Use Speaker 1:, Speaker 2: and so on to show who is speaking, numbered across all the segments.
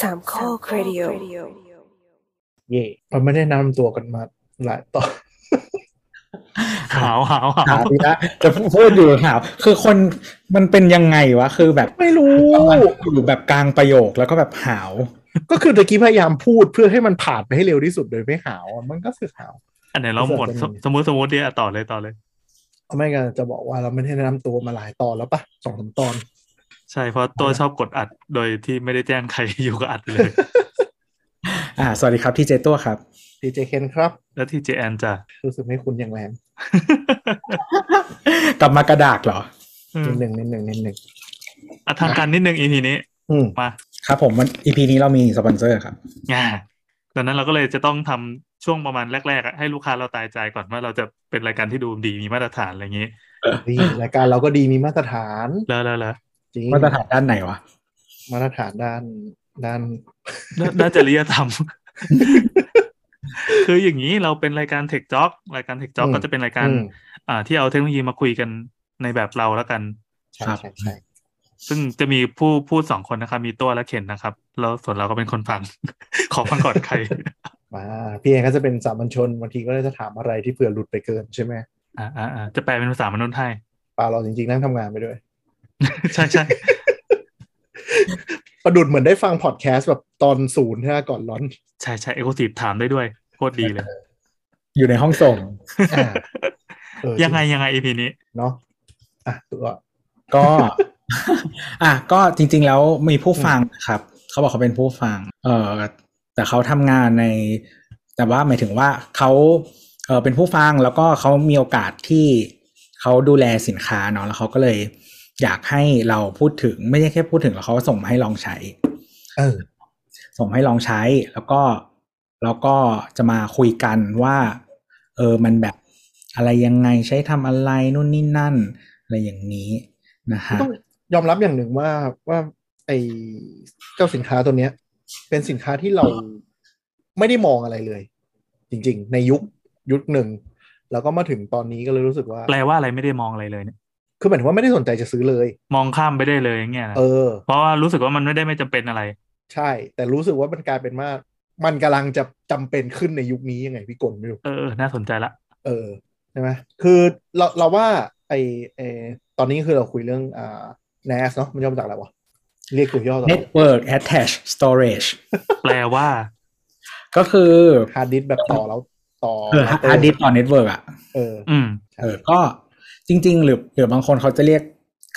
Speaker 1: สามข้อครดิโอ
Speaker 2: เย่เราไม่ได้นำตัวกันมาหลายต่อน
Speaker 3: หาวหาวหา
Speaker 4: หาว ดีละจะพูดอยู่หาวคือคนมันเป็นยังไงวะ คือแบบ
Speaker 2: ไม่รู้
Speaker 4: อยู่แบบกลางประโยคแล้วก็แบบหาว
Speaker 2: ก็คือตะกี้พยายามพูดเพื่อให้มันผ่านไปให้เร็วที่สุดโดยไม่หาวอะมันก็คือหาว
Speaker 3: อันไหนเราหมดสมสมมติสมมติเนี่ยอ่ะต่อเลยต่อเลย
Speaker 2: เอาไม่กันจะบอกว่าเราไม่ได้แนะนำตัวมาหลายตอนแล้วปะสองสามตอน
Speaker 3: ใช่เพราะตัวชอบกดอัดโดยที่ไม่ได้แจ้งใคร อยู่ก็อัดเลย
Speaker 4: อ่าสวัสดีครับที่เจตัวครับ
Speaker 2: ดีเจเคนครับ
Speaker 3: แล้วที่เจแอนจะ
Speaker 2: รู้สึกไม่คุ้นอย่างแรง
Speaker 4: กลับมากระดากเหรอ
Speaker 3: อืม
Speaker 2: นิดหนึ่งนิดหนึ่งนิดหนึ่ง
Speaker 3: อ่ะทางการนิดนึงอีพีนี้
Speaker 2: อืม
Speaker 3: มา
Speaker 4: ครับผมมันอีพีนี้เรามีสปอนเซอร์ครับ
Speaker 3: ง่าดังนั้นเราก็เลยจะต้องทำช่วงประมาณแรกๆอ่ะให้ลูกค้าเราตายใจก่อนว่าเราจะเป็นรายการที่ดูดีมีมาตรฐานอะไรอย่างนี้
Speaker 2: ดีรายการเราก็ดีมีมาตรฐาน
Speaker 3: แล้วแล้วแล้ว
Speaker 2: จริง
Speaker 4: มาตรฐานด้านไหนวะ
Speaker 2: มาตรฐานด้านด้าน
Speaker 3: แล้วน่าจะริยธรรม คืออย่างนี้เราเป็นรายการเทคจ็อกรายการเทคจ็อก
Speaker 2: อืม
Speaker 3: ก็จะเป็นรายการ
Speaker 2: อืม
Speaker 3: อ่าที่เอาเทคโนโลยีมาคุยกันในแบบเราแล้วกัน
Speaker 2: ใช่
Speaker 4: ครับ
Speaker 2: ใช่ใช่
Speaker 3: ซึ่งจะมีผู้พูดสองคนนะครับมีตัวและเข็นนะครับ แล้วส่วนเราก็เป็นคนฟัง ขอฟังก่อนใคร
Speaker 2: มาพี่เองก็จะเป็นสามัญชนบางทีก็จะถามอะไรที่เผื่อหลุดไปเกินใช่ไหม
Speaker 3: อ่าอ่าอ่าจะแปลเป็นภาษามนุษย์ให้
Speaker 2: ปาเราจริงๆนั่งทำงานไปด้วย
Speaker 3: ใช่ใช่
Speaker 2: ประดุดเหมือนได้ฟังพอดแคสต์แบบตอนศูนย์นะก่อนร้อน
Speaker 3: ใช่ใช่เอ็กซ์คลูีถามได้ด้วยโคตรดี เลย
Speaker 4: อยู่ในห้องส่ง
Speaker 2: อ่าเออ
Speaker 3: ยังไงยังไงอีพีนี้
Speaker 2: เนาะอ่ะตัว
Speaker 4: ก็ อ่ะก็จริงๆแล้วมีผู้ฟังนะครับ เขาบอกเขาเป็นผู้ฟัง เออแต่เขาทำงานใน แต่ว่าหมายถึงว่าเขาเออเป็นผู้ฟังแล้วก็เขามีโอกาสที่เขาดูแลสินค้าเนาะแล้วเขาก็เลย อยากให้เราพูดถึงไม่ใช่แค่พูดถึงแล้วเขาก็ส่งมาให้ลองใช้
Speaker 2: เออ
Speaker 4: ส่งให้ลองใช้แล้วก็แล้วก็จะมาคุยกันว่า เออมันแบบอะไรยังไงใช้ทำอะไรนู่นนี่นั่น อะไรอย่างนี้นะฮะ
Speaker 2: ต้องยอมรับอย่างหนึ่งว่าว่าไอเจ้าสินค้าตัวเนี้ย เป็นสินค้าที่เราไม่ได้มองอะไรเลย จริงๆ ในยุคยุคหนึ่ง แล้วก็มาถึงตอนนี้ก็เลยรู้สึกว่า
Speaker 3: แปลว่าอะไรไม่ได้มองอะไรเลยเนี่ย
Speaker 2: คือหมายถึงว่าไม่ได้สนใจจะซื้อเลย
Speaker 3: มองข้ามไปได้เลยอย่างเงี้ยนะ
Speaker 2: เออ
Speaker 3: เพราะว่ารู้สึกว่ามันไม่ได้ไม่จำเป็นอะไร
Speaker 2: ใช่ แต่รู้สึกว่ามันกลายเป็นว่ามันกำลังจะจำเป็นขึ้นในยุคนี้ยังไงพี่กลไม่รู้
Speaker 3: เออเออน่าสนใจละ
Speaker 2: เออใช่ไหมคือเราเราว่าไอไอตอนนี้คือเราคุยเรื่องอ่า NAS เนาะมันย่อมาจากอะไรวะเรียกตัวย่อตัว
Speaker 4: Network Attached Storage
Speaker 3: แปลว่า
Speaker 4: ก็คือ
Speaker 2: ฮาร์ดดิสแบบต่อแล้วต่อ
Speaker 4: เออฮาร์ดดิสต่อเน็ตเวิร์กอ่ะ
Speaker 2: เออ
Speaker 3: อืม
Speaker 4: เออก็จริง ๆ หรือหรือบางคนเขาจะเรียก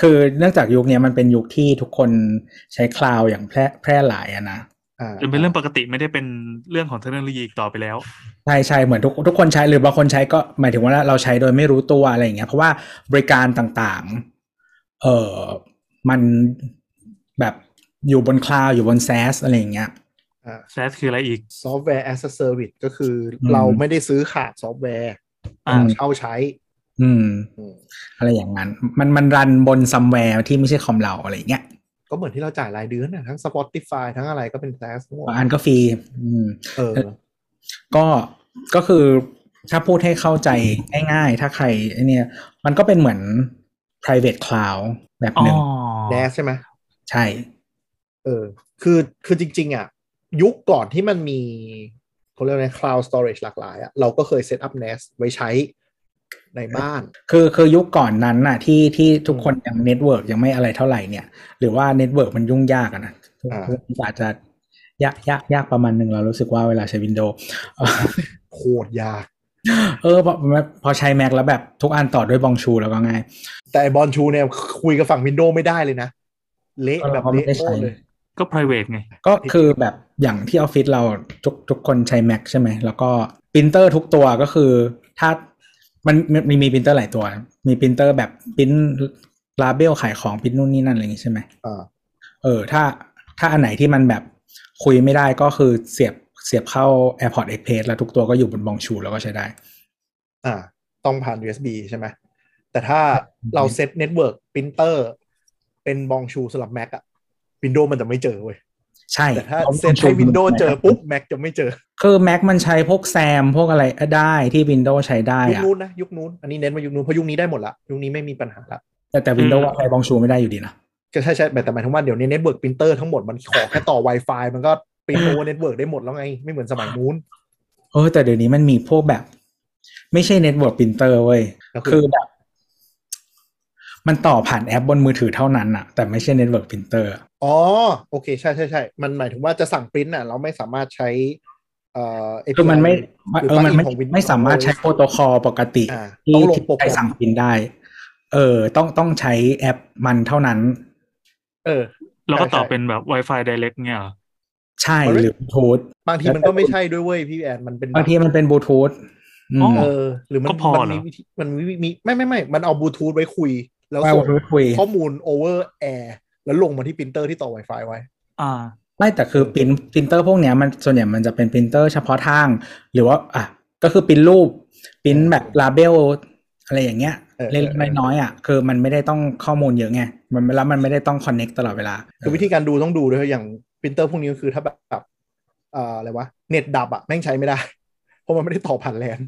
Speaker 4: คือเนื่องจากยุคเนี้ยมันเป็นยุคที่ทุกคนใช้คลาวด์อย่างแพร่แพร่หลายอะนะ
Speaker 2: อ่า
Speaker 3: จนเป็นเรื่องปกติไม่ได้เป็นเรื่องของเทคโนโลยีอีกต่อไปแล้ว
Speaker 4: ใช่ใช่เหมือนทุกทุกคนใช้หรือบางคนใช้ก็หมายถึงว่าเราใช้โดยไม่รู้ตัวอะไรอย่างเงี้ยเพราะว่าบริการต่างๆเออมันแบบอยู่บนคลาวอยู่บนแซสอะไรอย่างเงี้ย
Speaker 2: อ่า
Speaker 3: แซสคืออะไรอีก
Speaker 2: ซอฟต์แวร์ as a service ก็คืออ
Speaker 4: ม
Speaker 2: เราไม่ได้ซื้อขาดซอฟต์แวร์
Speaker 3: อ่า
Speaker 2: เราเช่าใช้
Speaker 4: อืม
Speaker 2: อืม
Speaker 4: อะไรอย่างนั้น มันมันรันบนซัมแวร์ที่ไม่ใช่คอมเราอะไรอย่างเงี้ย
Speaker 2: ก็เหมือนที่เราจ่ายรายเดือนนะทั้ง Spotify ทั้งอะไรก็เป็น SaaS ทั้งหมด
Speaker 4: บางอันก็ฟรีอืม
Speaker 2: เออ
Speaker 4: ก็ก็คือถ้าพูดให้เข้าใจง่ายๆ ถ้าใครไอ้เนี่ยมันก็เป็นเหมือน private cloud แบบ
Speaker 3: อ๋อ
Speaker 4: หนึ่ง
Speaker 2: NAS ใช่ไหม
Speaker 4: ใช่
Speaker 2: เออ คือคือจริง ๆ อ่ะ ยุคก่อนที่มันมีเขาเรียกว่าไง cloud storage หลากหลายอ่ะเราก็เคย set up NAS ไว้ใช้ในบ้าน
Speaker 4: คือคือยุคก่อนนั้นน่ะที่ที่ทุกคนยังเน็ตเวิร์กยังไม่อะไรเท่าไหร่เนี่ย หรือว่าเน็ตเวิร์กมันยุ่งยากอะนะทุก
Speaker 2: อ่า
Speaker 4: ทุกคนอาจจะยากยากยากประมาณหนึ่งเรารู้สึกว่าเวลาใช้วินโดว์
Speaker 2: โคตรยาก
Speaker 4: เออพอพอใช้แม็กแล้วแบบทุกอันต่อด้วยบองชูแล้วก็ง่าย
Speaker 2: แต่ไอ้บอลชูเนี่ยคุยกับฝั่ง Windows ไม่ได้เลยนะ เละแบบเละโคตรเลย
Speaker 3: ก็ private ไง
Speaker 4: ก็คือแบบอย่างที่ออฟฟิศเราทุกทุกคนใช้ Mac ใช่ไหม แล้วก็ปรินเตอร์ทุกตัวก็คือ ถ้ามันมันมีมีปรินเตอร์หลายตัว มีปรินเตอร์แบบปรินลาเบลขายของปรินนู่นนี่นั่นอะไรอย่างงี้ใช่ไหม
Speaker 2: อ่า
Speaker 4: เออถ้าถ้าอันไหนที่มันแบบคุยไม่ได้ก็คือเสียบเสียบเข้า AirPods Express แล้วทุกตัวก็อยู่บนบองชูแล้วก็ใช้ได้
Speaker 2: อ่าต้องผ่าน USB ใช่ไหม แต่ถ้าเราเซตเน็ตเวิร์กปรินเตอร์เป็นบองชูสำหรับ Mac อะ Windows มันจะไม่เจอเว้ย
Speaker 4: ใช่
Speaker 2: แต่ถ้า
Speaker 4: พระ
Speaker 2: เซตให้
Speaker 4: Bong Chu
Speaker 2: Windows เจอปุ๊บ Mac จะไม่เจอ
Speaker 4: คือ Mac มันใช้พวกแซมพวกอะไรได้ที่ Windows ใช้ได้
Speaker 2: ยุค
Speaker 4: อะ
Speaker 2: นู้นนะ ยุคนู้น อันนี้เน้นมายุคนู้นเพราะยุคนี้ได้หมดละ ยุคนี้ไม่มีปัญหาละ
Speaker 4: แต่แต่ Windows ใช้บองชูไม่ได้อยู่ดีนะ
Speaker 2: ก็ใช่ใช่แต่หมายถึงว่าเดี๋ยวนี้เน็ตเวิร์กปรินเตอร์ทั้งหมดมันขอแค่ต่อ Wi-Fi มันก็ปรินโอเน็ตเวิร์กได้หมดแล้วไง ไม่เหมือนสมัยนู้น
Speaker 4: เออแต่เดี๋ยวนี้มันมีพวกแบบ ไม่ใช่เน็ตเวิร์กปรินเตอร์เว้ย
Speaker 2: แล้วคือ
Speaker 4: คือแบบ มันต่อผ่านแอปบนมือถือเท่านั้นอะแต่ไม่ใช่เน็ตเวิร์กปรินเตอร์
Speaker 2: อ๋อ โอเค ใช่ใช่ใช่มันหมายถึงว่าจะสั่งปรินต์อ่ะ เราไม่สามารถใช้เอ่อ API
Speaker 4: คือมันไม่
Speaker 2: หรือ
Speaker 4: เออมันไม่
Speaker 2: plugin ของ Windows
Speaker 4: ไม่สามารถใช้โปรโตคอลปกติ
Speaker 2: อ่า
Speaker 4: ที่
Speaker 2: ต้องลง
Speaker 4: ที่
Speaker 2: โปรแกร
Speaker 4: ใช้
Speaker 2: ม
Speaker 4: สั่งพิมพ์ได้ เออ ต้องต้องใช้แอปมันเท่านั้น
Speaker 2: เออ
Speaker 3: แล้วก็ต่อ
Speaker 2: ใช่
Speaker 3: เป็นแบบ Wi-Fi Direct เนี่ยเหรอ
Speaker 4: ใช่
Speaker 2: มันไม่
Speaker 4: หรือบลูทูธ
Speaker 2: บางทีมันก็ไม่ใช่ด้วยเว้ยพี่แอนมันเป็นแบบ
Speaker 4: บางทีมันเป็นบลูทูธอืม
Speaker 2: เออ หรือมัน
Speaker 3: ก็พอ
Speaker 2: มัน
Speaker 3: เหร
Speaker 2: มี
Speaker 3: อ
Speaker 2: วิธีมันมีมีไม่ไม่ไม่มันเอาบลูทูธไว้คุย แล้ว
Speaker 4: ว่า
Speaker 2: ส่
Speaker 4: บ
Speaker 2: ง
Speaker 4: ลูทูธคุย
Speaker 2: ข้อมูลโอเวอร์แอร์แล้วลงมาที่ปรินเตอร์ที่ต่อ Wi-Fi ไว้
Speaker 3: อ่า
Speaker 4: ไม่แต่คือปรินปรินเตอร์พวกเนี้ยมันส่วนใหญ่มันจะเป็นปรินเตอร์เฉพาะทาง หรือว่าอ่ะก็คือปรินรูปปรินแบบลาเบลอะไรอย่างเงี้ย
Speaker 2: เออ
Speaker 4: เล็ก
Speaker 2: เออ
Speaker 4: ๆน้อยๆอ่ะคือมันไม่ได้ต้องข้อมูลเยอะไงมันแล้วมันไม่ได้ต้องคอนเน็กตลอดเวลา
Speaker 2: คือวิธีการดูต้องดูด้วยอย่างปรินเตอร์พวกนี้ก็คือถ้าแบบแบบเอ่ออะไรวะเน็ตดับอะแม่งใช้ไม่ได้ เพราะมันไม่ได้ต่อผ่านแลน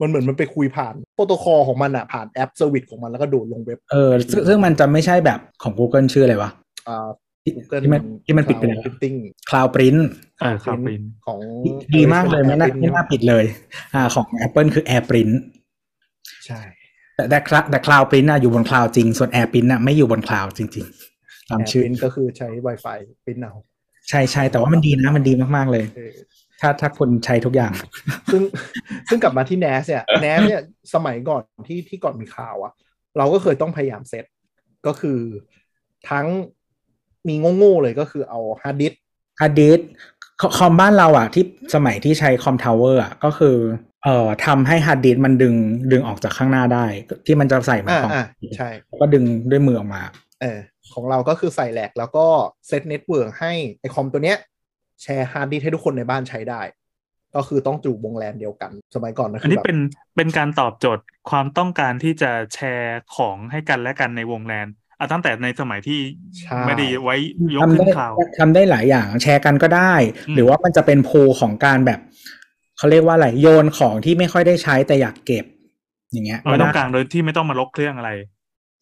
Speaker 2: มันเหมือนมันไปคุยผ่านโปรโตคอลของมันอะผ่านแอปเซอร์วิสของมันแล้วก็ดูดลงเว็บ
Speaker 4: เออซึ่งซึ่งมันจะไม่ใช่แบบของ Google ชื่ออะไรวะ
Speaker 2: อ่า
Speaker 4: ที่
Speaker 2: Google
Speaker 4: ที่มันที่มันปิดไปแล้ว
Speaker 2: Printing
Speaker 4: Cloud Print
Speaker 3: เออครับปริน
Speaker 2: ของ
Speaker 4: ดีมากเลยไม่น่าไม่น่า
Speaker 2: ใช่
Speaker 4: ปิดเลย อ่าของ Apple คือ Air Print
Speaker 2: ใช่
Speaker 4: แต่แต่ Cloud- แต่ Cloud Print น่ะอยู่บน Cloud จริง ส่วน Air Print น่ะไม่อยู่บน Cloud จริงๆตามชื่อ
Speaker 2: แอร์ print ก็คือใช้ Wi-Fi ปรินเอา
Speaker 4: ใช่ใช่แต่ว่ามันดีนะมันดีมาก ๆ เลย
Speaker 2: เออ
Speaker 4: ถ้าถ้าคุณใช้ทุกอย่าง
Speaker 2: ซึ่ง ซึ่งกลับมาที่ NAS เนี่ย NAS เนี่ยสมัยก่อนที่ที่ก่อนมีข่าวอะเราก็เคยต้องพยายามเซตก็คือทั้งมีโง่ๆเลยก็คือเอาฮาร์ดดิสก์
Speaker 4: ฮาร์ดดิสก์คคอมบ้านเราอ่ะ ที่สมัยที่ใช้คอมทาวเวอร์อ่ะ ก็คือ เอ่อทำให้ฮาร์ดดิสก์มันดึงดึงออกจากข้างหน้าได้ ที่มันจะใส่มา
Speaker 2: อ่า
Speaker 4: ของ
Speaker 2: อ่าใช่
Speaker 4: ก็ดึงด้วยมือออกมา
Speaker 2: เออของเราก็คือใส่แหลกแล้วก็เซตเน็ตเวิร์กให้ไอคอมตัวเนี้ย แชร์ฮาร์ดดิสก์ให้ทุกคนในบ้านใช้ได้ ก็คือต้องจูบวงแลนเดียวกัน สมัยก่อนนะ
Speaker 3: อัน
Speaker 2: คือ
Speaker 3: นี้
Speaker 2: แบบ
Speaker 3: เป็นเป็นการตอบโจทย์ความต้องการที่จะแชร์ของให้กันและกันในวงแลนอ่ะตั้งแต่ในสมัยที่
Speaker 2: ใช่
Speaker 3: ไม่ได้ไว้ยก
Speaker 4: ทำ
Speaker 3: ขึ้
Speaker 4: ได้
Speaker 3: นข่าว
Speaker 4: ทำได้หลายอย่างแชร์กันก็ได้
Speaker 3: อืม
Speaker 4: หรือว่ามันจะเป็นโพลของการแบบ เขาเรียกว่าอะไรโยนของที่ไม่ค่อยได้ใช้แต่อยากเก็บ อย่างเงี้ย
Speaker 3: เอาไว้ตรงก
Speaker 4: ก็ด้
Speaker 3: ลางโดยที่ไม่ต้องมาลบเครื่องอะไร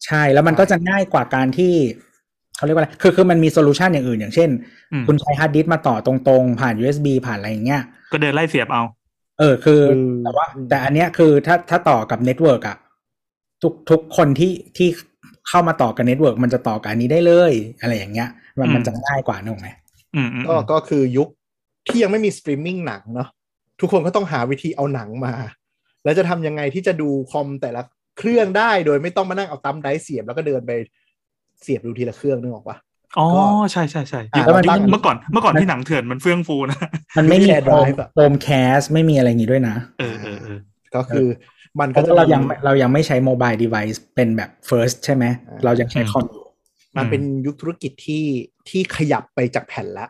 Speaker 4: ใช่แล้วมันก็จะง่ายกว่าการที่เขาเรียกว่าอะไรคือคือมันมีโซลูชันอย่างอื่น อย่างเช่น
Speaker 3: อืม
Speaker 4: คุณใช้ฮาร์ดดิสก์มาต่อตรงๆ ผ่าน USB ผ่านอะไรอย่างเงี้ย
Speaker 3: ก็เดินไล่เสียบเอา
Speaker 4: เออคือ
Speaker 2: คือ
Speaker 4: แต่ว่า แต่อันเนี้ยคือถ้าถ้าต่อกับเน็ตเวิร์กอะทุกทุกคนที่ที่เข้ามาต่อกับเน็ตเวิร์กมันจะต่อกับอันนี้ได้เลย อะไรอย่างเงี้ย มัน
Speaker 3: อืม
Speaker 4: มันจะง่ายกว่านึกออกไหม
Speaker 3: อืมอืม
Speaker 2: ก็ก็คือยุคที่ยังไม่มีสตรีมมิ่งหนังเนาะทุกคนก็ต้องหาวิธีเอาหนังมา แล้วจะทำยังไงที่จะดูคอมแต่ละเครื่องได้โดยไม่ต้องมานั่งเอาตั้มไดเสียบแล้วก็เดินไปเสียบดูทีละเครื่องนึกออกปะ
Speaker 3: อ๋อ
Speaker 2: ก็
Speaker 3: ใช่ใช่ใช่
Speaker 2: อ่ะ
Speaker 3: ยุค
Speaker 2: แล้วมันตั้ง
Speaker 3: เมื่อก่อนเมื่อก่อนที่หนังเถื่อนมันเฟื่องฟูนะ
Speaker 4: มันไม่มี
Speaker 2: แชร์
Speaker 4: โฟ
Speaker 2: drive อะ
Speaker 4: มโฟมแคสไม่มีอะไรอย่างงี้ด้วยนะ
Speaker 3: เออเออเออ
Speaker 2: ก็คือมัน
Speaker 4: เพ
Speaker 2: ก็จะ
Speaker 4: ราะว่าเรายัง
Speaker 2: มี
Speaker 4: เรายังไม่ใช้โมบายเดเวิ์เป็นแบบ first ใช่ไหม
Speaker 2: อ่า
Speaker 4: เรายังใช้คอมอยู่
Speaker 2: มันเป็นยุคธุรกิจที่ที่ขยับไปจากแผ่นละ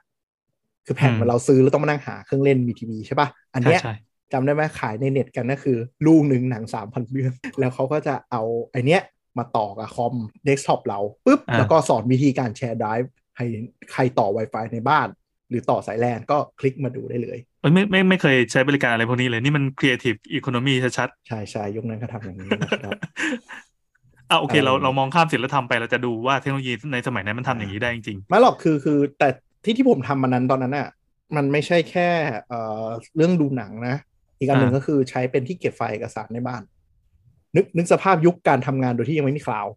Speaker 2: คือแผ่นเราซื้อแล้วต้องมานั่งหาเครื่องเล่นมีทีวีใช่ปะอัน
Speaker 3: ใช่
Speaker 2: เนี้ย
Speaker 3: ใช่
Speaker 2: จำได้ไหมขายในเน็ตกันก็คือ ลูกหนึ่งหนังสามพันเรื่อง แล้วเขาก็จะเอาไอเนี้ยมาต่อกับคอมเดสก์ท็อปเราปุ๊บ แล้วก็สอนวิธีการแชร์ไดรฟ์ให้ใครต่อ Wi-Fi ในบ้าน หรือต่อสายแลนก็คลิกมาดูได้เลย
Speaker 3: เอ้ยไม่ไม่ไม่เคยใช้บริการอะไรพวกนี้เลย นี่มัน Creative Economy ชัด
Speaker 2: ใช่ใช่ยุคนั้นเขาทำอย่างนี้นะครับ
Speaker 3: ๆ อ่ะโอเค เราเรามองข้ามศิลธรรมไปเราจะดูว่าเทคโนโลยีในสมัยนั้นมันทำอย่างนี้ได้จริง
Speaker 2: ไม่หรอกคือคือแต่ที่ที่ผมทำมันนั้นตอนนั้นอ่ะมันไม่ใช่แค่เอ่อเรื่องดูหนังนะ อีกอันหนึ่งก็คือใช้เป็นที่เก็บไฟล์เอกสารในบ้าน นึกนึกสภาพยุคการทำงานโดยที่ยังไม่มีคลาวด์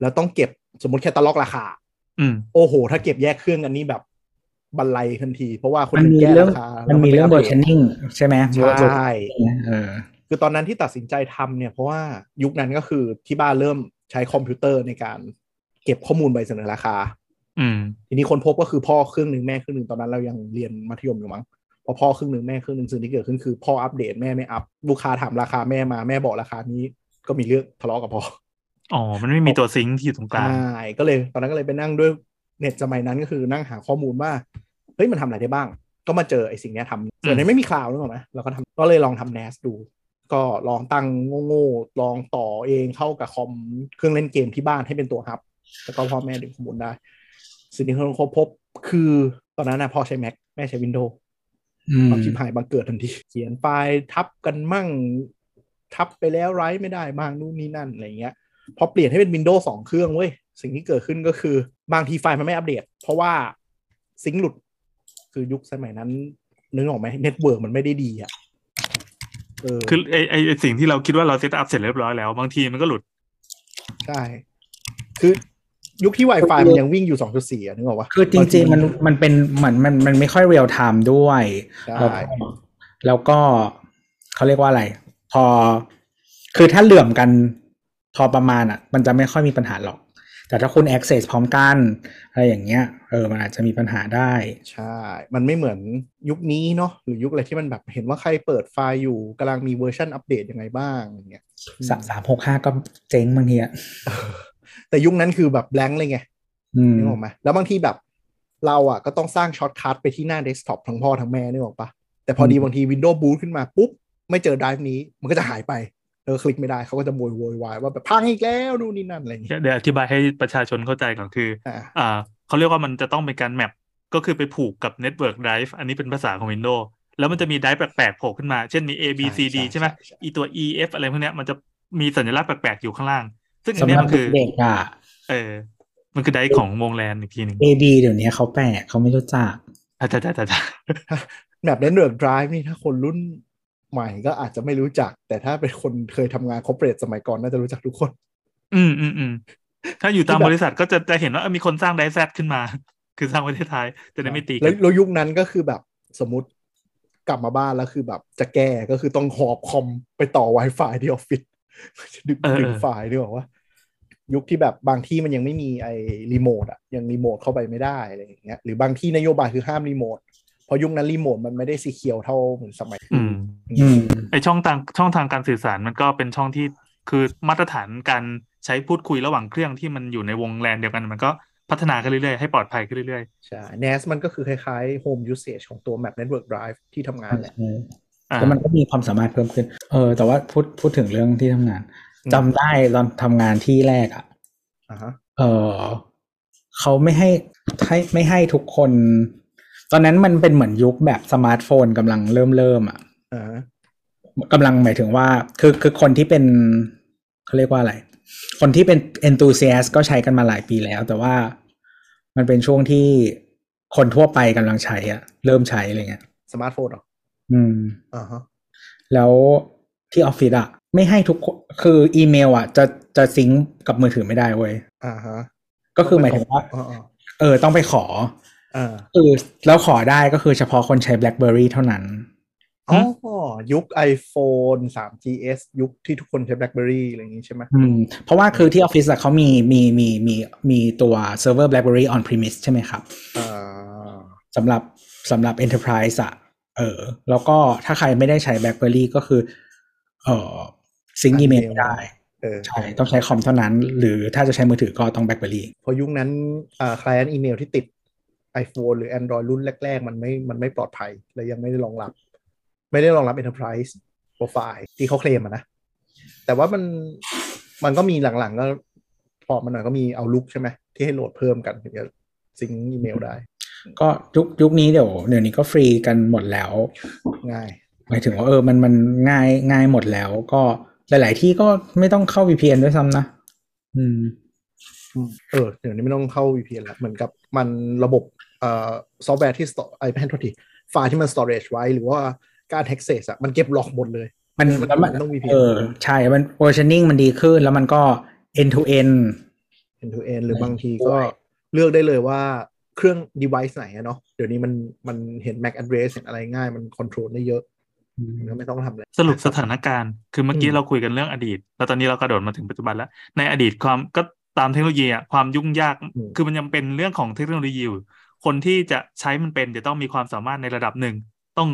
Speaker 2: แล้วต้องเก็บสมมติแคตตาล็อกราคา
Speaker 3: ๆ อืม
Speaker 2: โอ้โห ถ้าเก็บแยกเครื่องอันนี้แบบบรรลัยทันที เพราะว่าคน
Speaker 4: มัน
Speaker 2: ห
Speaker 4: มี
Speaker 2: แก้
Speaker 4: เรื่อง
Speaker 2: าคา
Speaker 4: มั
Speaker 2: แล้ว
Speaker 4: นมี
Speaker 2: ไ
Speaker 4: เรื่องเวอ
Speaker 2: ป
Speaker 4: ร์ชันนิ่งใช่ไหม
Speaker 2: ใช่
Speaker 4: เออ
Speaker 2: คือตอนนั้นที่ตัดสินใจทำเนี่ย เพราะว่ายุคนั้นก็คือที่บ้านเริ่มใช้คอมพิวเตอร์ในการเก็บข้อมูลใบเสนอราคา
Speaker 3: อืม
Speaker 2: ทีนี้คนพบก็คือพ่อเครื่องหนึ่งแม่เครื่องหนึ่งตอนนั้นเรายังเรียนมัธยมอยู่มั้งพอพ่อเครื่องหนึ่งแม่เครื่องหนึ่งสิ่งที่เกิดขึ้นคือพ่ออัปเดตแม่ไม่อัพลูกค้าถามราคาแม่มาแม่บอกราคานี้ ก็มีเรื่องทะเลาะกับพ่อ
Speaker 3: อ๋อ มันไม่มีตัวซิงค์ที่อยู่ตรงกลาง
Speaker 2: ใช่ก็เลยตอนนั้นก็เลยไปนั่งด้วยเน็ตสมัยนั้นก็คือนั่งหาข้อมูลว่าเฮ้ยมันทำอะไรได้บ้าง ก็มาเจอไอ้สิ่งเนี้ยทำส่วนนี้ไม่มีคลาวด์นึกออกไหมเราก็ทำก็เลยลองทำ NAS ดู ก็ลองตั้งโง่ๆลองต่อเองเข้ากับคอมเครื่องเล่นเกมที่บ้านให้เป็นตัวฮับ แล้วก็พ่อแม่ดึงข้อมูลได้ สิ่งที่เขาพบคือตอนนั้นนะพ่อใช้ Mac แม่ใช้ Windows
Speaker 4: อืม
Speaker 2: ความชิบหายบังเกิดทันทีเขียนไฟล์ทับกันมั่ง ทับไปแล้วไรไม่ได้บ้างนู่นนี่นั่นอะไรเงี้ย พอเปลี่ยนให้เป็น Windows 2 เครื่องเว้ย สิ่งที่เกิดขึ้นก็คือบางทีไฟล์มันไม่อัปเดต เพราะว่าซิงค์หลุด คือยุคสมัยนั้นนึกออกไหมเน็ตเวิร์กมันไม่ได้ดีอะเออ
Speaker 3: คือไอไอไอ้สิ่งที่เราคิดว่าเราเซตอัพเสร็จเรียบร้อยแล้ว บางทีมันก็หลุด
Speaker 2: ใช่ คือยุคที่ Wi-Fi มันยังวิ่งอยู่ 2.4อะนึกออกปะ
Speaker 4: คือจริงๆมันมันเป็นเหมือนมันมันไม่ค่อยเรียลไทม์ด้วย
Speaker 2: ใช่
Speaker 4: แล้วก็แล้วก็เขาเรียกว่าอะไร พอ คือถ้าเหลื่อมกันพอประมาณอ่ะ มันจะไม่ค่อยมีปัญหาหรอก แต่ถ้าคุณ access พร้อมกันอะไรอย่างเงี้ยเออมันอาจจะมีปัญหาได้
Speaker 2: ใช่ มันไม่เหมือนยุคนี้เนาะหรือยุคอะไรที่มันแบบเห็นว่าใครเปิดไฟล์อยู่กำลังมีเวอร์ชันอัปเดตยังไงบ้างอย่างเงี้ย
Speaker 4: สามสามหกห้าก็เจ๊งบางทีอ่ะ
Speaker 2: แต่ยุคนั้นคือแบบแบงค์เลยไง
Speaker 4: อืม
Speaker 2: นึกออกไหมแล้วบางทีแบบ เราอ่ะก็ต้องสร้างช็อตคัทไปที่หน้าเดสก์ท็อปทั้งพ่อทั้งแม่นึกออกปะแต่พอดีบางที Windows Boot ขึ้นมาปุ๊บ ไม่เจอไดรฟ์นี้มันก็จะหายไปเออคลิกไม่ได้เขาก็จะโวยโวยวายว่าแบบพังอีกแล้วนู่นนี่นั่นอะไรอย่างเงี้ย
Speaker 3: เดี๋ยวเดี๋ยวอธิบายให้ประชาชนเข้าใจก่อนคือ
Speaker 2: อ่า
Speaker 3: อ่าเขาเรียกว่ามันจะต้องเป็นการแมปก็คือไปผูกกับ Network Drive อันนี้เป็นภาษาของ Windows แล้วมันจะมีไดรฟ์แปลกๆโผล่ขึ้นมา เช่นมี A B C D ใช่ไหมอีตัว E F อะไรพวกเนี้ยมันจะมีสัญลักษณ์แปลกๆอยู่ข้างล่าง ซึ่งอัน
Speaker 4: สำ
Speaker 3: เนี้
Speaker 4: ห
Speaker 3: ย
Speaker 4: รับ
Speaker 3: มันคือ
Speaker 4: เด็กๆอ่ะ
Speaker 3: เออมันคือไดรฟ์ของวงแลนอีกทีหนึ่ง
Speaker 4: AB เดี๋ยวนี้เขาแปลกเขาไม่รู้จัก
Speaker 3: ใช่ใช่ใช่ใช่
Speaker 2: แบบเน็ตเวิร์กไดรฟ์นี่ถ้าคนรุ่นใหม่ก็อาจจะไม่รู้จัก แต่ถ้าเป็นคนเคยทำงานคอร์เปอเรทสมัยก่อนน่าจะรู้จักทุกคน
Speaker 3: อืมอืมอืมถ้าอยู่ตาม
Speaker 2: ที่แบบ
Speaker 3: บริษัทก็จะจะเห็นว่าเออมีคนสร้างไดรฟ์แซดขึ้นมา คือสร้างไว้ที่ท้ายจะได้ไม่ตีกั
Speaker 2: แล้ว
Speaker 3: น
Speaker 2: แล้วยุคนั้นก็คือแบบสมมติกลับมาบ้านแล้วคือแบบจะแก้ก็คือต้องหอบคอมไปต่อ Wi-Fi ที่ออฟฟิศ จะดึงดึงไฟล์ด้วยบอกว่า ยุคที่แบบบางที่มันยังไม่มีไอ้รีโมทอะยังรีโมทเข้าไปไม่ได้อะไรอย่างเงี้ยหรือบางที่นโยบายคือห้ามรีโมทเพราะยุคนั้นรีโมทมันไม่ได้สีเขียวเท่าเหมือนสมัย
Speaker 3: อืม
Speaker 4: อืม
Speaker 3: ไอช่องทางช่องทางการสื่อสารมันก็เป็นช่องที่คือมาตรฐานการใช้พูดคุยระหว่างเครื่องที่มันอยู่ในวงแลนเดียวกัน มันก็พัฒนาขึ้นเรื่อยๆ ให้ปลอดภัยขึ้นเรื่อย
Speaker 2: ใช่ NAS มันก็คือคล้ายๆ Home Usage ของตัว Map Network Drive ที่ทำงานแหละ
Speaker 3: ๆอ่า
Speaker 4: แล้วมันก็มีความสามารถเพิ่มขึ้น เออ แต่ว่าพูดพูดถึงเรื่องที่ทำงาน
Speaker 2: อืม
Speaker 4: จำได้ตอนทำงานที่แรกอ่ะ
Speaker 2: อ่าฮะ
Speaker 4: เออเขาไม่ให้ให้ไม่ให้ทุกคน ตอนนั้นมันเป็นเหมือนยุคแบบสมาร์ทโฟนกำลังเริ่มเริ่มอ่ะ
Speaker 2: อ่าฮะ
Speaker 4: กำลังหมายถึงว่า คือคือคนที่เป็นเขาเรียกว่าอะไร คนที่เป็น enthusiast ก็ใช้กันมาหลายปีแล้ว แต่ว่ามันเป็นช่วงที่คนทั่วไปกำลังใช้อ่ะ เริ่มใช้อะไรเงี้ย
Speaker 2: สมาร์ทโฟนเหรอ
Speaker 4: อืม
Speaker 2: อ่าฮะ
Speaker 4: แล้วที่ออฟฟิศอะไม่ให้ทุกคนคืออีเมลอะจะจะซิงก์กับมือถือไม่ได้เว้ย
Speaker 2: อ่าฮะ
Speaker 4: ก็คือหมายถึงว่า
Speaker 2: อ่า
Speaker 4: เออ ต้องไปขอ
Speaker 2: ๆอ่า
Speaker 4: เออแล้วขอได้ก็คือเฉพาะคนใช้ BlackBerry เท่านั้น
Speaker 2: อ๋อ ยุค iPhone 3GS ยุคที่ทุกคนใช้ BlackBerry อะไรอย่างนี้ใช่ไหม
Speaker 4: อืม เพราะว่าคือที่ออฟฟิศอะเขามีมีมีมีมีตัวเซิร์ฟเวอร์ BlackBerry on premise ใช่ไหมครับ
Speaker 2: อ่า
Speaker 4: สำหรับสำหรับ Enterprise อะเออ แล้วก็ถ้าใครไม่ได้ใช้ BlackBerry ก็คือ เออซิงก์อีเมลไม่ได้
Speaker 2: เออ
Speaker 4: ใช่ต้องใช้คอมเท่านั้น หรือถ้าจะใช้มือถือก็ต้อง BlackBerry
Speaker 2: เพราะยุคนั้นอ่า client email ที่ติด iPhone หรือ Android รุ่นแรก ๆ มันไม่ มันไม่ปลอดภัย และยังไม่ได้รองรับ ไม่ได้รองรับ Enterprise Profile ที่เขาเคลมอะนะ แต่ว่ามัน มันก็มีหลัง ๆ ก็พอมันหน่อยก็มีเอาลุกใช่ไหม ที่ให้โหลดเพิ่มกันถึงจะซิงอีเมลได้
Speaker 4: ก็ยุคยุคนี้เดี๋ยวเดี๋ยวนี้ก็ฟรีกันหมดแล้ว
Speaker 2: ง่าย
Speaker 4: หมายถึงว่าเออมันมันง่ายง่ายหมดแล้ว ก็หลาย ๆ ที่ก็ไม่ต้องเข้า VPN ด้วยซ้ำนะ อืม
Speaker 2: เออเดี๋ยวนี้ไม่ต้องเข้า VPN แล้วเหมือนกับมันระบบเอ่อซอฟต์แวร์ที่ store ไอ้แพนโทษทีไฟล์ที่มัน storage ไว้ หรือว่าการ access อะมันเก็บล็อกหมดเลย
Speaker 4: มัน
Speaker 2: มัน
Speaker 4: แล้วมัน
Speaker 2: ต้อง VPN
Speaker 4: เออใช่ มัน versioning มันดีขึ้น แล้วมันก็ end to end
Speaker 2: end to end หรือบางทีก็เลือกได้เลยว่าเครื่อง device ไหนอะเนาะเดี๋ยวนี้มันมันเห็น MAC address เห็นอะไรง่ายมัน control ได้เยอะมันก็ไม่ต้องทำอะไร
Speaker 3: สรุปสถานการณ์ คือเมื่อกี้
Speaker 2: อืม
Speaker 3: เราคุยกันเรื่องอดีต แล้วตอนนี้เรากระโดดมาถึงปัจจุบันแล้ว ในอดีตความก็ตามเทคโนโลยีอะความยุ่งยาก คือมันยังเป็นเรื่องของเทคโนโลยีอยู่คนที่จะใช้มันเป็นจะต้องมีความสามารถในระดับหนึ่ง ต้อง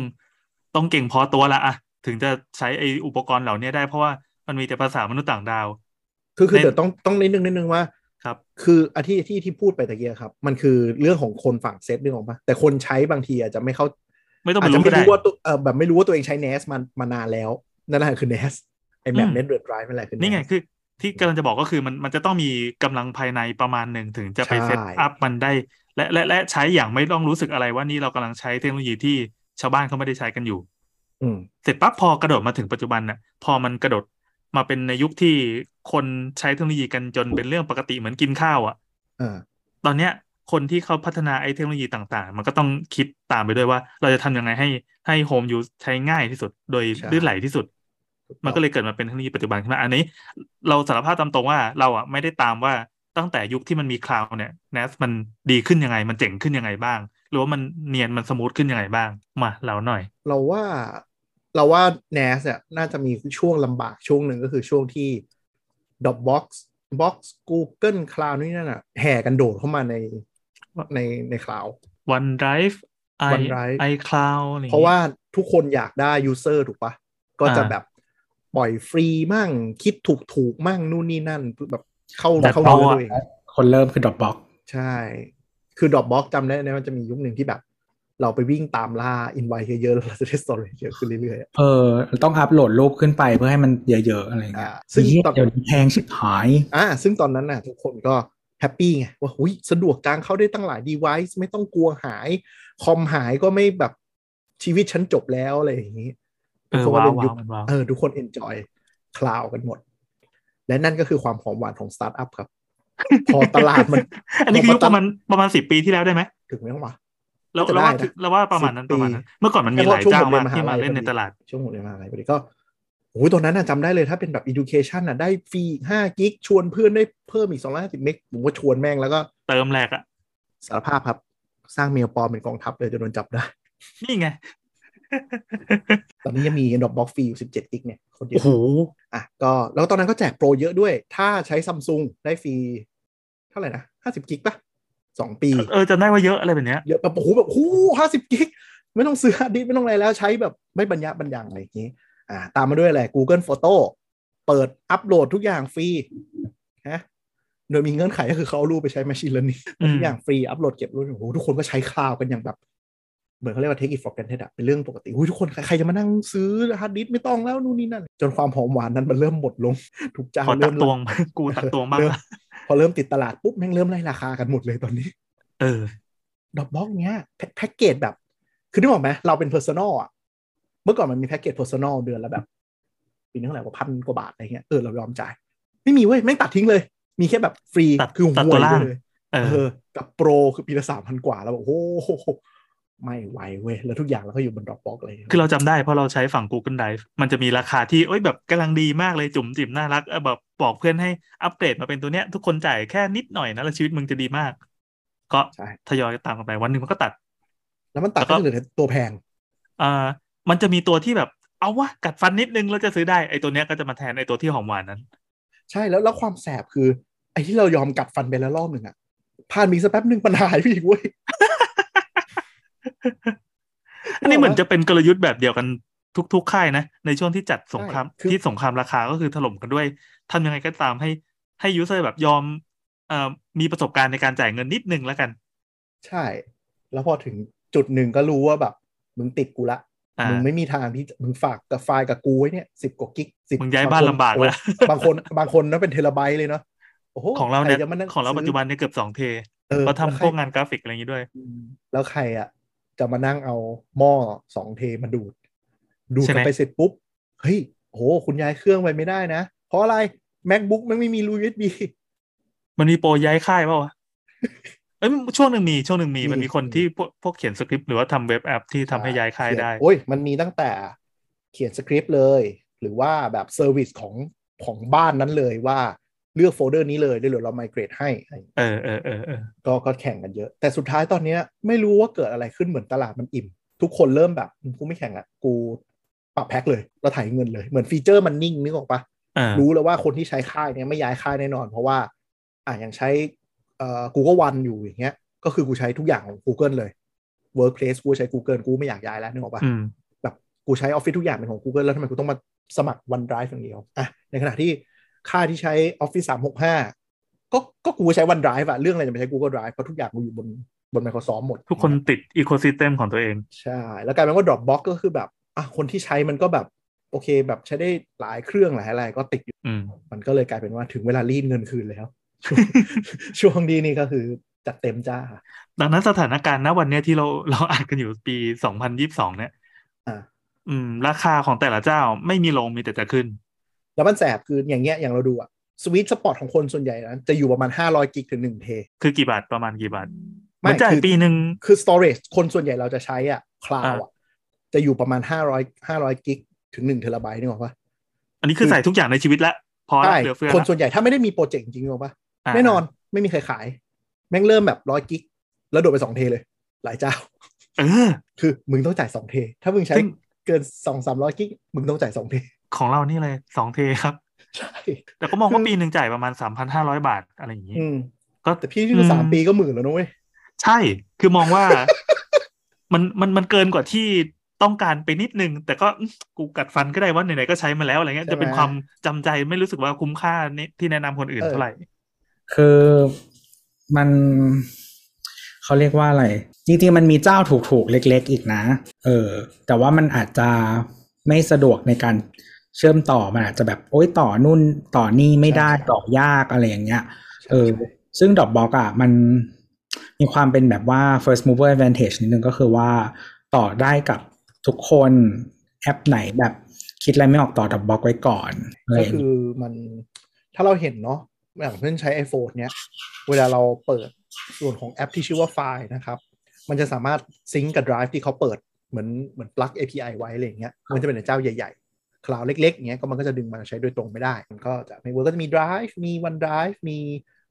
Speaker 3: ต้องเก่งพอตัวละอะถึงจะใช้ไออุปกรณ์เหล่านี้ได้เพราะว่ามันมีแต่ภาษามนุษย์ต่างดาว
Speaker 2: คือคือ
Speaker 3: ใน
Speaker 2: เดี๋ยวต้องต้องนิดนึงนิดนึงว่า
Speaker 3: ครับ
Speaker 2: คืออาที่ที่ที่พูดไปตะเกียครับ มันคือเรื่องของคนฝั่งเซตเรื่องของปะแต่คนใช้บางทีอาจจะไม่เข้า
Speaker 3: ไม่ต้อง
Speaker 2: อา
Speaker 3: ไป
Speaker 2: จจะ
Speaker 3: รู้
Speaker 2: ไม่
Speaker 3: ก็ได้
Speaker 2: รู้ว่าตัวเออแบบไม่รู้ว่าตัวเองใช้ NAS มามานานแล้ว นั่นแหละคือ NAS ไอ้แมป
Speaker 3: อืม
Speaker 2: เน็ตเวิร์ดไดรฟ์นั่นแหละคือ
Speaker 3: นี่ไง
Speaker 2: NAS
Speaker 3: คือที่กำลังจะบอกก็คือมันมันจะต้องมีกำลังภายในประมาณหนึ่งถึงจะไป
Speaker 2: ใช่
Speaker 3: เซตอัพมันได้ และและและใช้อย่างไม่ต้องรู้สึกอะไรว่านี่เรากำลังใช้เทคโนโลยีที่ชาวบ้านเขาไม่ได้ใช้กันอยู่
Speaker 2: อืม
Speaker 3: เสร็จปั๊บพอกระโดดมาถึงปัจจุบันน่ะพอมันกระโดด มาเป็นในยุคที่คนใช้เทคโนโลยีกันจนเป็นเรื่องปกติเหมือนกินข้าวอะ่ะ
Speaker 2: อ่า
Speaker 3: ตอนเนี้ยคนที่เขาพัฒนาไอ้เทคโนโลยีต่างๆ มันก็ต้องคิดตามไปด้วยว่า เราจะทำยังไงให้ให้โฮมยูใช้ง่ายที่สุด โดยลื่นไหลที่สุด มันก็เลยเกิดมาเป็นเทคโนโลยีปัจจุบันขึ้นมาอันนี้ เราสารภาพตามตรงว่าเราอ่ะไม่ได้ตามว่าตั้งแต่ยุคที่มันมีคลาวเนี่ย NAS มันดีขึ้นยังไง มันเจ๋งขึ้นยังไงบ้าง หรือว่ามันเนียนมันสมูทขึ้นยังไงบ้าง มาเราหน่อย
Speaker 2: เราว่าเราว่า n a s เนี่ยน่าจะมีช่วงลำบากช่วงหนึ่งก็คือช่วงที่ Dropbox Box Google Cloud นี่นั่นอ่ะแห่กันโดดเข้ามาในในใน cloud
Speaker 3: OneDrive i
Speaker 2: OneDrive
Speaker 3: iCloud อไอย่งงี้ย
Speaker 2: เพราะว่าทุกคนอยากได้ user ถูกปะก็จะ
Speaker 3: อ่า
Speaker 2: แบบปล่อยฟรีมั่ง คิดถูกถูกๆมั่งนู่นนี่นั่นแบบเข้า
Speaker 4: แต่
Speaker 2: เข้า
Speaker 4: เป้า
Speaker 2: เนื้อ
Speaker 4: อะ
Speaker 2: ตัวเอง
Speaker 4: คนเริ่มคือดอปบ็อก
Speaker 2: ใช่ คือดอ p บ็อกจำได้นะมันจะมียุคหนึ่งที่แบบ เราไปวิ่งตามล่าอินไวเยอะๆแล้วเราจะได้สตอเรจเยอะขึ้นเรื่อยๆอะ
Speaker 4: เออ ต้องอัพโหลดรูปขึ้นไปเพื่อให้มันเยอะๆอะไรเงี้ย
Speaker 2: อ่าซึ่
Speaker 4: ซึ่
Speaker 2: ง
Speaker 4: ง
Speaker 2: ตอน
Speaker 4: เดี๋ยวนี้แพงชิบหาย
Speaker 2: อ่าซึ่งตอนนั้นน่ะทุกคนก็แฮปปี้ไง ว่าหุยสะดวกจังเข้าได้ตั้งหลาย device ไม่ต้องกลัวหาย คอมหายก็ไม่แบบชีวิตฉันจบแล้วอะไรอย่างนี้
Speaker 3: เออ
Speaker 2: ทุกคนก็เป็น
Speaker 3: ว้าว
Speaker 2: ยุค
Speaker 3: ๆมันว้าว
Speaker 2: เออทุกคน enjoy คลาวกันหมด และนั่นก็คือความหอมหวานของสตาร์ทอัพ ครับ พอตลาดมัน
Speaker 3: อันนี้คือยุค
Speaker 2: พอ
Speaker 3: ป
Speaker 2: ตลาด
Speaker 3: ระมาณประมาณสิบปีที่แล้วได้ไหม
Speaker 2: ถึงไหมวะ
Speaker 3: เรา
Speaker 2: น่าจะ
Speaker 3: เราว่า
Speaker 2: ได้นะ
Speaker 3: เราว่าประมาณนั้น
Speaker 2: 10
Speaker 3: ประมาณนั้น เมื่อก่อนมันมี
Speaker 2: เพ
Speaker 3: ห
Speaker 2: ราะ
Speaker 3: ลาย
Speaker 2: ช่วง
Speaker 3: เจ้า
Speaker 2: ผมเรีนมหา
Speaker 3: มายกที่มา
Speaker 2: ลัย
Speaker 3: เล่
Speaker 2: พ
Speaker 3: นใน
Speaker 2: อดี
Speaker 3: ตลาด
Speaker 2: ช่วงผมเรียนมหาลัยพอดีก็โอ้ยตอนนั้นน่ะจำได้เลยถ้าเป็นแบบ education น่ะได้ฟรีห้ากิกชวนเพื่อนได้เพิ่มอีกสองร้อยห้าสิบเมกผมก็ชวนแม่งแล้วก็
Speaker 3: เติมแหลกอะ
Speaker 2: สารภาพครับ สร้างเมลปลอมเป็นกองทัพเลยจนโดนจับได้
Speaker 3: นี่ไง
Speaker 2: ตอนนี้ยังมี Dropbox ฟรีอยู่ 17กิกเนี่ยคนเดีย
Speaker 3: โอ้
Speaker 2: ว
Speaker 3: โห
Speaker 2: อ่ะก็แล้วตอนนั้นก็แจกโปรเยอะด้วย ถ้าใช้ซัมซุงได้ฟรีเท่าไหร่นะ 50กิกปะสองปี
Speaker 3: เออจำได้ว่าเยอะอะไรแบบเนี้ย
Speaker 2: เยอะแบบโอ้โหแบบโอ้ห้าสิบกิกไม่ต้องซื้อฮาร์ดดิสก์ไม่ต้องอะไรแล้วใช้แบบไม่บรรยะบรรยังอะไรอย่างนี้ อ่า ตามมาด้วยอะไร Google Photo เปิดอัปโหลดทุกอย่างฟรีฮะโดยมีเงื่อนไขก็คือเขาเอารูปไปใช้ Machine Learning
Speaker 3: อืม
Speaker 2: ทุกอย่างฟรี อัปโหลดเก็บรูปโอ้โหทุกคนก็ใช้คลาวด์กันอย่างแบบ เหมือนเขาเรียกว่า take it for granted อะเป็นเรื่องปกติโอ้ยทุกคนใครใครจะมานั่งซื้อฮาร์ดดิสก์ไม่ต้องแล้วนู่นนี่นั่น จนความหอมหวานนั้นมันเริ่มหมดลง ทุกเจ้า
Speaker 3: ขอตั
Speaker 2: เริ่
Speaker 3: ก
Speaker 2: ม
Speaker 3: ตวง กูตักตวงบ้าง
Speaker 2: เริ่ม
Speaker 3: ละ
Speaker 2: พอเริ่มติดตลาดปุ๊บแม่งเริ่มไล่ราคากันหมดเลยตอนนี้
Speaker 3: เออ
Speaker 2: ดอกบล็อกเนี้ยแพ็แพ็กเกจแบบ คือนึกออกไหมเราเป็นเพอร์ซันอลอ่ะ เมื่อก่อนมันมีแพ็กเกจเพอร์ซันอลเดือนละแบบ ปีนึงเท่าไหร่ว่าพันกว่าบาทอะไรเงี้ยเออเรายอมจ่าย ไม่มีเว้ยแม่งตัดทิ้งเลย มีแค่แบบฟรี
Speaker 3: ตัด
Speaker 2: คือ
Speaker 3: ตัด
Speaker 2: ห่
Speaker 3: ตัว
Speaker 2: วย
Speaker 3: ล่าง
Speaker 2: เลย
Speaker 3: เอ
Speaker 2: เอ
Speaker 3: อ
Speaker 2: อกับโปรคือปีละสามพันกว่า แล้วบอกโอ้โหไม่ไหวเว้ย แล้วทุกอย่างเราก็อยู่บนดอกบล็อกเลย
Speaker 3: คือเราจำได้เพราะเราใช้ฝั่ง Google Drive มันจะมีราคาที่เอ้ยแบบกำลังดีมากเลยจุ๋มจิ๋มน่ารักเออแบบบอกเพื่อนให้อัปเกรดมาเป็นตัวเนี้ย ทุกคนจ่ายแค่นิดหน่อยนะแล้วชีวิตมึงจะดีมาก ก็
Speaker 2: ใช่
Speaker 3: ทยอยตามกันไปวันหนึ่งมันก็ตัด
Speaker 2: แล้วมันตัด
Speaker 3: แล้วก็
Speaker 2: ก็จะเหลือแต่ตัวแพง
Speaker 3: อ่ามันจะมีตัวที่แบบเอาวะกัดฟันนิดนึงแล้วจะซื้อได้ไอ้ตัวเนี้ยก็จะมาแทนไอ้ตัวที่หอมหวานนั้น
Speaker 2: ใช่แล้วแล้วความแสบคือไอ้ที่เรายอมกัดฟันไปแล้วรอบหนึ่งอ่ะผ่านมีสักแป๊บหนึ่งมันหายไปอีกเว้ย
Speaker 3: อันนี้เหมือนจะเป็นกลยุทธ์แบบเดียวกันทุกๆค่ายนะ ในช่วงที่จัดสงคราม
Speaker 2: ใช่คือ
Speaker 3: ที่สงครามราคาก็คือถล่มกันด้วยทำยังไงก็ตามให้ให้ยูเซอร์แบบยอมเอ่อมีประสบการณ์ในการจ่ายเงินนิดนึงแล้วกัน
Speaker 2: ใช่ แล้วพอถึงจุดหนึ่งก็รู้ว่าแบบ มึงติดกูละ
Speaker 3: อ่า
Speaker 2: มึงไม่มีทางที่มึงฝากกับไฟล์กับกูไว้เนี่ยสิบกว่ากิกสิบ
Speaker 3: มึงย้ายบ้านลำบากแล้ว
Speaker 2: บางคนบางคนนั้นเป็นเทราไบต์เลยเนาะโอ้โห
Speaker 3: ของเราเนี่ย
Speaker 2: ใคจะมง
Speaker 3: ของเรา
Speaker 2: ซื้
Speaker 3: ปัจจุบันเนี่ยเกือบสองเท
Speaker 2: เออ
Speaker 3: เพราะ
Speaker 2: แล้
Speaker 3: ทำ
Speaker 2: ใค
Speaker 3: พวกงานกราฟิกอะไรอย่างนี้ด้วย
Speaker 2: อืมแล้วใครอ่ะ จะมานั่งเอาหม้อสองเทมาดูด ดูด
Speaker 3: ใช่ไหม
Speaker 2: กลับไปเสร็จปุ๊บ เฮ้ยโอ้โหคุณย้ายเครื่องไปไม่ได้นะ เพราะอะไร macbook มันไม่มีรู usb
Speaker 3: มันมีโปรย้ายค่ายเปล่าวะเอ้ยช่วงหนึ่งมีช่วงหนึ่งมี
Speaker 2: มี
Speaker 3: มันมีคน
Speaker 2: มี
Speaker 3: ที่พวกพวกเขียนสคริปต์หรือว่าทำเว็บแอปที่ทำให้ย้ายค่ายได้
Speaker 2: เขีนโอ้ย มันมีตั้งแต่เขียนสคริปต์เลย หรือว่าแบบเซอร์วิสของของบ้านนั้นเลยว่าเลือกโฟลเดอร์นี้เลยเดี๋ยวเราไมเกรดให้อะไรอย่างเงี้ย
Speaker 3: เออเออเออเออ
Speaker 2: ก็ก็แข่งกันเยอะ แต่สุดท้ายตอนเนี้ยไม่รู้ว่าเกิดอะไรขึ้นเหมือนตลาดมันอิ่ม ทุกคนเริ่มแบบกูไม่แข่งอ่ะ กูปรับแพ็คเลยเราถ่ายเงินเลย เหมือนฟีเจอร์มันนิ่งนึกออกปะ
Speaker 3: เออ
Speaker 2: รู้แล้วว่าคนที่ใช้ค่ายเนี่ยไม่ย้ายค่ายแน่นอน เพราะว่า อ่ะอย่างใช้เอ่อ Google One อยู่อย่างเงี้ย ก็คือกูใช้ทุกอย่างของ Google เลย Workplace กูใช้ Google กูไม่อยากย้ายแล้วนึกออกปะ
Speaker 3: อืม
Speaker 2: แบบกูใช้ออฟฟิศทุกอย่างเป็นของ Google แล้วทำไมกูต้องมาสมัคร OneDrive อย่างเดียวอ่ะในขณะที่ค่าที่ใช้ Office 365 ก็ก็กูใช้ OneDrive อะเรื่องอะไรจะไปใช้ Google Drive เพราะทุกอย่างกูอยู่บนบน Microsoft หมด
Speaker 3: ทุกคนติดอีโคซิสเต็มของตัวเอง
Speaker 2: ใช่ แล้วกลายเป็นว่า Dropbox ก็คือแบบอ่ะคนที่ใช้มันก็แบบ โอเคแบบใช้ได้หลายเครื่องหลายอะไรก็ติดอยู่
Speaker 3: อืม
Speaker 2: มันก็เลยกลายเป็นว่าถึงเวลารีดเงินคืนแล้ว ช่วงช่วงนี้นี่ก็คือจัดเต็มจ้า
Speaker 3: ดังนั้นสถานการณ์ณวันเนี้ยที่เราเราอ่านกันอยู่ปีสองพันยี่สิบสองเนี่ย
Speaker 2: อ่า
Speaker 3: อืม ราคาของแต่ละเจ้าไม่มีลงมีแต่จะขึ้น
Speaker 2: แล้วมันแสบคืออย่างเงี้ยอย่างเราดูอะสวิตสปอร์ตของคนส่วนใหญ่นะจะอยู่ประมาณ 500 กิกถึง1เท
Speaker 3: คือกี่บาทประมาณกี่บาทเหมันจ่าย
Speaker 2: คือ
Speaker 3: ปีหนึ่ง
Speaker 2: คือ storage คนส่วนใหญ่เราจะใช้อ่ะ คลาว
Speaker 3: อ่า
Speaker 2: อ่ะ จะอยู่ประมาณห้าร้อยห้าร้อยกิกถึงหนึ่งเทราไบต์นึกออกปะ
Speaker 3: อันนี้คือใส่ทุกอย่างในชีวิตละพอละ
Speaker 2: ใช่
Speaker 3: เหลือเฟือ
Speaker 2: คน
Speaker 3: ละ
Speaker 2: ส่วนใหญ่ถ้าไม่ได้มีโปรเจกต์จริงๆนึกออกปะ
Speaker 3: า
Speaker 2: แน่นอนไม่มีใครขาย แม่งเริ่มแบบร้อยกิกแล้วโดดไปสองเทเลย หลายเจ้า
Speaker 3: เออ
Speaker 2: คือมึงต้องจ่ายสองเท ถ้ามึงใช้
Speaker 3: ซึ่ง
Speaker 2: เกินสองสามร้อยกิกมึงต้องจ่ายสองเท
Speaker 3: ของเรานี่เลยสองเทครับ
Speaker 2: ใช่
Speaker 3: แต่ก็มองว่าปีหนึ่งจ่ายประมาณสามพันห้าร้อยบาทอะไรอย่างนี้
Speaker 2: อืม
Speaker 3: ก็
Speaker 2: แต่พี่ที่ดูสามปีก็หมื่นแล้วนะเว้ย
Speaker 3: ใช่ คือมองว่า มันมันมันเกินกว่าที่ต้องการไปนิดนึง แต่ก็อื้อกูกัดฟันก็ได้ว่าไหนๆก็ใช้มาแล้วอะไรเงี้ย จะเป็นความจำใจไม่รู้สึกว่าคุ้มค่านี่ที่แนะนำคนอื่นเท่าไหร่
Speaker 4: คือมันเขาเรียกว่าอะไร จริงๆ มันมีเจ้าถูกๆ เล็ก ๆ อีกนะ เออ แต่ว่ามันอาจจะไม่สะดวกในการเชื่อมต่อมันอาจจะแบบ โอ๊ยต่อนู่นต่อนี่ไม่ได้ต่อยากอะไรอย่างเงี้ย เออ ซึ่งดอกบอกอ่ะมันมีความเป็นแบบว่า first mover advantage นิดนึงก็คือว่าต่อได้กับทุกคนแอปไหนแบบคิดอะไรไม่ออกต่อดอกบอกไว้ก่อนอะไร
Speaker 2: ก็
Speaker 4: อย่าง
Speaker 2: คื
Speaker 4: เงี้ย
Speaker 2: อมันถ้าเราเห็นเนาะอย่างเช่นใช้ iPhone เนี้ย เวลาเราเปิดส่วนของแอปที่ชื่อว่าไฟล์นะครับ มันจะสามารถซิงก์กับ Drive ที่เขาเปิดเหมือนเหมือนปลั๊ก API ไว้อะไรอย่างเงี้ยมันจะเป็นเจ้าใหญ่ๆ คลาวด์เล็กๆเงี้ยก็มันก็จะดึงมาใช้โดยตรงไม่ได้ มันก็จะในเวิร์ก็จะมี Drive มี OneDrive มี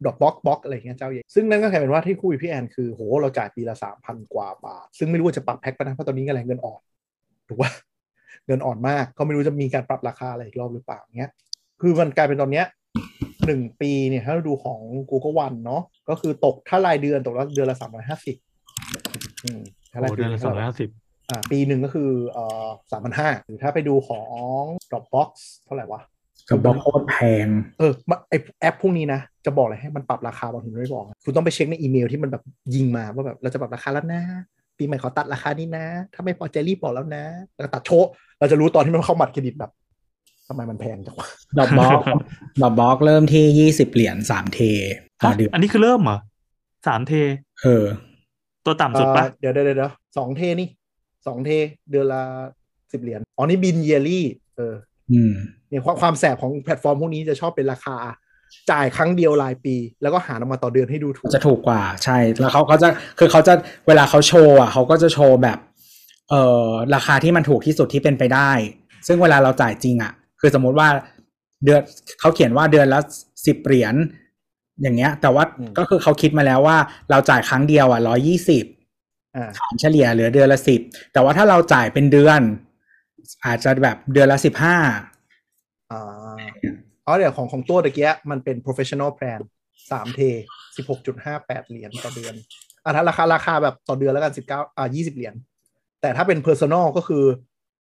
Speaker 2: Dropbox Box อะไรอย่างเงี้ยเจ้าใหญ่ ซึ่งนั่นก็กลายเป็นว่าที่คุยกับพี่แอนคือโหเราจ่ายปีละ3,000 กว่าบาท ซึ่งไม่รู้ว่าจะปรับแพ็คปะนะเพราะตอนนี้กำลังเงินอ่อนถูกว่า เงินอ่อนมากก็ไม่รู้จะมีการปรับราคาอะไรอีกรอบหรือเปล่าเงี้ย คือมันกลายเป็นตอนเนี้ยหนึ่งปีเนี่ยถ้าเราดูของ Google One เนาะก็คือตกถ้ารายเดือนตกละเดือนละสามร้อยห้าสิบถ้า
Speaker 3: โอ้
Speaker 2: ราย
Speaker 3: เดือนละสองร้อย
Speaker 2: เดือน
Speaker 3: ห้าสิบ
Speaker 2: อ่าปีหนึ่งก็คือเอ่อสามพันห้าหรือถ้าไปดูของ Dropbox เท่าไหร่วะ
Speaker 4: ดอกบอกโคตรแพง
Speaker 2: เออมันไอแอปพวกนี้นะ จะบอกเลยให้มันปรับราคาบางทีมันไม่บอกนะคุณต้องไปเช็คในอีเมลที่มันแบบยิงมาว่าแบบเราจะปรับราคาแล้วนะ ปีใหม่ขอตัดราคานี้นะ ถ้าไม่พอใจรีบบอกแล้วนะแล้วก็ตัดโชะเราจะรู้ตอนที่มันเข้าบัตรเครดิตแบบทำไมมันแพงจังวะ
Speaker 4: ดอกบล็อก ดอกบล็อกเริ่มที่ยี่สิบเหรียญสามเทต่อเดือน
Speaker 3: อันนี้คือเริ่มเหรอสามเท
Speaker 4: เออ
Speaker 3: ตัวต่ำสุดปะ
Speaker 2: เอ่อเดี๋ยวเดี๋ยวเดี๋ยวสองเทนี่สองเทเดือนละสิบเหรียญอ๋อนี่บินเยลี่เออ
Speaker 4: อืม
Speaker 2: เนี่ยความความแสบของแพลตฟอร์มพวกนี้จะชอบเป็นราคา จ่ายครั้งเดียวรายปี แล้วก็หารออกมาต่อเดือนให้ดูถูก
Speaker 4: จะถูกกว่าใช่ แล้วเขาเขาจะคือเขาจะเวลาเขาโชว์อ่ะเขาก็จะโชว์แบบ เออราคาที่มันถูกที่สุดที่เป็นไปได้ ซึ่งเวลาเราจ่ายจริงอ่ะ คือสมมุติว่าเดือนเขาเขียนว่าเดือนละสิบเหรียญอย่างเงี้ย แต่ว่า
Speaker 2: อืม
Speaker 4: ก็คือเขาคิดมาแล้วว่าเราจ่ายครั้งเดียวอ่ะร้อยี่สิบ
Speaker 2: อ่า
Speaker 4: ฐานเฉลี่ยเหลือเดือนละสิบแต่ว่าถ้าเราจ่ายเป็นเดือน อาจจะแบบเดือนละสิบห้า
Speaker 2: อ่าเอาเดี๋ยวของของตัวตะเกียมันเป็น professional plan สามเทสิบหกจุดห้าแปดเหรียญต่อเดือนอ่ะถ้าราคาราคาแบบต่อเดือนแล้วกันสิบเก้าอ่ายี่สิบเหรียญแต่ถ้าเป็น personal ก็คือ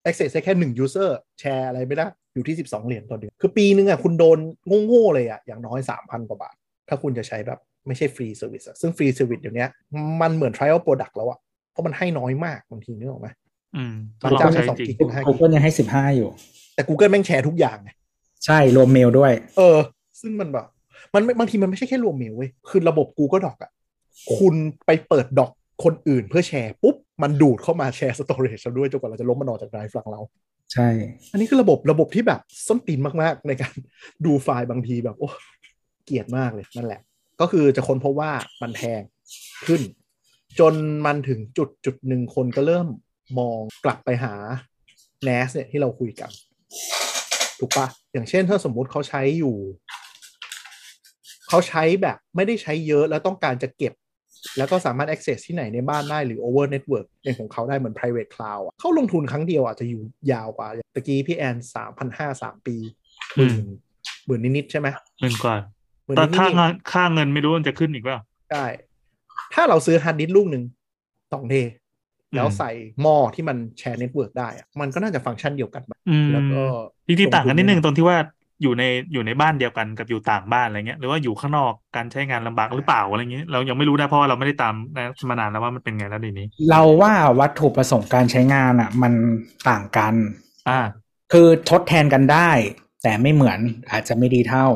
Speaker 2: access ได้แค่หนึ่ง user แชร์อะไรไม่ได้ อยู่ที่สิบสองเหรียญต่อเดือน คือปีนึงอ่ะคุณโดนโง่ๆเลยอ่ะ อย่างน้อยสามพันกว่าบาท ถ้าคุณจะใช้แบบไม่ใช่ free service อะซึ่ง free service เดี๋ยวเนี้ยมันเหมือน trial product แล้วอ่ะเพราะมันให้น้อยมากบางทีนึกออกไหม
Speaker 3: อืม
Speaker 2: มัน
Speaker 3: ลอ
Speaker 2: จะ
Speaker 3: ง
Speaker 2: ไม่
Speaker 3: ใช้
Speaker 2: สอง
Speaker 3: จริง
Speaker 2: กิก 15
Speaker 4: กูเกิลยังให้สิบห้าอยู่
Speaker 2: แต่ Google แม่งแชร์ทุกอย่างไง
Speaker 4: ใช่รวมเมลด้วย
Speaker 2: เออ ซึ่งมันแบบ มันไม่บางทีมันไม่ใช่แค่รวมเมลเว้ย คือระบบ Google Doc อะคุณไปเปิดดอกคนอื่นเพื่อแชร์ ปุ๊บ มันดูดเข้ามาแชร์สตอเรจเราด้วยจนกว่าเราจะลบมันออกจากไดรฟ์ของเรา
Speaker 4: ใช่
Speaker 2: อันนี้คือระบบระบบที่แบบส้นตีนมากๆ ในการ ดูไฟล์บางทีแบบ โอ้เกลียดมากเลยนั่นแหละ ก็คือจะค้นพบว่ามันแพงขึ้น จนมันถึงจุดจุดหนึ่งคนก็เริ่มมองกลับไปหา NAS เนี่ยที่เราคุยกัน ถูกปะอย่างเช่นถ้าสมมุติเขาใช้อยู่ เขาใช้แบบไม่ได้ใช้เยอะแล้วต้องการจะเก็บ แล้วก็สามารถ access ที่ไหนในบ้านได้หรือ over network อย่างของเขาได้เหมือน private cloud อะเขาลงทุนครั้งเดียวอาจจะอยู่ยาวกว่าอย่างตะกี้พี่แอนสามพันห้าสามปีห
Speaker 3: อื
Speaker 2: มื่น
Speaker 3: ม
Speaker 2: หมื่นนิด ๆ ใช่ไหม
Speaker 3: หมื่นกว่า
Speaker 2: หมื่น
Speaker 3: แต่
Speaker 2: นิด
Speaker 3: ค่า
Speaker 2: ๆ
Speaker 3: งานค่าเงินไม่รู้มันจะขึ้นอีกเปล่า
Speaker 2: ได้ ถ้าเราซื้อฮาร์ดดิสก์ลูกหนึ่งสองเทแล้ว
Speaker 3: อืม
Speaker 2: ใส่หม้อที่มันแชร์เน็ตเวิร์กได้อะมันก็น่าจะฟังก์ชันเดียวกันปะ
Speaker 3: อืม
Speaker 2: แล้วก็
Speaker 3: จริงๆต่างกันนิดนึ
Speaker 2: ล
Speaker 3: ง
Speaker 2: งทุน
Speaker 3: ตรงที่ว่าอยู่ในอยู่ในบ้านเดียวกันกับอยู่ต่างบ้านอะไรเงี้ยหรือว่าอยู่ข้างนอกการใช้งานลำบากหรือเปล่าอะไรเงี้ยเรายังไม่รู้นะเพราะว่าเราไม่ได้ตามนะมานานแล้วว่ามันเป็นไงแล้วเดียวนี้
Speaker 4: เราว่าวัตถุประสงค์การใช้งานอ่ะ มันต่างกัน
Speaker 3: อ่า
Speaker 4: คือทดแทนกันได้ แต่ไม่เหมือนอาจจะไม่ดีเท่า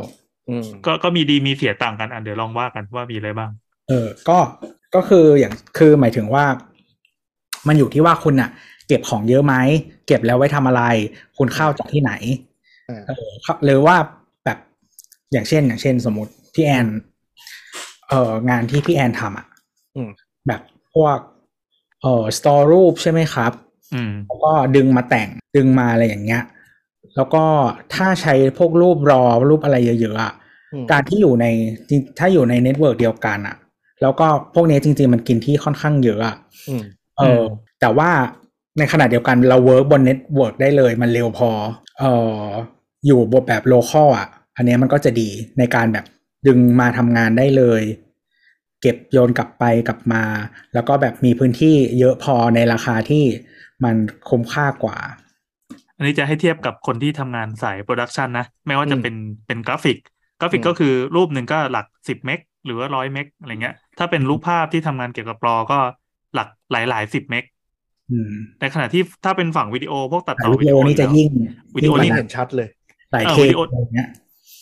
Speaker 2: อืม
Speaker 3: ก็ก็มีดีมีเสียต่างกันอ่ะเดี๋ยวลองว่ากันว่ามีอะไรบ้าง
Speaker 4: เออ ก็ ก็คืออย่าง คือหมายถึงว่า มันอยู่ที่ว่าคุณน่ะ เก็บของเยอะไหม เก็บแล้วไว้ทำอะไร คุณเข้าจากที่ไหน
Speaker 2: อ่า
Speaker 4: เออครับหรือว่าแบบอย่างเช่น อย่างเช่น สมมติพี่แอนเอ่องานที่พี่แอนทำอ่ะ
Speaker 2: อืม
Speaker 4: แบบพวกเอ่อสตอรูปใช่ไหมครับ
Speaker 3: อืม
Speaker 4: แล้วก็ดึงมาแต่งดึงมาอะไรอย่างเงี้ย แล้วก็ถ้าใช้พวกรูปรอรูปอะไรเยอะๆอ่ะ
Speaker 2: อืม
Speaker 4: การที่อยู่ในจริงถ้าอยู่ในเน็ตเวิร์กเดียวกันอ่ะ แล้วก็พวกนี้จริง ๆ มันกินที่ค่อนข้างเยอะอ่ะ
Speaker 2: อืม
Speaker 4: เออ
Speaker 3: ม
Speaker 4: อแต่ว่าในขณะเดียวกันเราเวิร์กบนเน็ตเวิร์กได้เลยมันเร็วพอเอออยู่บนแบบโลคอลอ่ะ อันเนี้ยมันก็จะดีในการแบบดึงมาทำงานได้เลย เก็บโยนกลับไปกลับมา แล้วก็แบบมีพื้นที่เยอะพอในราคาที่มันคุ้มค่ากว่า
Speaker 3: อันนี้จะให้เทียบกับคนที่ทำงานสายโปรดักชันนะ ไม่ว่าจะ
Speaker 2: อืม
Speaker 3: เป็นเป็นกราฟิก กราฟิก
Speaker 2: อืม
Speaker 3: ก็คือรูปหนึ่งก็หลักสิบเมกหรือว่าร้อยเมกอะไรเงี้ย ถ้าเป็นรูปภาพที่ทำงานเกี่ยวกับรอก็หลักหลายหลายสิบเมก
Speaker 4: อืม
Speaker 3: ในขณะที่ถ้าเป็นฝั่งวิดีโอพวกตัด
Speaker 4: แต่
Speaker 3: ต่อ
Speaker 4: วิดีโอนี่จะ
Speaker 3: แล้ว
Speaker 4: ยิ่ง
Speaker 3: วิดีโอ
Speaker 2: อัน
Speaker 4: ยิ่
Speaker 2: นี้
Speaker 4: งกว่า
Speaker 2: เห็นชัดเลย
Speaker 4: หลาย
Speaker 3: เออ
Speaker 4: เค
Speaker 3: วิ
Speaker 4: ส
Speaker 3: ดีโอ
Speaker 4: อะไรเงี้ย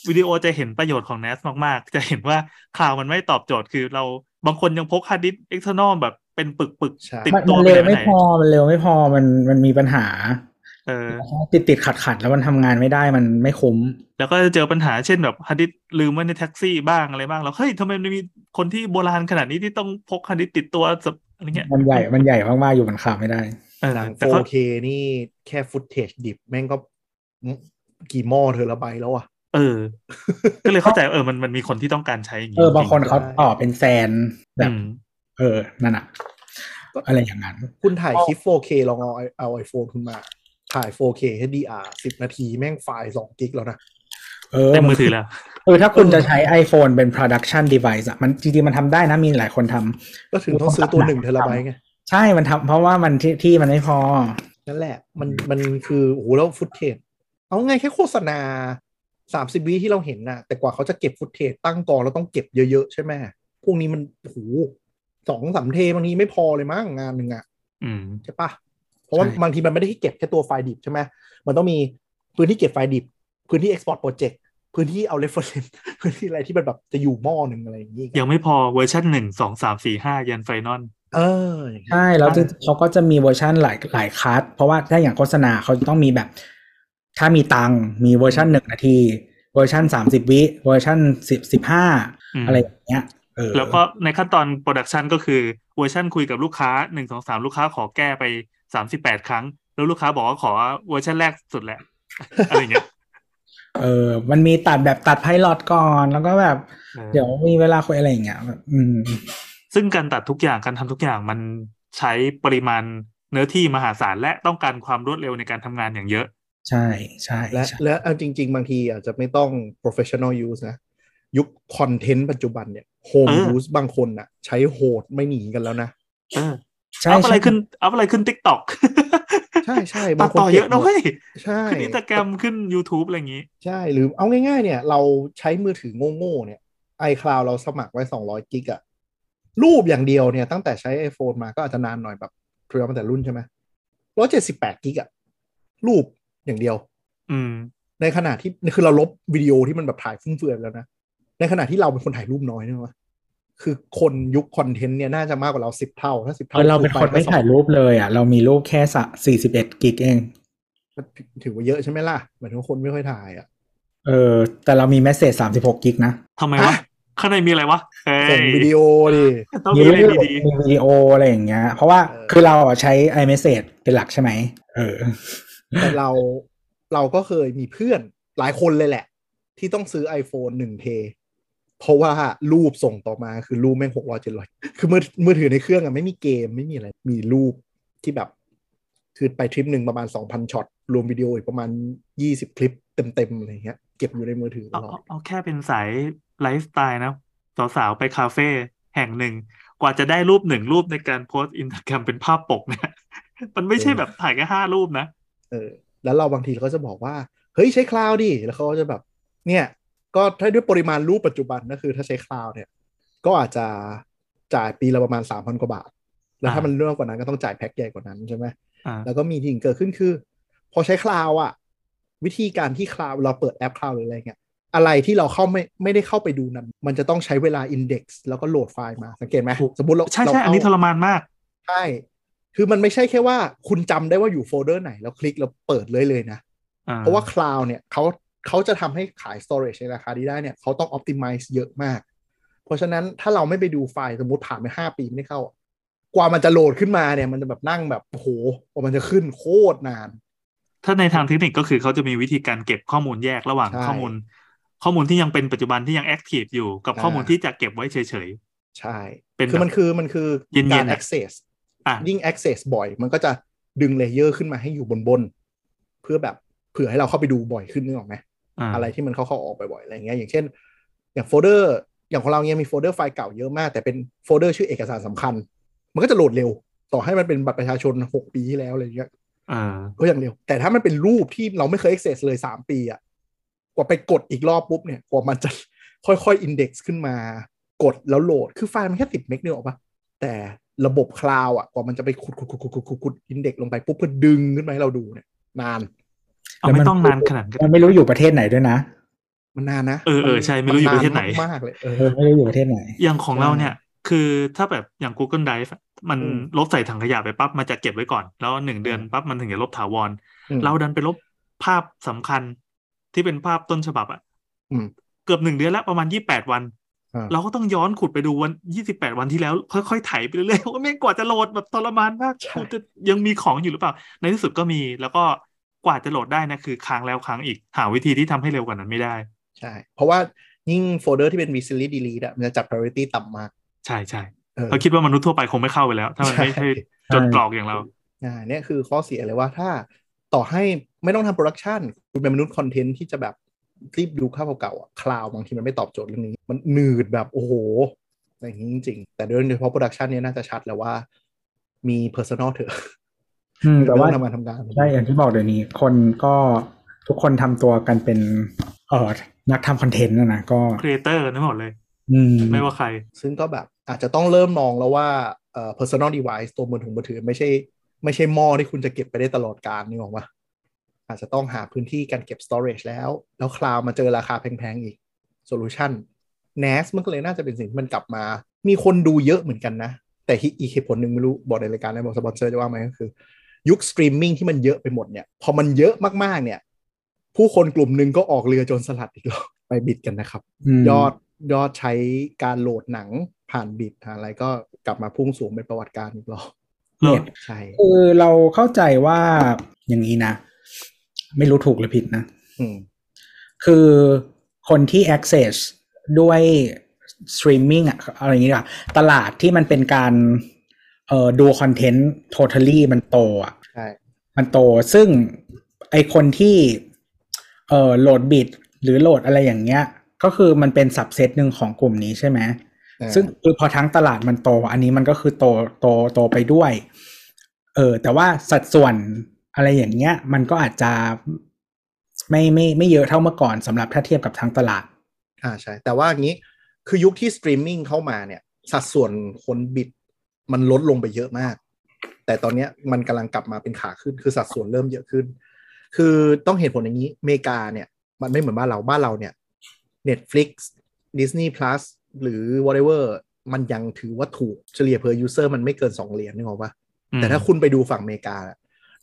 Speaker 3: วิดีโอจะเห็นประโยชน์ของ NAS มาก ๆ จะเห็นว่าข่าวมันไม่ตอบโจทย์คือเราบางคนยังพกฮาร์ดดิสก์ external แบบเป็นปึกปึกๆ
Speaker 2: ใช่
Speaker 3: ติด
Speaker 4: มัน
Speaker 3: ตัว
Speaker 4: มัน
Speaker 3: ไป
Speaker 4: เร็
Speaker 3: ไหนมา
Speaker 4: ว
Speaker 3: ไห
Speaker 4: ไม่
Speaker 3: น
Speaker 4: พอมันเร็วไม่พอมันมันมีปัญหา
Speaker 3: เออ
Speaker 4: ติดติดขัดขัดๆแล้วมันทำงานไม่ได้มันไม่คุ้ม
Speaker 3: แล้วก็จะเจอปัญหาเช่นแบบฮาร์ดดิสก์ลืมไว้ในแท็กซี่บ้างอะไรบ้างแล้วเฮ้ยทำไมมันมีคนที่โบราณขนาดนี้ที่ต้องพกฮาร์ดดิสก์ติดตัวสับอะไรเงี้ย
Speaker 4: มันใหญ่ มันใหญ่มากๆอยู่มันขาบไม่ได้
Speaker 3: เออ
Speaker 2: หนัง
Speaker 3: แต่เขา
Speaker 2: 4K นี่แค่ฟุตเทจดิบ แม่งก็กี่หม้อเธอละใบแล้วอ่ะ
Speaker 3: เออ ก็เลยเข้าใจว่าเออมันมันมีคนที่ต้องการใช้อย่าง
Speaker 4: เออบางคนเขา
Speaker 2: ได้
Speaker 4: ต่อเป็นแซนแบ
Speaker 3: อื
Speaker 4: บ
Speaker 3: ม
Speaker 4: เออ นั่นอะอะไรอย่างนั้น
Speaker 2: คุณถ่ายคลิป 4K ลองเอาเอาไอโฟนคุณมา ถ่าย 4K HDR 10 นาทีแม่งไฟล์2กิกแล้วนะ
Speaker 4: เออ
Speaker 3: เต็มมือถือแล้ว
Speaker 4: เออถ้าคุณจะใช้ iPhone เป็น production device อะมันจริงๆ มันทำได้นะมีหลายคนทำ
Speaker 2: ก็ถึงต้องซื้อตัว1เทราไบต์ไง
Speaker 4: ใช่มันทำเพราะว่ามันที่ที่มันไม่พอ
Speaker 2: นั่นแหละ มันมันคือโอ้โหแล้วฟุตเทจเอาไงแค่โฆษณา 30 วิที่เราเห็นน่ะ แต่กว่าเขาจะเก็บฟุตเทจตั้งกองแล้วต้องเก็บเยอะๆ ใช่ไหมพวกนี้มันโอ้โหสองสามเทบางทีไม่พอเลยมั้งงานหนึ่งอ่ะ
Speaker 3: อืม
Speaker 2: ใช่ปะเพราะว่า
Speaker 4: ใช่
Speaker 2: บางทีมันไม่ได้ให้เก็บแค่ตัวไฟล์ดิบใช่ไหมมันต้องมีพื้นที่เก็บไฟล์ดิบ พื้นที่ export project พื้นที่เอา reference พื้นที่อะไรที่มันแบบจะอยู่หม้อหนึ่งอะไรอย่างนี้
Speaker 3: ยังไม่พอเวอร์ชันหนึ่งสองสามสี่ห้ายันไฟนอล
Speaker 2: เอออย่างเงี้ย
Speaker 4: ใช่ แล้วจริงๆเขาก็จะมีเวอร์ชันหลายหลายคัสเพราะว่าถ้าอย่างโฆษณาเขาต้องมีแบบ ถ้ามีตังค์มีเวอร์ชันหนึ่งนาที เวอร์ชันสามสิบวิเวอร์ชันสิบสิบห้า
Speaker 3: อืม
Speaker 4: อะไรอย่างเงี้ยเออ
Speaker 3: แล้วก็ในขั้นตอนโปรดักชันก็คือเวอร์ชันคุยกับลูกค้าหนึ่งสองสามลูกค้าขอแก้ไปสามสิบแปดครั้ง แล้วลูกค้าบอกว่าขอเวอร์ชันแรกสุดแหละ อะไรอย่างเงี้ย
Speaker 4: เออ มันมีตัดแบบตัดไพลอตก่อน แล้วก็แบบ
Speaker 3: เออ
Speaker 4: เดี๋ยวมีเวลาคุยอะไรอย่างเงี้ยแบบอืม
Speaker 3: ซึ่งการตัดทุกอย่างการทำทุกอย่างมันใช้ปริมาณเนื้อที่มหาศาลและต้องการความรวดเร็วในการทำงานอย่างเยอะ
Speaker 4: ใช่ใช่
Speaker 2: และ
Speaker 4: ใช่
Speaker 2: และเอาจริง ๆ บางทีอาจจะไม่ต้อง professional use นะ ยุคคอนเทนต์ปัจจุบันเนี่ย home
Speaker 3: เออ
Speaker 2: use บางคนน่ะ ใช้โหดไม่หนีกันแล้วนะ
Speaker 3: เออ
Speaker 4: ใช่
Speaker 3: อัพอะไร
Speaker 4: ใช่
Speaker 3: ขึ้นอัพอะไรขึ้น t ิ k กต็อก
Speaker 2: ใช่ใช่
Speaker 3: ตั
Speaker 2: บาง
Speaker 3: ด
Speaker 2: คน
Speaker 3: ต่อเยอะนะเว้ย
Speaker 2: ใช่
Speaker 3: ขึ้นอินสตาแกรมขึ้น YouTube อะไรอย่างงี้
Speaker 2: ใช่ หรือเอาง่าย ๆ เนี่ย เราใช้มือถือโง่ ๆ เนี่ย iCloud เราสมัครไว้ 200 กิกอะรูปอย่างเดียวเนี่ย ตั้งแต่ใช้ iPhone มาก็อาจจะนานหน่อยแบบเทียบมาแต่รุ่นใช่ไหม178 กิกอะรูปอย่างเดียว
Speaker 3: อืม
Speaker 2: ในขณะที่คือเราลบวิดีโอที่มันแบบถ่ายฟุ่มเฟือยไปแล้วนะ ในขณะที่เราเป็นคนถ่ายรูปน้อยนี่วะคือคนยุคคอนเทนต์เนี่ยน่าจะมากกว่าเราสิบเท่าถ้าสิบ
Speaker 4: เอ
Speaker 2: เท่า
Speaker 4: อเราเป็นคนไม่ถ่ายรูปเลยอ่ะ เรามีรูปแค่สะสี่สิบเอ็ดกิกเอง
Speaker 2: ถือว่าเยอะใช่ไหมล่ะหมายถึงว่าคนไม่ค่อยถ่ายอะ
Speaker 4: เออ แต่เรามีเมสเซจสามสิบหกกิกนะ
Speaker 3: ทำไมวะ
Speaker 2: ฮะ
Speaker 3: ข้างในมีอะไรวะเฮ้
Speaker 2: ส่ง
Speaker 3: ย
Speaker 2: วิดีโอดิ
Speaker 3: ต้องมี
Speaker 4: รู
Speaker 3: อะ
Speaker 4: ป
Speaker 3: ไรดี
Speaker 4: มีวิดีโออะไรอย่างเงี้ย เพราะว่า
Speaker 2: เออ
Speaker 4: คือเราอ่ะใช้ iMessage เป็นหลักใช่ไหม เออ
Speaker 2: แต่เราเราก็เคยมีเพื่อนหลายคนเลยแหละ ที่ต้องซื้อ iPhone 1 t เพราะว่ารูปส่งต่อมาคือรูปแม่งหกร้อยเจ็ดร้อยคือมือมือถือในเครื่องอะไม่มีเกมไม่มีอะไร มีรูปที่แบบ คือไปทริปหนึ่งประมาณสองพันช็อต รวมวิดีโออีกประมาณยี่สิบคลิปเต็ม ๆ อะไรเงี้ย เก็บอยู่ในมือถือต
Speaker 3: ๆเอา
Speaker 2: ลอ
Speaker 3: เอา
Speaker 2: ด
Speaker 3: เอาแค่เป็นสายไลฟ์สไตล์นะสาวๆไปคาเฟ่แห่งหนึ่ง กว่าจะได้รูปหนึ่งรูปในการโพสต์อินสตาแกรมเป็นภาพปกเนี่ย มันไม่ใช่แบบถ่ายแค่ห้ารูปนะ
Speaker 2: เออ แล้วเราบางทีเราก็จะบอกว่า เฮ้ยใช้คลาวดิ แล้วเขาก็จะแบบ เนี่ย ก็ถ้าด้วยปริมาณรูปปัจจุบันก็คือถ้าใช้คลาวเนี่ย ก็อาจจะจ่ายปีละประมาณสามพันกว่าบาท แล้วถ้า
Speaker 3: อ่ามั
Speaker 2: มันเรื่องกว่านั้นก็ต้องจ่ายแพ็คใหญ่กว่านั้นใช่ไหม
Speaker 3: อ่า
Speaker 2: แล้วก็มีที่เกิดขึ้นคือ พอใช้คลาวอะวิธีการที่คลาวเราเปิดแอปคลาวหรืออะไรเงี้ยอะไรที่เราเข้าไม่ไม่ได้เข้าไปดูนั้น มันจะต้องใช้เวลาอินเด็กซ์แล้วก็โหลดไฟล์มา สังเกตไหมสมมติเรา
Speaker 3: ใช่
Speaker 2: เรา
Speaker 3: ใช่อันนี้ทรมานมาก
Speaker 2: ใช่คือมันไม่ใช่แค่ว่า คุณจำได้ว่าอยู่โฟลเดอร์ไหน แล้วคลิกแล้วเปิดเลยเลยนะ
Speaker 3: อ่
Speaker 2: เพราะว่าคลาวเนี่ยเขาเขาจะทำให้ขาย storage ในราคาที่ได้เนี่ยเขาต้อง optimize เยอะมาก เพราะฉะนั้นถ้าเราไม่ไปดูไฟล์สมมติผ่านไปห้าปีไม่ได้เข้า กว่ามันจะโหลดขึ้นมาเนี่ยมันจะแบบนั่งแบบโอ้โหกว่ามันจะขึ้นโคตรนาน
Speaker 3: ถ้าในทางเทคนิคก็คือเขาจะมีวิธีการเก็บข้อมูลแยกระหว่าง
Speaker 2: ใช่
Speaker 3: ข้อมูล ข้อมูลที่ยังเป็นปัจจุบันที่ยังแอคทีฟอยู่กับ
Speaker 2: อ่า
Speaker 3: ข้อมูลที่จะเก็บไว้เฉย
Speaker 2: ใช่
Speaker 3: เป็น
Speaker 2: คือมันคือมันคือ
Speaker 3: เย็นๆ
Speaker 2: การ
Speaker 3: อะ
Speaker 2: access
Speaker 3: ๆอ่ะ
Speaker 2: ยิ่ง access บ่อย มันก็จะดึงเลเยอร์ขึ้นมาให้อยู่บนบนๆเพื่อแบบเผื่อให้เราเข้าไปดูบ่อยขึ้นนึกออกไหม
Speaker 3: า
Speaker 2: อะไรที่มันเข้าๆออกบ่อยๆอะไรอย่างเงี้ยอย่างเช่น อย่างโฟลเดอร์อย่างของเราเนี้ยมีโฟลเดอร์ไฟล์เก่าเยอะมาก แต่เป็นโฟลเดอร์ชื่อเอกสารสำคัญ มันก็จะโหลดเร็ว ต่อให้มันเป็นบัตรประชาชน 6 ปีที่แล้วอะไรอย่างเงี้ย
Speaker 3: เออ
Speaker 2: ก็ยังเร็ว แต่ถ้ามันเป็นรูปที่เราไม่เคย access เลย 3 ปีอะกว่าไปกดอีกรอบปุ๊บเนี่ยกว่ามันจะ ค่อยๆ index ขึ้นมา กดแล้วโหลดคือไฟล์มันแค่ติดเมกเดียวหรอปะแต่ระบบคลาวอะกว่ามันจะไปขุดขุดขุดขุดขุดขุดขุด index ลงไปปุ๊บเพื่อดึงขึ้นมาให้เราดูเนี่ยนาน
Speaker 3: เอาไม่ต้องนานขนาดนั้นก็
Speaker 4: มั
Speaker 3: ได้
Speaker 4: นไม่รู้อยู่ประเทศไหนด้วยนะ
Speaker 2: มันนานนะ
Speaker 3: เออเออใช่ไม่รู้อยู่ประเทศไหน
Speaker 2: มากๆเลยเออ
Speaker 4: เออไม่รู้อยู่ประเทศไหน
Speaker 3: อย่างของ
Speaker 2: ใช่
Speaker 3: เราเนี่ย คือถ้าแบบอย่าง Google Drive อะมัน
Speaker 2: อืม
Speaker 3: ลบใส่ถังขยะไปปั๊บมันจะเก็บไว้ก่อน แล้วหนึ่งเดือนปั๊บมันถึงจะลบถาวร
Speaker 2: อืม
Speaker 3: เราดันไปลบภาพสำคัญที่เป็นภาพต้นฉบับอะ
Speaker 2: อืม
Speaker 3: เกือบหนึ่งเดือนละประมาณยี่แปดวัน
Speaker 2: อ่า
Speaker 3: เราก็ต้องย้อนขุดไปดูวันยี่สิบแปดวันที่แล้ว ค่อยๆไถไปเรื่อยๆว่าแม่งกว่าจะโหลดแบบทรมานมากกูจะยังมีของอยู่หรือเปล่า ในที่สุดก็มีแล้วก็กว่าจะโหลดได้นะคือค้างแล้วค้างอีกหาวิธีที่ทำให้เร็วกว่านั้นไม่ได้
Speaker 2: ใช่ เพราะว่ายิ่งโฟลเดอร์ที่เป็น recently delete อะมันจะจัด priority ต่ำมาก
Speaker 3: ใช่ใช่
Speaker 2: เออ
Speaker 3: เขาคิดว่ามนุษย์ทั่วไปคงไม่เข้าไปแล้ว ถ้ามันไม่
Speaker 2: ใช่
Speaker 3: ใช่จดกรอกอย่างเรา
Speaker 2: อ่าเนี่ยคือข้อเสียเลยว่าถ้าต่อให้ไม่ต้องทำโปรดักชันคุณเป็นมนุษย์คอนเทนต์ที่จะแบบรีบดูข้าวเก่าๆอะคลาวบางทีมันไม่ตอบโจทย์เรื่องนี้ มันหนืดแบบโอ้โหอะไรอย่างนี้จริงๆ แต่โดยเฉพาะโปรดักชันเนี่ยน่าจะชัดแล้วว่ามี personal เถอะ
Speaker 4: อืมแต่ว่า
Speaker 2: ไม่องทำงานทำการ
Speaker 4: ใช่อย่างที่บอกเดี๋ยวนี้ คนก็ทุกคนทำตัวกันเป็นเออนักทำคอนเทนต์นะนะก็
Speaker 3: ครีเอเตอร์กันทั้งหมดเลย
Speaker 4: อืม
Speaker 3: ไม่ว่าใคร
Speaker 2: ซึ่งก็แบบอาจจะต้องเริ่มมองแล้วว่าเอ่อ personal device ตัวมือถือมือถือไม่ใช่ ไม่ใช่หม้อที่คุณจะเก็บไปได้ตลอดกาลนี่บอกว่า อาจจะต้องหาพื้นที่การเก็บ storage แล้ว แล้วคลาวมาเจอราคาแพงๆอีก solution NAS มันก็เลยน่าจะเป็นสิ่งที่มันกลับมา มีคนดูเยอะเหมือนกันนะ แต่ที่อีกเหตุผลหนึ่งไม่รู้บอกในรายการไหนบอกสปอนเซอร์จะว่าไหมก็คือ ยุคสตรีมมิ่งที่มันเยอะไปหมดเนี่ยพอมันเยอะมากๆเนี่ย ผู้คนกลุ่มหนึ่งก็ออกเรือโจนสลัดอีกรอบไปบิดกันนะครับ
Speaker 4: ม
Speaker 2: ยอดยอดใช้การโหลดหนังผ่านบิดผ่านอะไรก็กลับมาพุ่งสูงเป็นประวัติการณ์อีกรอบ
Speaker 3: เน
Speaker 4: เนี่
Speaker 3: อะ
Speaker 4: ย
Speaker 2: ใช่
Speaker 4: คือเราเข้าใจว่าอย่างนี้นะ ไม่รู้ถูกหรือผิดนะ
Speaker 2: อืม
Speaker 4: คือคนที่ access ด้วย streaming อะอะไรอย่างนี้ดีกว่าตลาดที่มันเป็นการเอ่อดูคอนเทนต์ totally มันโตอะ
Speaker 2: ใช่
Speaker 4: มันโตซึ่งไอคนที่เอ่อโหลดบิดหรือโหลดอะไรอย่างเงี้ย ก็คือมันเป็นสับเซตหนึ่งของกลุ่มนี้ใช่ไหม
Speaker 2: เออ
Speaker 4: ซึ่งคือพอทั้งตลาดมันโต อันนี้มันก็คือโตโตโตไปด้วย เออแต่ว่าสัดส่วนอะไรอย่างเงี้ย มันก็อาจจะไม่ไม่ไม่เยอะเท่าเมื่อก่อนสำหรับถ้าเทียบกับทั้งตลาด
Speaker 2: อ่าใช่ แต่ว่าอย่างนี้คือยุคที่สตรีมมิ่งเข้ามาเนี่ย สัดส่วนคนบิดมันลดลงไปเยอะมาก แต่ตอนเนี้ยมันกำลังกลับมาเป็นขาขึ้น คือสัดส่วนเริ่มเยอะขึ้น คือต้องเห็นผลอย่างนี้อเมริกาเนี่ย มันไม่เหมือนบ้านเราบ้านเราเนี่ย Netflix Disney Plus หรือ whatever มันยังถือว่าถูกเฉลี่ย per user มันไม่เกินสองเหรียญนึกออกปะ
Speaker 3: อืม
Speaker 2: แต่ถ้าคุณไปดูฝั่งอเมริกาน่ะ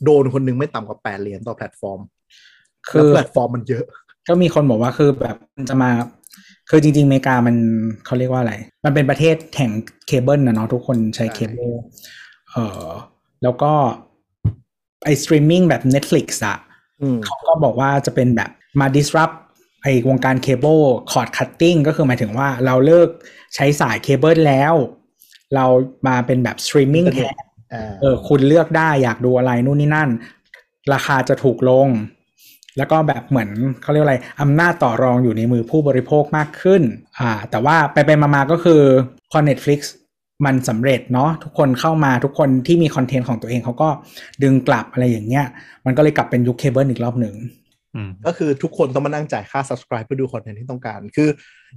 Speaker 2: โดนคนหนึ่งไม่ต่ำกว่า 8 เหรียญต่อแพลตฟอร์ม
Speaker 4: คื
Speaker 2: แล้ว
Speaker 4: อ
Speaker 2: แพลตฟอร์มมันเยอะ
Speaker 4: ก็มีคนบอกว่าคือแบบมันจะมา คือจริงๆอเมริกามันเขาเรียกว่าอะไร มันเป็นประเทศแห่งเคเบิลนะเนาะทุกคนใช้
Speaker 2: ใช่
Speaker 4: เคเบิลเออแล้วก็ไอสตรีมมิ่งแบบ Netflix อะ
Speaker 2: อืม
Speaker 4: เขาก็บอกว่าจะเป็นแบบมา disrupt ไอวงการเคเบิลคอร์ดคัตติ้งก็คือหมายถึงว่าเราเลิกใช้สายเคเบิลแล้ว เรามาเป็นแบบสตรีมมิ่ง
Speaker 2: อินเท
Speaker 4: แท
Speaker 2: อร์เน็ต
Speaker 4: น
Speaker 2: อ่า
Speaker 4: เออคุณเลือกได้อยากดูอะไรนู่นนี่นั่น ราคาจะถูกลง แล้วก็แบบเหมือนเขาเรียกว่าอะไรอำนาจต่อรองอยู่ในมือผู้บริโภคมากขึ้น อ่า แต่ว่าไปไปมามาก็คือพอ Netflix มันสำเร็จเนาะทุกคนเข้ามาทุกคนที่มีคอนเทนต์ของตัวเองเขาก็ดึงกลับอะไรอย่างเงี้ย มันก็เลยกลับเป็นยุคเคเบิลอีกรอบหนึ่ง
Speaker 3: อืม
Speaker 2: ก็คือทุกคนต้องมานั่งจ่ายค่า subscribe เพื่อดูคอนเทนต์ที่ต้องการ คือ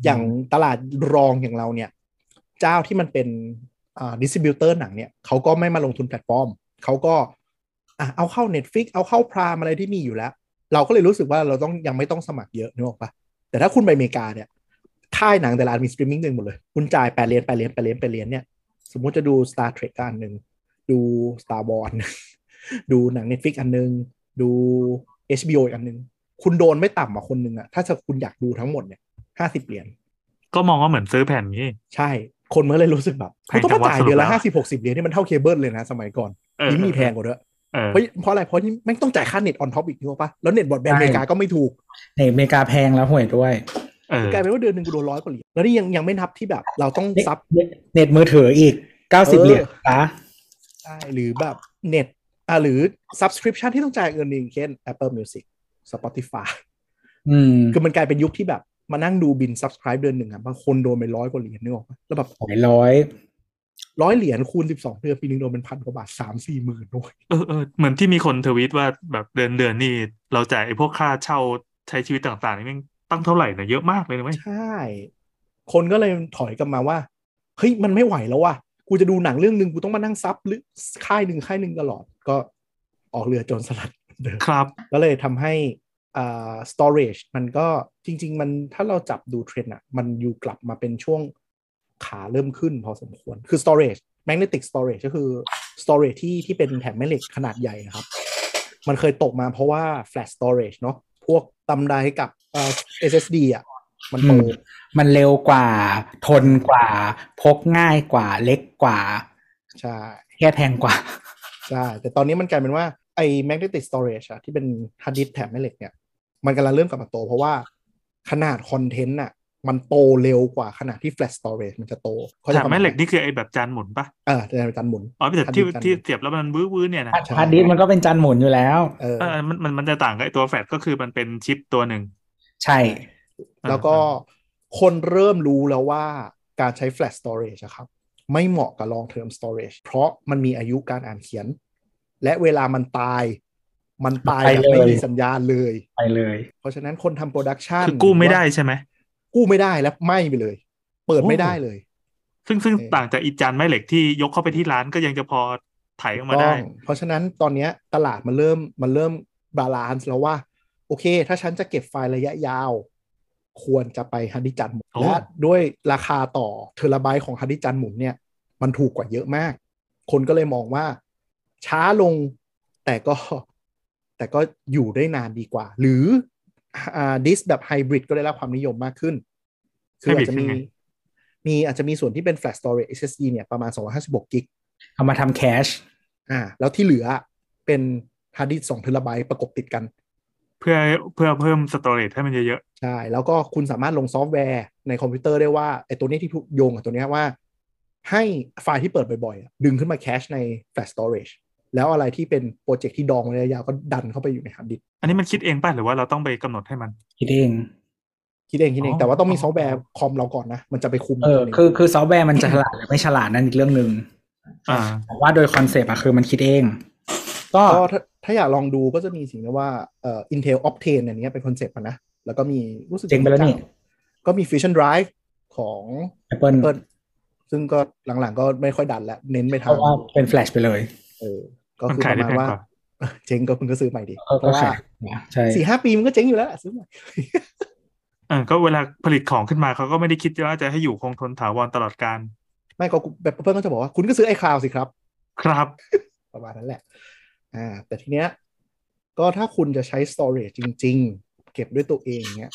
Speaker 2: อย่างตลาดรองอย่างเราเนี่ย เจ้าที่มันเป็นอ่าดิสติบิวเตอร์หนังเนี่ยเขาก็ไม่มาลงทุนแพลตฟอร์ม เขาก็อ่ะเอาเข้า Netflix เอาเข้าพรามอะไรที่มีอยู่แล้ว เราก็เลยรู้สึกว่าเราต้องยังไม่ต้องสมัครเยอะนึกออกปะแต่ถ้าคุณไปอเมริกาเนี่ยค่ายหนังแต่ละอันมีสตรีมมิ่งเองหมดเลย คุณจ่ายแปดเหรียญแปดเหรียญแปดเหรียญแปดเหรียญเนี่ย สมมติจะดู Star Trek ก็อั นหนึ่ง ดู Star Wars อันหนึ่งดูหนัง Netflix อันหนึ่งดู HBO อีกอันหนึ่งคุณโดนไม่ต่ำกว่าคนหนึ่งอะถ้าจะคุณอยากดูทั้งหมดเนี่ยห้าสิบเหรียญ
Speaker 3: ก็มองว่าเหมือนซื้อแผ่นนี้
Speaker 2: ใช่ คนเมื่อเลยรู้สึกแบบ
Speaker 3: แพ
Speaker 2: คุณ
Speaker 3: ง
Speaker 2: ต้องมา
Speaker 3: จั
Speaker 2: ง
Speaker 3: วะ
Speaker 2: จ่ายเดือน
Speaker 3: สรุปแล้
Speaker 2: ละ
Speaker 3: ว
Speaker 2: ห้าสิบหกสิบเหรียญนี่มันเท่าเคเบิลเลยนะสมัยก่อน
Speaker 3: เออ
Speaker 2: ยิ่งมีแพงกว่าด้วย
Speaker 3: เออ
Speaker 2: เพราะเพราะอะไรเพราะนี่ไม่งต้องจ่ายค่าเน็ตออนท็อปอีกนึกออกปะแล้วเน็ตบอร์ดแบนด์อเมริกาก็ไม่ถูก
Speaker 4: ในอเมริกาแพงแล้วห่วยด้วย
Speaker 3: เออก
Speaker 2: ลายเป็นว่าเดือนหนึ่งกูโดนร้อยกว่าเหรียญแล้วนี่ยังยังไม่นับที่แบบเราต้องซับ
Speaker 4: เน็ตมือถืออีกเก้าสิบ
Speaker 2: อ
Speaker 4: เหรียญนะ
Speaker 2: ใช่หรือแบบเน็ตอ่ะหรือ subscription ที่ต้องจ่ายเงินหนึ่งเช่น Apple Music Spotify
Speaker 4: อืม
Speaker 2: คือมันกลายเป็นยุคที่แบบมานั่งดูบิน subscribe เดือนหนึ่งอ่ะบางคนโดนไปร้อยกว่าเหรียญนึกออกปะแล้วแบบ
Speaker 4: หลายร้อย
Speaker 2: ร้อยเหรียญคูณสิบสองเดือนปีหนึงโดนเป็นพันกว่าบาทสามสี่หมื่นด้วย
Speaker 3: เออเออเหมือนที่มีคนทวีตว่าแบบเดือนเดือนนี่เราจ่ายไอ้พวกค่าเช่าใช้ชีวิตต่างๆนี่แม่งตั้งเท่าไหร่นะเยอะมากเลยนะเว้ย
Speaker 2: ใช่ คนก็เลยถอยกลับมาว่า เฮ้ย มันไม่ไหวแล้วว่ะกูจะดูหนังเรื่องหนึ่งกูต้องมานั่งซับหรือค่ายหนึ่งค่ายหนึ่งตลอดก็ออกเรือโจนสลัดเหมือนเดิม
Speaker 3: ครับ
Speaker 2: ก็เลยทำให้อ่า storage มันก็จริง ๆ มันถ้าเราจับดูเทรนด์อ่ะ มันอยู่กลับมาเป็นช่วงขาเริ่มขึ้นพอสมควร คือ storage magnetic storage ก็คือ storage ที่ที่เป็นแผงแม่เหล็กขนาดใหญ่นะครับ มันเคยตกมาเพราะว่า flash storage เนาะพวกตำไดกับเอ่อ SSD อ่ะ มันโต
Speaker 4: อืม มันเร็วกว่า ทนกว่า พกง่ายกว่า เล็กกว่า
Speaker 2: ใช่
Speaker 4: แค่แพงกว่า
Speaker 2: ใช่ แต่ตอนนี้มันกลายเป็นว่าไอ้ magnetic storage อะที่เป็นฮาร์ดดิสก์แถบแม่เหล็กเนี่ย มันกำลังเริ่มกลับมาโต เพราะว่าขนาดคอนเทนต์อะมันโตเร็วกว่าขนาดที่ flash storage มันจะโตเขาใจ
Speaker 3: แถบ
Speaker 2: ประาณ
Speaker 3: แม่เหล็กนี่คือไอ้แบบจานหมุนปะ
Speaker 2: เออแต่ในการหมุน
Speaker 3: อ๋อแต่ที่
Speaker 2: จานหมุน
Speaker 3: ที่เสียบแล้วมันวื้อวื้อเนี่ยนะ
Speaker 2: ใช่
Speaker 4: ฮาร์ดดิสก์มันก็เป็นจานหมุนอยู่แล้ว
Speaker 2: เออ
Speaker 3: เออมันมันมันจะต่างกับไอ้ตัวแฟลชก็คือมันเป็นชิปตัวหนึ่ง
Speaker 4: ใช่
Speaker 2: แล้วก็คนเริ่มรู้แล้วว่าการใช้ flash storage อะครับ ไม่เหมาะกับ long term storage เพราะมันมีอายุการอ่านเขียน และเวลามันตาย มันตายแบบไม่มีสัญญาณเลย
Speaker 4: ไปเลย
Speaker 2: เพราะฉะนั้นคนทำโปรดักชัน
Speaker 3: คือกู้ไม่ได้ใช่ไหม
Speaker 2: กู้ไม่ได้แล้วไหม้ไปเลย เปิด
Speaker 3: โอ้
Speaker 2: ไม่ได้เลย
Speaker 3: ซึ่งซึ่ง
Speaker 2: เออ
Speaker 3: ต่างจากอีจานแม่เหล็กที่ยกเข้าไปที่ร้านก็ยังจะพอไถออกมาได้
Speaker 2: ต้องเพราะฉะนั้นตอนเนี้ยตลาดมันเริ่มมันเริ่มบาลานซ์แล้วว่า โอเค ถ้าฉันจะเก็บไฟล์ระยะยาว ควรจะไปฮันดิจันหมุน
Speaker 3: โอ้
Speaker 2: และด้วยราคาต่อเทราไบต์ของฮันดิจันหมุนเนี่ย มันถูกกว่าเยอะมาก คนก็เลยมองว่า ช้าลงแต่ก็ แต่ก็อยู่ได้นานดีกว่า หรืออ่าดิสแบบไฮบริดก็ได้รับความนิยมมากขึ้น คืออาจ
Speaker 3: hybrid
Speaker 2: จะ
Speaker 3: คือ
Speaker 2: มี
Speaker 3: ไง
Speaker 2: มีอาจจะมีส่วนที่เป็น flash storage SSD เนี่ยประมาณ 256กิก
Speaker 4: เอามาทำแคช
Speaker 2: อ่าแล้วที่เหลือเป็นฮาร์ดดิสก์สองเทราไบต์ประกบติดกัน
Speaker 3: เพื่อเพื่อเพิ่มสตอเรจให้มันเยอะ
Speaker 2: ใช่ แล้วก็คุณสามารถลงซอฟต์แวร์ในคอมพิวเตอร์ได้ว่าไอ้ตัวนี้ที่ถูกโยงกับตัวเนี้ยว่า ให้ไฟล์ที่เปิดบ่อยๆอ่ะดึงขึ้นมาแคชใน Flash Storage แล้วอะไรที่เป็นโปรเจกต์ที่ดองไว้ระยะยาวก็ดันเข้าไปอยู่ในฮาร์ดดิสก์
Speaker 3: ๆ อันนี้มันคิดเองป่ะหรือว่าเราต้องไปกำหนดให้มัน
Speaker 4: คิดเอง
Speaker 2: คิดเองคิดเอ
Speaker 3: อ๋
Speaker 2: ง
Speaker 3: อ
Speaker 2: แต่ว่าต้องมีซอฟต์แวร์คอมเราก่อนนะ มันจะไปคุม
Speaker 4: เออ
Speaker 2: ตัวนี้
Speaker 4: คือ คือซอฟต์แวร์มันจะฉลาดหรือไม่ฉลาดนั่นอีกเรื่องหนึ่ง
Speaker 3: อ่า
Speaker 4: แต่ว่าโดยคอนเซปต์อะคือมันคิดเอง ก็
Speaker 2: ก็ถ้าถ้าอยากลองดูก็จะมีสิ่งที่ว่าเอ่อ Intel Optane อันเนี้ยเป็นคอนเซปต์อะนะแล้วก็มีรู้สึก
Speaker 4: เจ๋งไปแล้วนี่
Speaker 2: ก็มี Fusion Drive ของ
Speaker 4: Apple
Speaker 2: เปิดซึ่งก็หลังๆก็ไม่ค่อยดันแล้ว เน้นไป
Speaker 4: เพ
Speaker 2: ทาง
Speaker 4: ราะว่าเป็นแฟลชไปเลย
Speaker 2: เออก็
Speaker 3: มัน
Speaker 2: คือ
Speaker 3: ขา
Speaker 2: ประ
Speaker 3: ย
Speaker 2: มาณ
Speaker 3: ได้แพง
Speaker 2: ว่าก
Speaker 3: ว่า
Speaker 2: เจ๊งก็เพิ่งก็ซื้อใหม่ดิ
Speaker 4: ก็
Speaker 2: เพราะว่า
Speaker 4: ขายนะใช่
Speaker 2: สี่ห้าปีมันก็เจ๊งอยู่แล้วแหละซื้อใหม่
Speaker 3: เออก็เวลาผลิตของขึ้นมาเขาก็ไม่ได้คิดว่าจะให้อยู่คงทนถาวรตลอดการ
Speaker 2: ไม่ก็แบบเพื่อนก็จะบอกว่า คุณก็ซื้อไอคลาวสิครับ
Speaker 3: ครับ
Speaker 2: ประมาณนั้นแหละ อ่า แต่ทีเนี้ย ก็ถ้าคุณจะใช้ storage จริง ๆ เก็บด้วยตัวเองเนี้ย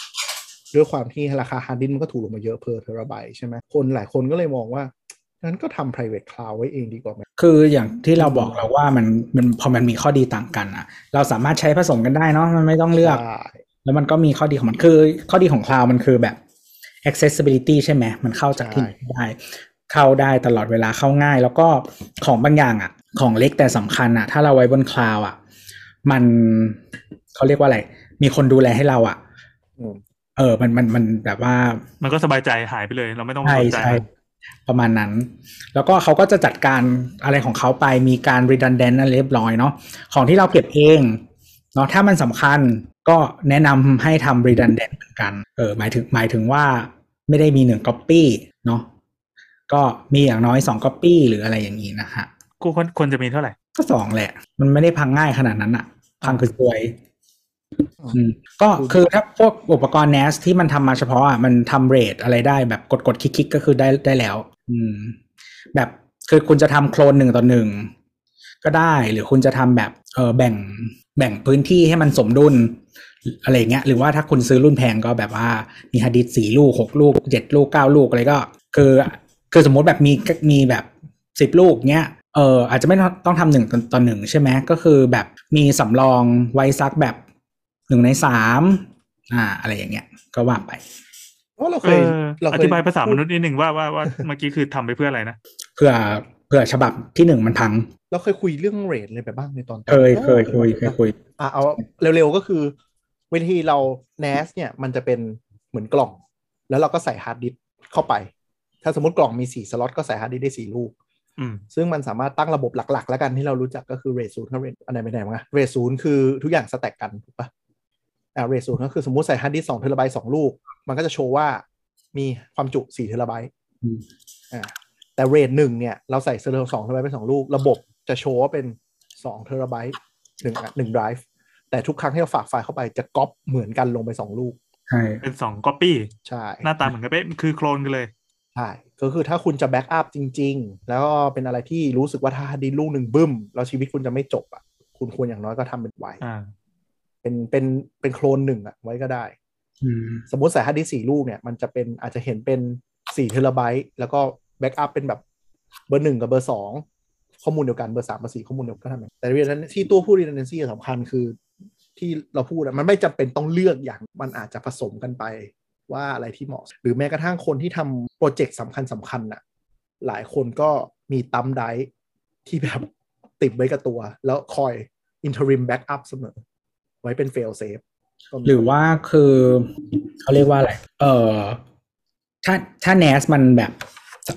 Speaker 2: ด้วยความที่ราคาฮาร์ดดิสก์มันก็ถูกลงมาเยอะเพอเทราไบต์ใช่ไหมคนหลายคนก็เลยมองว่างั้นก็ทำ private cloud ไว้เองดีกว่าไหม
Speaker 4: คืออย่างที่เราบอกเราว่ามันมันพอมันมีข้อดีต่างกันอะเราสามารถใช้ผสมกันได้เนาะมันไม่ต้องเลือก แล้วมันก็มีข้อดีของมันคือข้อดีของ Cloud มันคือแบบ accessibility ใช่ไหมมันเข้าจากที่ไหนก็ได้ เข้าได้ตลอดเวลาเข้าง่าย แล้วก็ของบางอย่างอ่ะ ของเล็กแต่สำคัญอ่ะ ถ้าเราไว้บน Cloud อ่ะ มันเขาเรียกว่าอะไร มีคนดูแลให้เราอ่ะ
Speaker 2: อืม
Speaker 4: เออ มันมันมันแบบว่า
Speaker 3: มันก็สบายใจหายไปเลย เราไม่ต้อง
Speaker 4: ใช่
Speaker 3: สนใจ
Speaker 4: ใช่
Speaker 3: มัน
Speaker 4: ประมาณนั้น แล้วก็เขาก็จะจัดการอะไรของเขาไปมีการ redundant นั่นเรียบร้อยเนาะของที่เราเก็บเองเนาะถ้ามันสำคัญก็แนะนำให้ทำ redundant เหมือนกันเออหมายถึงหมายถึงว่าไม่ได้มีหนึ่ง copy เนาะก็มีอย่างน้อยสอง copy หรืออะไรอย่างนี้นะฮะ
Speaker 3: กูควรควรจะมีเท่าไหร่
Speaker 4: ก็สองแหละ มันไม่ได้พังง่ายขนาดนั้นอะพังคือซวยอืมก็คือถ้าพวกอุปกรณ์ NAS ที่มันทำมาเฉพาะอะมันทำเรทอะไรได้แบบกดกดๆคลิกๆก็คือได้ได้แล้ว อืม แบบคือคุณจะทำโคลนหนึ่งต่อหนึ่ง ก็ได้ หรือคุณจะทำแบบเออแบ่งแบ่งพื้นที่ให้มันสมดุลอะไรอย่างเงี้ยหรือว่าถ้าคุณซื้อรุ่นแพงก็แบบว่ามีฮาร์ดดิสก์สี่ลูกหกลูกเจ็ดลูกเก้าลูกอะไรก็ คือคือสมมติแบบมีมีแบบสิบลูกเงี้ยเอออาจจะไม่ต้องทำหนึ่งต่อหนึ่งใช่ไหมก็คือแบบมีสำรองไว้ซักแบบหนึ่งในสามอ่าอะไรอย่างเงี้ยก็ว่าไป
Speaker 2: เพราะเราเค
Speaker 3: เอย อ
Speaker 2: เรา
Speaker 3: อ
Speaker 2: เค
Speaker 3: ธิบายภาษามนุษย์นิดหนึ่งว่าว่าว่าเมื่อกี้คือทำไปเพื่ออะไรนะ
Speaker 4: เพื่อเพื่อฉบับที่หนึ่งมันพัง
Speaker 2: เราเคยคุยเรื่องเรทเลยไปบ้างในตอนต้น
Speaker 4: เคยเคยคุยเคยคุย
Speaker 2: อ่ะเอาเร็วๆก็คือวิธีเรา NAS เนี่ยมันจะเป็นเหมือนกล่อง แล้วเราก็ใส่ฮาร์ดดิสก์เข้าไป ถ้าสมมติกล่องมีสี่สล็อตก็ใส่ฮาร์ดดิสก์ได้สี่ลูก
Speaker 3: อืม
Speaker 2: ซึ่งมันสามารถตั้งระบบหลัก ๆ แล้วกันที่เรารู้จักก็คือเรทศูนย์กับเรทอันไหนเป็นไหนมั้งเรทศูนย์คือทุกอย่างสแต็กกันถูกปะอ่าเรทศูนย์ก็คือสมมติใส่ฮาร์ดดิสสองเทราไบต์สองลูก มันก็จะโชว์ว่ามีความจุสี่เทราไบต์
Speaker 4: อืม
Speaker 2: อ่าแต่เรทหนึ่งเนี่ย เราใส่เทราสองเทราไบต์เป็นสองลูก ระบบจะโชว์ว่าเป็นสองเทราไบต์หนึ่งอ่ะหนึ่งไดรฟ์แต่ทุกครั้งที่เราฝากไฟล์เข้าไปจะก๊อปเหมือนกันลงไปสองลูก
Speaker 4: ใช่
Speaker 3: เป็นสองก๊อปปี้
Speaker 2: ใช่
Speaker 3: หน้าตาเหมือนกันเป๊ะคือโคลนกันเลย
Speaker 2: ใช่ ก็คือถ้าคุณจะแบ็กอัพจริง ๆ แล้วก็เป็นอะไรที่รู้สึกว่าถ้าดีลูกหนึ่งบึ้ม แล้วชีวิตคุณจะไม่จบอ่ะ คุณควรอย่างน้อยก็ทำเป็นไว้
Speaker 3: อ่า
Speaker 2: เป็นเป็นเป็นโคลนหนึ่งอ่ะ ไว้ก็ได้
Speaker 4: อืม
Speaker 2: สมมติใส่ฮาร์ดดิสก์สี่ลูกเนี่ยมันจะเป็นอาจจะเห็นเป็นสี่เทราไบต์แล้วก็แบ็กอัพเป็นแบบเบอร์หนึ่งกับเบอร์สองข้อมูลเดียวกันเบอร์สามเบอร์สี่ข้อมูลเดียวกันทำไมแต่เรียนที่ตัวผู้ redundancy สำคัญคือ ที่เราพูดอะมันไม่จำเป็นต้องเลือกอย่างมันอาจจะผสมกันไปว่าอะไรที่เหมาะ หรือแม้กระทั่งคนที่ทำโปรเจกต์สำคัญสำคัญน่ะหลายคนก็มีตั้มไดร์ที่แบบติดไว้กับตัว แล้วคอย interim backup เสมอ ไว้เป็น fail safe ก็มี
Speaker 4: หรือว่าคือเขาเรียกว่าอะไร เออถ้าถ้า NAS มันแบบ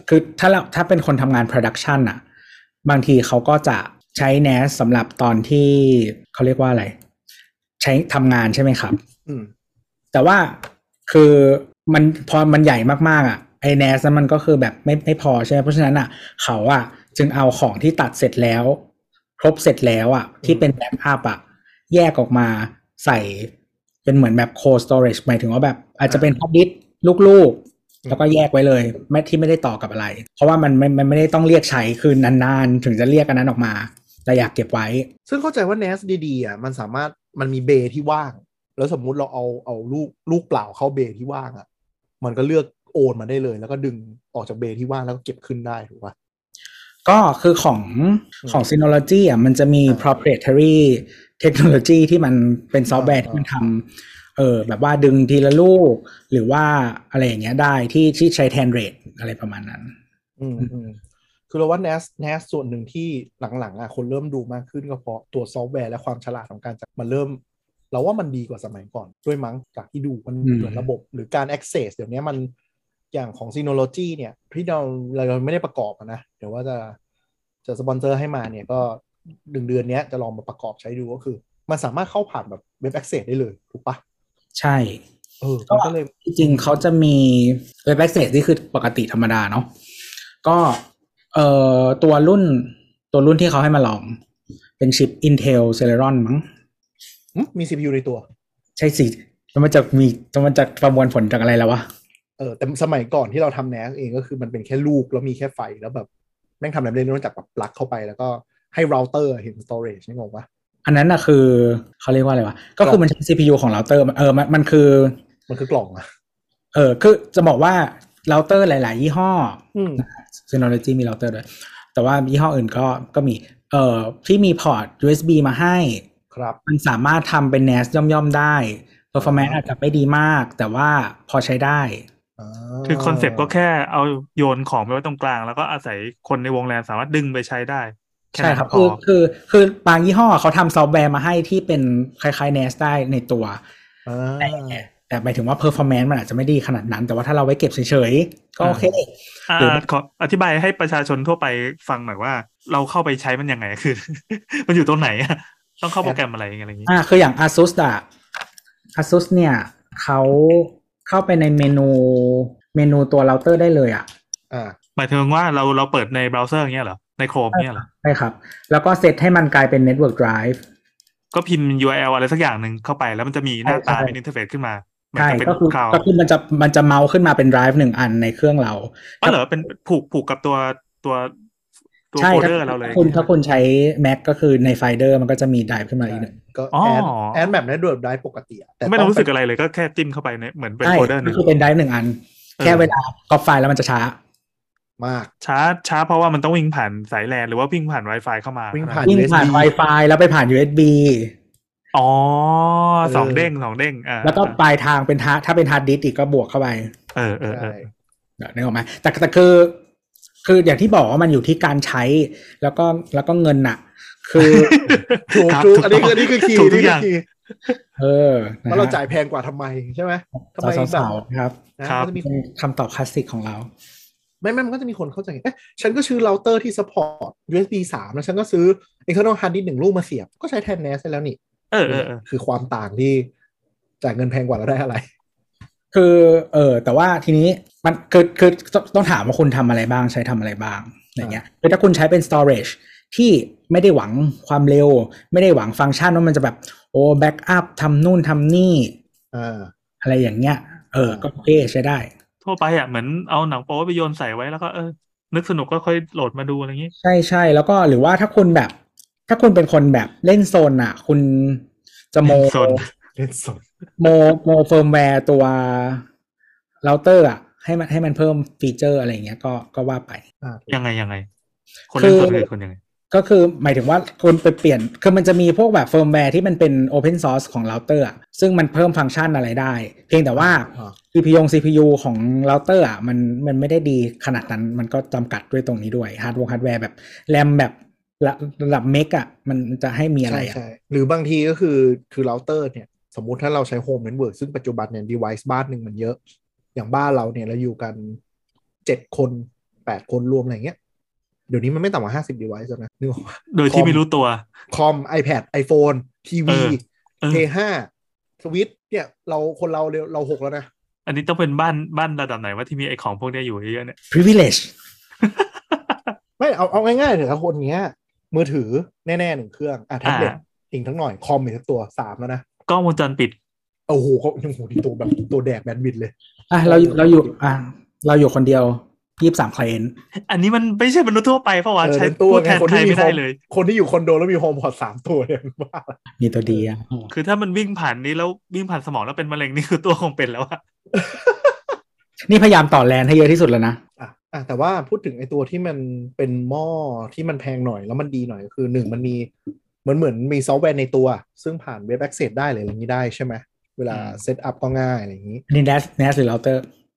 Speaker 4: คือถ้าเราถ้าเป็นคนทำงาน Production อะบางทีเขาก็จะใช้ NAS สำหรับตอนที่เขาเรียกว่าอะไร ใช้ทำงานใช่ไหมครับ
Speaker 2: อืม
Speaker 4: แต่ว่าคือมันพอมันใหญ่มากๆอ่ะไอแนสมันก็คือแบบไม่ไม่พอใช่ไหมเพราะฉะนั้นอ่ะ เขาอ่ะจึงเอาของที่ตัดเสร็จแล้ว ครบเสร็จแล้วอ่ะ ที่เป็นแบ็กอัพอ่ะ แยกออกมาใส่เป็นเหมือนแบบโคสโตรจหมายถึงว่าแบบ อาจจะเป็นฮอดดิสก์ลูกๆ แล้วก็แยกไว้เลยไม่ที่ไม่ได้ต่อกับอะไร เพราะว่ามันไม่มันไม่ได้ต้องเรียกใช้คือนานๆ ถึงจะเรียกอันนั้นออกมาแต่อยากเก็บไว้
Speaker 2: ซึ่งเข้าใจว่า NAS ดีๆอ่ะมันสามารถมันมีเบย์ที่ว่าง แล้วสมมุติเราเอาเอาลูกลูกเปล่าเข้าเบย์ที่ว่างอ่ะ มันก็เลือกโอนมาได้เลย แล้วก็ดึงออกจากเบย์ที่ว่างแล้วก็เก็บขึ้นได้ถูกป่ะ
Speaker 4: ก็คือของ
Speaker 2: อืม
Speaker 4: ของ Synology อ่ะมันจะมี
Speaker 2: อ่า
Speaker 4: proprietary technology ที่มันเป็นซอฟต์แวร์
Speaker 2: อ่า
Speaker 4: ที่มันทำเออแบบว่าดึงทีละลูก หรือว่าอะไรอย่างเงี้ยได้ที่ที่ใช้แทนเรทอะไรประมาณนั้น
Speaker 2: อืมอืมคือเราว่า NAS NAS ส่วนหนึ่งที่หลังๆอ่ะคนเริ่มดูมากขึ้นก็เพราะตัวซอฟต์แวร์และความฉลาดของการจัดมันเริ่ม เราว่ามันดีกว่าสมัยก่อน ด้วยมั้งจากที่ดูมัน
Speaker 4: อืม
Speaker 2: เหมือนระบบ หรือการ access เดี๋ยวนี้มันอย่างของ Synology เนี่ยที่เราเราไม่ได้ประกอบอะนะ เดี๋ยวว่าจะจะสปอนเซอร์ให้มาเนี่ยก็หนึ่งเดือนเนี้ยจะลองมาประกอบใช้ดูก็คือ มันสามารถเข้าผ่านแบบเว็บ access ได้เลยถูกปะ
Speaker 4: ใช่
Speaker 2: เออมันก็เลย
Speaker 4: จริงๆเขาจะมีเว็บ access ที่คือปกติธรรมดาเนาะก็เอ่อตัวรุ่นตัวรุ่นที่เขาให้มาลอง เป็นชิป Intel Celeron มั้ง
Speaker 2: หึมี CPU ในตัว
Speaker 4: ใช่สิแล้วมันจะมีแล้วมันจะประมวลผลจากอะไรแล้ววะ
Speaker 2: เออแต่สมัยก่อนที่เราทำแนสเองก็คือมันเป็นแค่ลูกแล้วมีแค่ไฟแล้วแบบแม่งทำอะไรไม่ได้นอกจากแบบปลั๊กเข้าไปแล้วก็ให้เราเตอร์เห็นสโตรจนี่งงปะ
Speaker 4: อันนั้นน่ะคือเขาเรียกว่าอะไรวะ ก็คื
Speaker 2: กล่
Speaker 4: อ
Speaker 2: อง
Speaker 4: มันใช้ CPU ของเราเตอร์เออมันมันคือ
Speaker 2: มันคือกล่องอะ
Speaker 4: เออคือจะบอกว่าเราเตอร์หลาย ๆ ยี่ห้อ
Speaker 2: อืม
Speaker 4: Synology มีเราเตอร์ด้วย แต่ว่ายี่ห้ออื่นก็ก็มีเอ่อที่มีพอร์ต USB มาให้
Speaker 2: ครับ
Speaker 4: มันสามารถทำเป็น NAS ย่อม ๆ ได้ performance
Speaker 2: อ่า
Speaker 4: อาจจะไม่ดีมาก แต่ว่าพอใช้ได้
Speaker 2: อ่า
Speaker 3: คือคอนเซปต์ก็แค่เอาโยนของไปไว้ตรงกลาง แล้วก็อาศัยคนในวงแรงสามารถดึงไปใช้ได้แนั้น
Speaker 4: ใช่ครับ
Speaker 3: พ
Speaker 4: คือ อคือคือบางยี่ห้อเขาทำซอฟต์แวร์มาให้ที่เป็นคล้าย ๆ NAS ได้ในตัว
Speaker 2: อ่า
Speaker 4: แต่แต่หมายถึงว่า performance มันอาจจะไม่ดีขนาดนั้น แต่ว่าถ้าเราไว้เก็บเฉยๆ ก็โอเค
Speaker 3: อ่า
Speaker 4: หรือ
Speaker 3: ขออธิบายให้ประชาชนทั่วไปฟังหน่อยว่า เราเข้าไปใช้มันยังไงคือ มันอยู่ตรงไหนอะต้องเข้าโปรแกรมอะไรอะไรอย่างงี้
Speaker 4: อ่าคืออย่าง ASUS อะ ASUS เนี่ยเขาเข้าไปในเมนูเมนูตัวเราเตอร์ได้เลยอะ
Speaker 2: อ่า
Speaker 3: หมายถึงว่าเราเราเปิดในเบราว์เซอร์อย่างเงี้ยเหรอในโครมเงี้ยเหรอ
Speaker 4: ใช่ครับ แล้วก็เซตให้มันกลายเป็น Network Drive
Speaker 3: ก็พิมพ์ URL อะไรสักอย่างหนึ่งเข้าไปแล้วมันจะมีหน้าตา
Speaker 4: ใช่
Speaker 3: เป็นอินเทอร์เฟซขึ้นมาเหมือน
Speaker 4: ใช่
Speaker 3: กับเป็น
Speaker 4: ก็คือ
Speaker 3: คลาวด์
Speaker 4: ก็คือมันจะมันจะเมาส์ขึ้นมาเป็น Drive หนึ่งอันในเครื่องเรา
Speaker 3: อ๋อเหรอเป็นผูกผูกกับตัวตัว ตัว
Speaker 4: ใช่
Speaker 3: โฟล
Speaker 4: ถ้า
Speaker 3: เดอร์เราเลย
Speaker 4: คุณถ้าคุณใช้ Mac ก็คือในไฟเดอร์มันก็จะมีไดฟ์ขึ้นมาอีกหนึ่ง
Speaker 2: ก็
Speaker 3: อ๋อ
Speaker 2: แอดแอดแบบนั้นด้วยได้ปกติอะแต่
Speaker 3: ไม่ต้องรู้สึก
Speaker 2: เป็น
Speaker 3: อะไรเลยก็แค่จิ้มเข้าไปในเหมือนเป็น
Speaker 4: ใช่
Speaker 3: โฟลเดอร์ห
Speaker 4: ก็
Speaker 3: นึ่ง
Speaker 4: คือเป็นไดรฟ์หนึ่งอัน
Speaker 3: เออ
Speaker 4: แค่เวลาก๊อปไฟล์แล้วมันจะช้า
Speaker 2: มาก
Speaker 3: ช้าช้าเพราะว่ามันต้องวิ่งผ่านสายแลนหรือว่าวิ่งผ่าน Wi-Fi เข้ามา
Speaker 2: วิ่งผ่าน
Speaker 4: วิ่งผ่าน
Speaker 2: USB
Speaker 4: Wi-Fi แล้วไปผ่าน USB
Speaker 3: อ๋อสอง
Speaker 2: เออ
Speaker 3: เด้งสองเด้งอ่า
Speaker 4: แล้วก็ปลายทางเป็นฮาร์ดถ้าเป็นฮาร์ดดิสก์อีกก็บวกเข้าไป
Speaker 3: เออเออเอ
Speaker 2: ใช่
Speaker 3: อ
Speaker 4: นึกออกไหมแต่แต่คือ คืออย่างที่บอกว่ามันอยู่ที่การใช้ แล้วก็แล้วก็เงินน่ะ คือ
Speaker 2: ถูก
Speaker 3: ครับ
Speaker 2: ถูก
Speaker 3: ถูก
Speaker 2: อันนี้อั
Speaker 3: ต้ง
Speaker 2: นนี้คือคีย์
Speaker 3: ถูก
Speaker 2: อัน
Speaker 3: ทุก
Speaker 2: นี้คือ
Speaker 3: อ
Speaker 2: ย่าง คีย์
Speaker 4: เออนะฮะ
Speaker 2: ว่าเราจ่ายแพงกว่าทำไมใช่ไหมทำไมแบ
Speaker 4: สา
Speaker 2: บ
Speaker 4: วๆครับ
Speaker 2: นะครับ มันจะมี
Speaker 4: เป็นคำตอบคลาสสิกของเรา
Speaker 2: ไม่ไม่มันก็จะมีคนเข้าใจไงเอ๊ะฉันก็ซื้อเราเตอร์ที่ support USB 3 แล้วฉันก็ซื้อ external hard disk หนึ่งลูกมาเสียบ ก็ใช้แทน NAS ได้แล้วนี่
Speaker 3: เออเออเออ
Speaker 2: คือความต่างที่จ่ายเงินแพงกว่าเราได้อะไร
Speaker 4: คือ เออแต่ว่าทีนี้มันคือคือต้องต้องถามว่าคุณทำอะไรบ้างใช้ทำอะไรบ้างอย่างเงี้ยคือถ้าคุณใช้เป็น storage ที่ไม่ได้หวังความเร็ว ไม่ได้หวังฟังก์ชันว่ามันจะแบบโอ้แบ็กอัพทำนู่นทำนี่
Speaker 2: อ่า
Speaker 4: อะไรอย่างเงี้ย เออ ก็โอเคใช้ได้
Speaker 3: ทั่วไปอ่ะเหมือนเอาหนังโป๊ไปโยนใส่ไว้แล้วก็เออ นึกสนุกก็ค่อยโหลดมาดูอะไรอย่างงี้
Speaker 4: ใช่ใช่แล้วก็หรือว่าถ้าคุณแบบ ถ้าคุณเป็นคนแบบเล่นโซนอ่ะ คุณจะโม
Speaker 3: เล่นโซน
Speaker 2: เล่นสด
Speaker 4: โมโมเฟิร์มแวร์ตัวเราเตอร์อ่ะ ให้มันให้มันเพิ่มฟีเจอร์อะไรอย่างเงี้ยก็ก็ว่าไป
Speaker 2: อ่า
Speaker 3: ยังไงยังไง คนเล่นคนเลยคนยังไง
Speaker 4: ก็คือหมายถึงว่าคนไปเปลี่ยน คือมันจะมีพวกแบบเฟิร์มแวร์ที่มันเป็น Open Source ของเราเตอร์อะซึ่งมันเพิ่มฟังก์ชันอะไรได้ เพียงแต่ว่า
Speaker 2: อ่า
Speaker 4: CPU ของ CPU ของเราเตอร์อ่ะมันมันไม่ได้ดีขนาดนั้น มันก็จำกัดด้วยตรงนี้ด้วยฮาร์ดวงฮาร์ดแวร์แบบแรมแบบระระดับเมกอ่ะมันจะให้มีอะไร
Speaker 2: ใช่
Speaker 4: อ่ะ
Speaker 2: ใช่หรือบางทีก็คือคือเราเตอร์เนี่ย สมมุติถ้าเราใช้ home network ซึ่งปัจจุบันเนี่ย device บ้านหนึ่งมันเยอะ อย่างบ้านเราเนี่ยเราอยู่กันเจ็ดคนแปดคนรวมอะไรเงี้ยเดี๋ยวนี้มันไม่ต่ำกว่าห้าสิบ device แล้วนะนึกออกปะ
Speaker 3: โดย
Speaker 2: ค
Speaker 3: ที่
Speaker 2: อม
Speaker 3: ไม่รู้ตัว
Speaker 2: คอม iPad iPhone ทีวี
Speaker 3: เออ เออ
Speaker 2: เทห้าสวิตช์เนี่ย เราคนเราเร็วเราหกแล้วนะ
Speaker 3: อันนี้ต้องเป็นบ้านบ้านระดับไหนว่าที่มีไอของพวกเนี้ยอยู่เยอะๆเนี่ย
Speaker 4: พรีเวลเลช
Speaker 2: ไม่เอาเอาง่ายๆเถอะคนเนี้ย มือถือแน่ๆหนึ่งเครื่องอ่ะแท็บเล็ต
Speaker 3: อ่า
Speaker 2: อีกทั้งหน่อย คอมอีกสักตัวสามแล้วนะ
Speaker 3: กล้องวงจรปิด
Speaker 2: โอ้โหเขาโอ้โหนี่ตัวแบบตัวแดกแบนบิดเลย
Speaker 4: อ่ะเราเราอยู่อ่ะเราอยู่คนเดียวยี่สิบสามเคลน
Speaker 3: อันนี้มันไม่ใช่มนุษย์ทั่วไปเพราะว่า
Speaker 2: เออ
Speaker 3: ใช้
Speaker 2: เป็นตัว
Speaker 3: พูด
Speaker 2: ไงคน
Speaker 3: แทนใคร
Speaker 2: ที่มี
Speaker 3: ไม่
Speaker 2: ค
Speaker 3: ได้
Speaker 2: วาม
Speaker 3: เลย
Speaker 2: คนที่อยู่คอนโดแล้วมีโฮมพอดสามตัวเนี่ยมันบ้าละ
Speaker 4: มีตัวดีอ่ะ
Speaker 3: คือถ้ามันวิ่งผ่านนี้แล้ววิ่งผ่านสมองแล้วเป็นมะเร็งนี่คือตัวคงเป็นแล้วอะ
Speaker 4: นี่พยายามต่อแลนให้เยอะที่สุดแล้วนะ
Speaker 2: อ่ะอ่ะแต่ว่าพูดถึงไอ้ตัวที่มันเป็นหม้อที่มันแพงหน่อยแล้วมันดีหน่อยก็คือหนึ่งมันมีเหมือนเหมือนมีซอฟต์แวร์ในตัว ซึ่งผ่านเว็บแอคเซสได้เลยอะไรอย่างนี้ได้ใช่ไหมเวลาเซตอัพก็ง่ายอะไรอย่างนี้
Speaker 4: อันนี้ NAS NAS หรือ router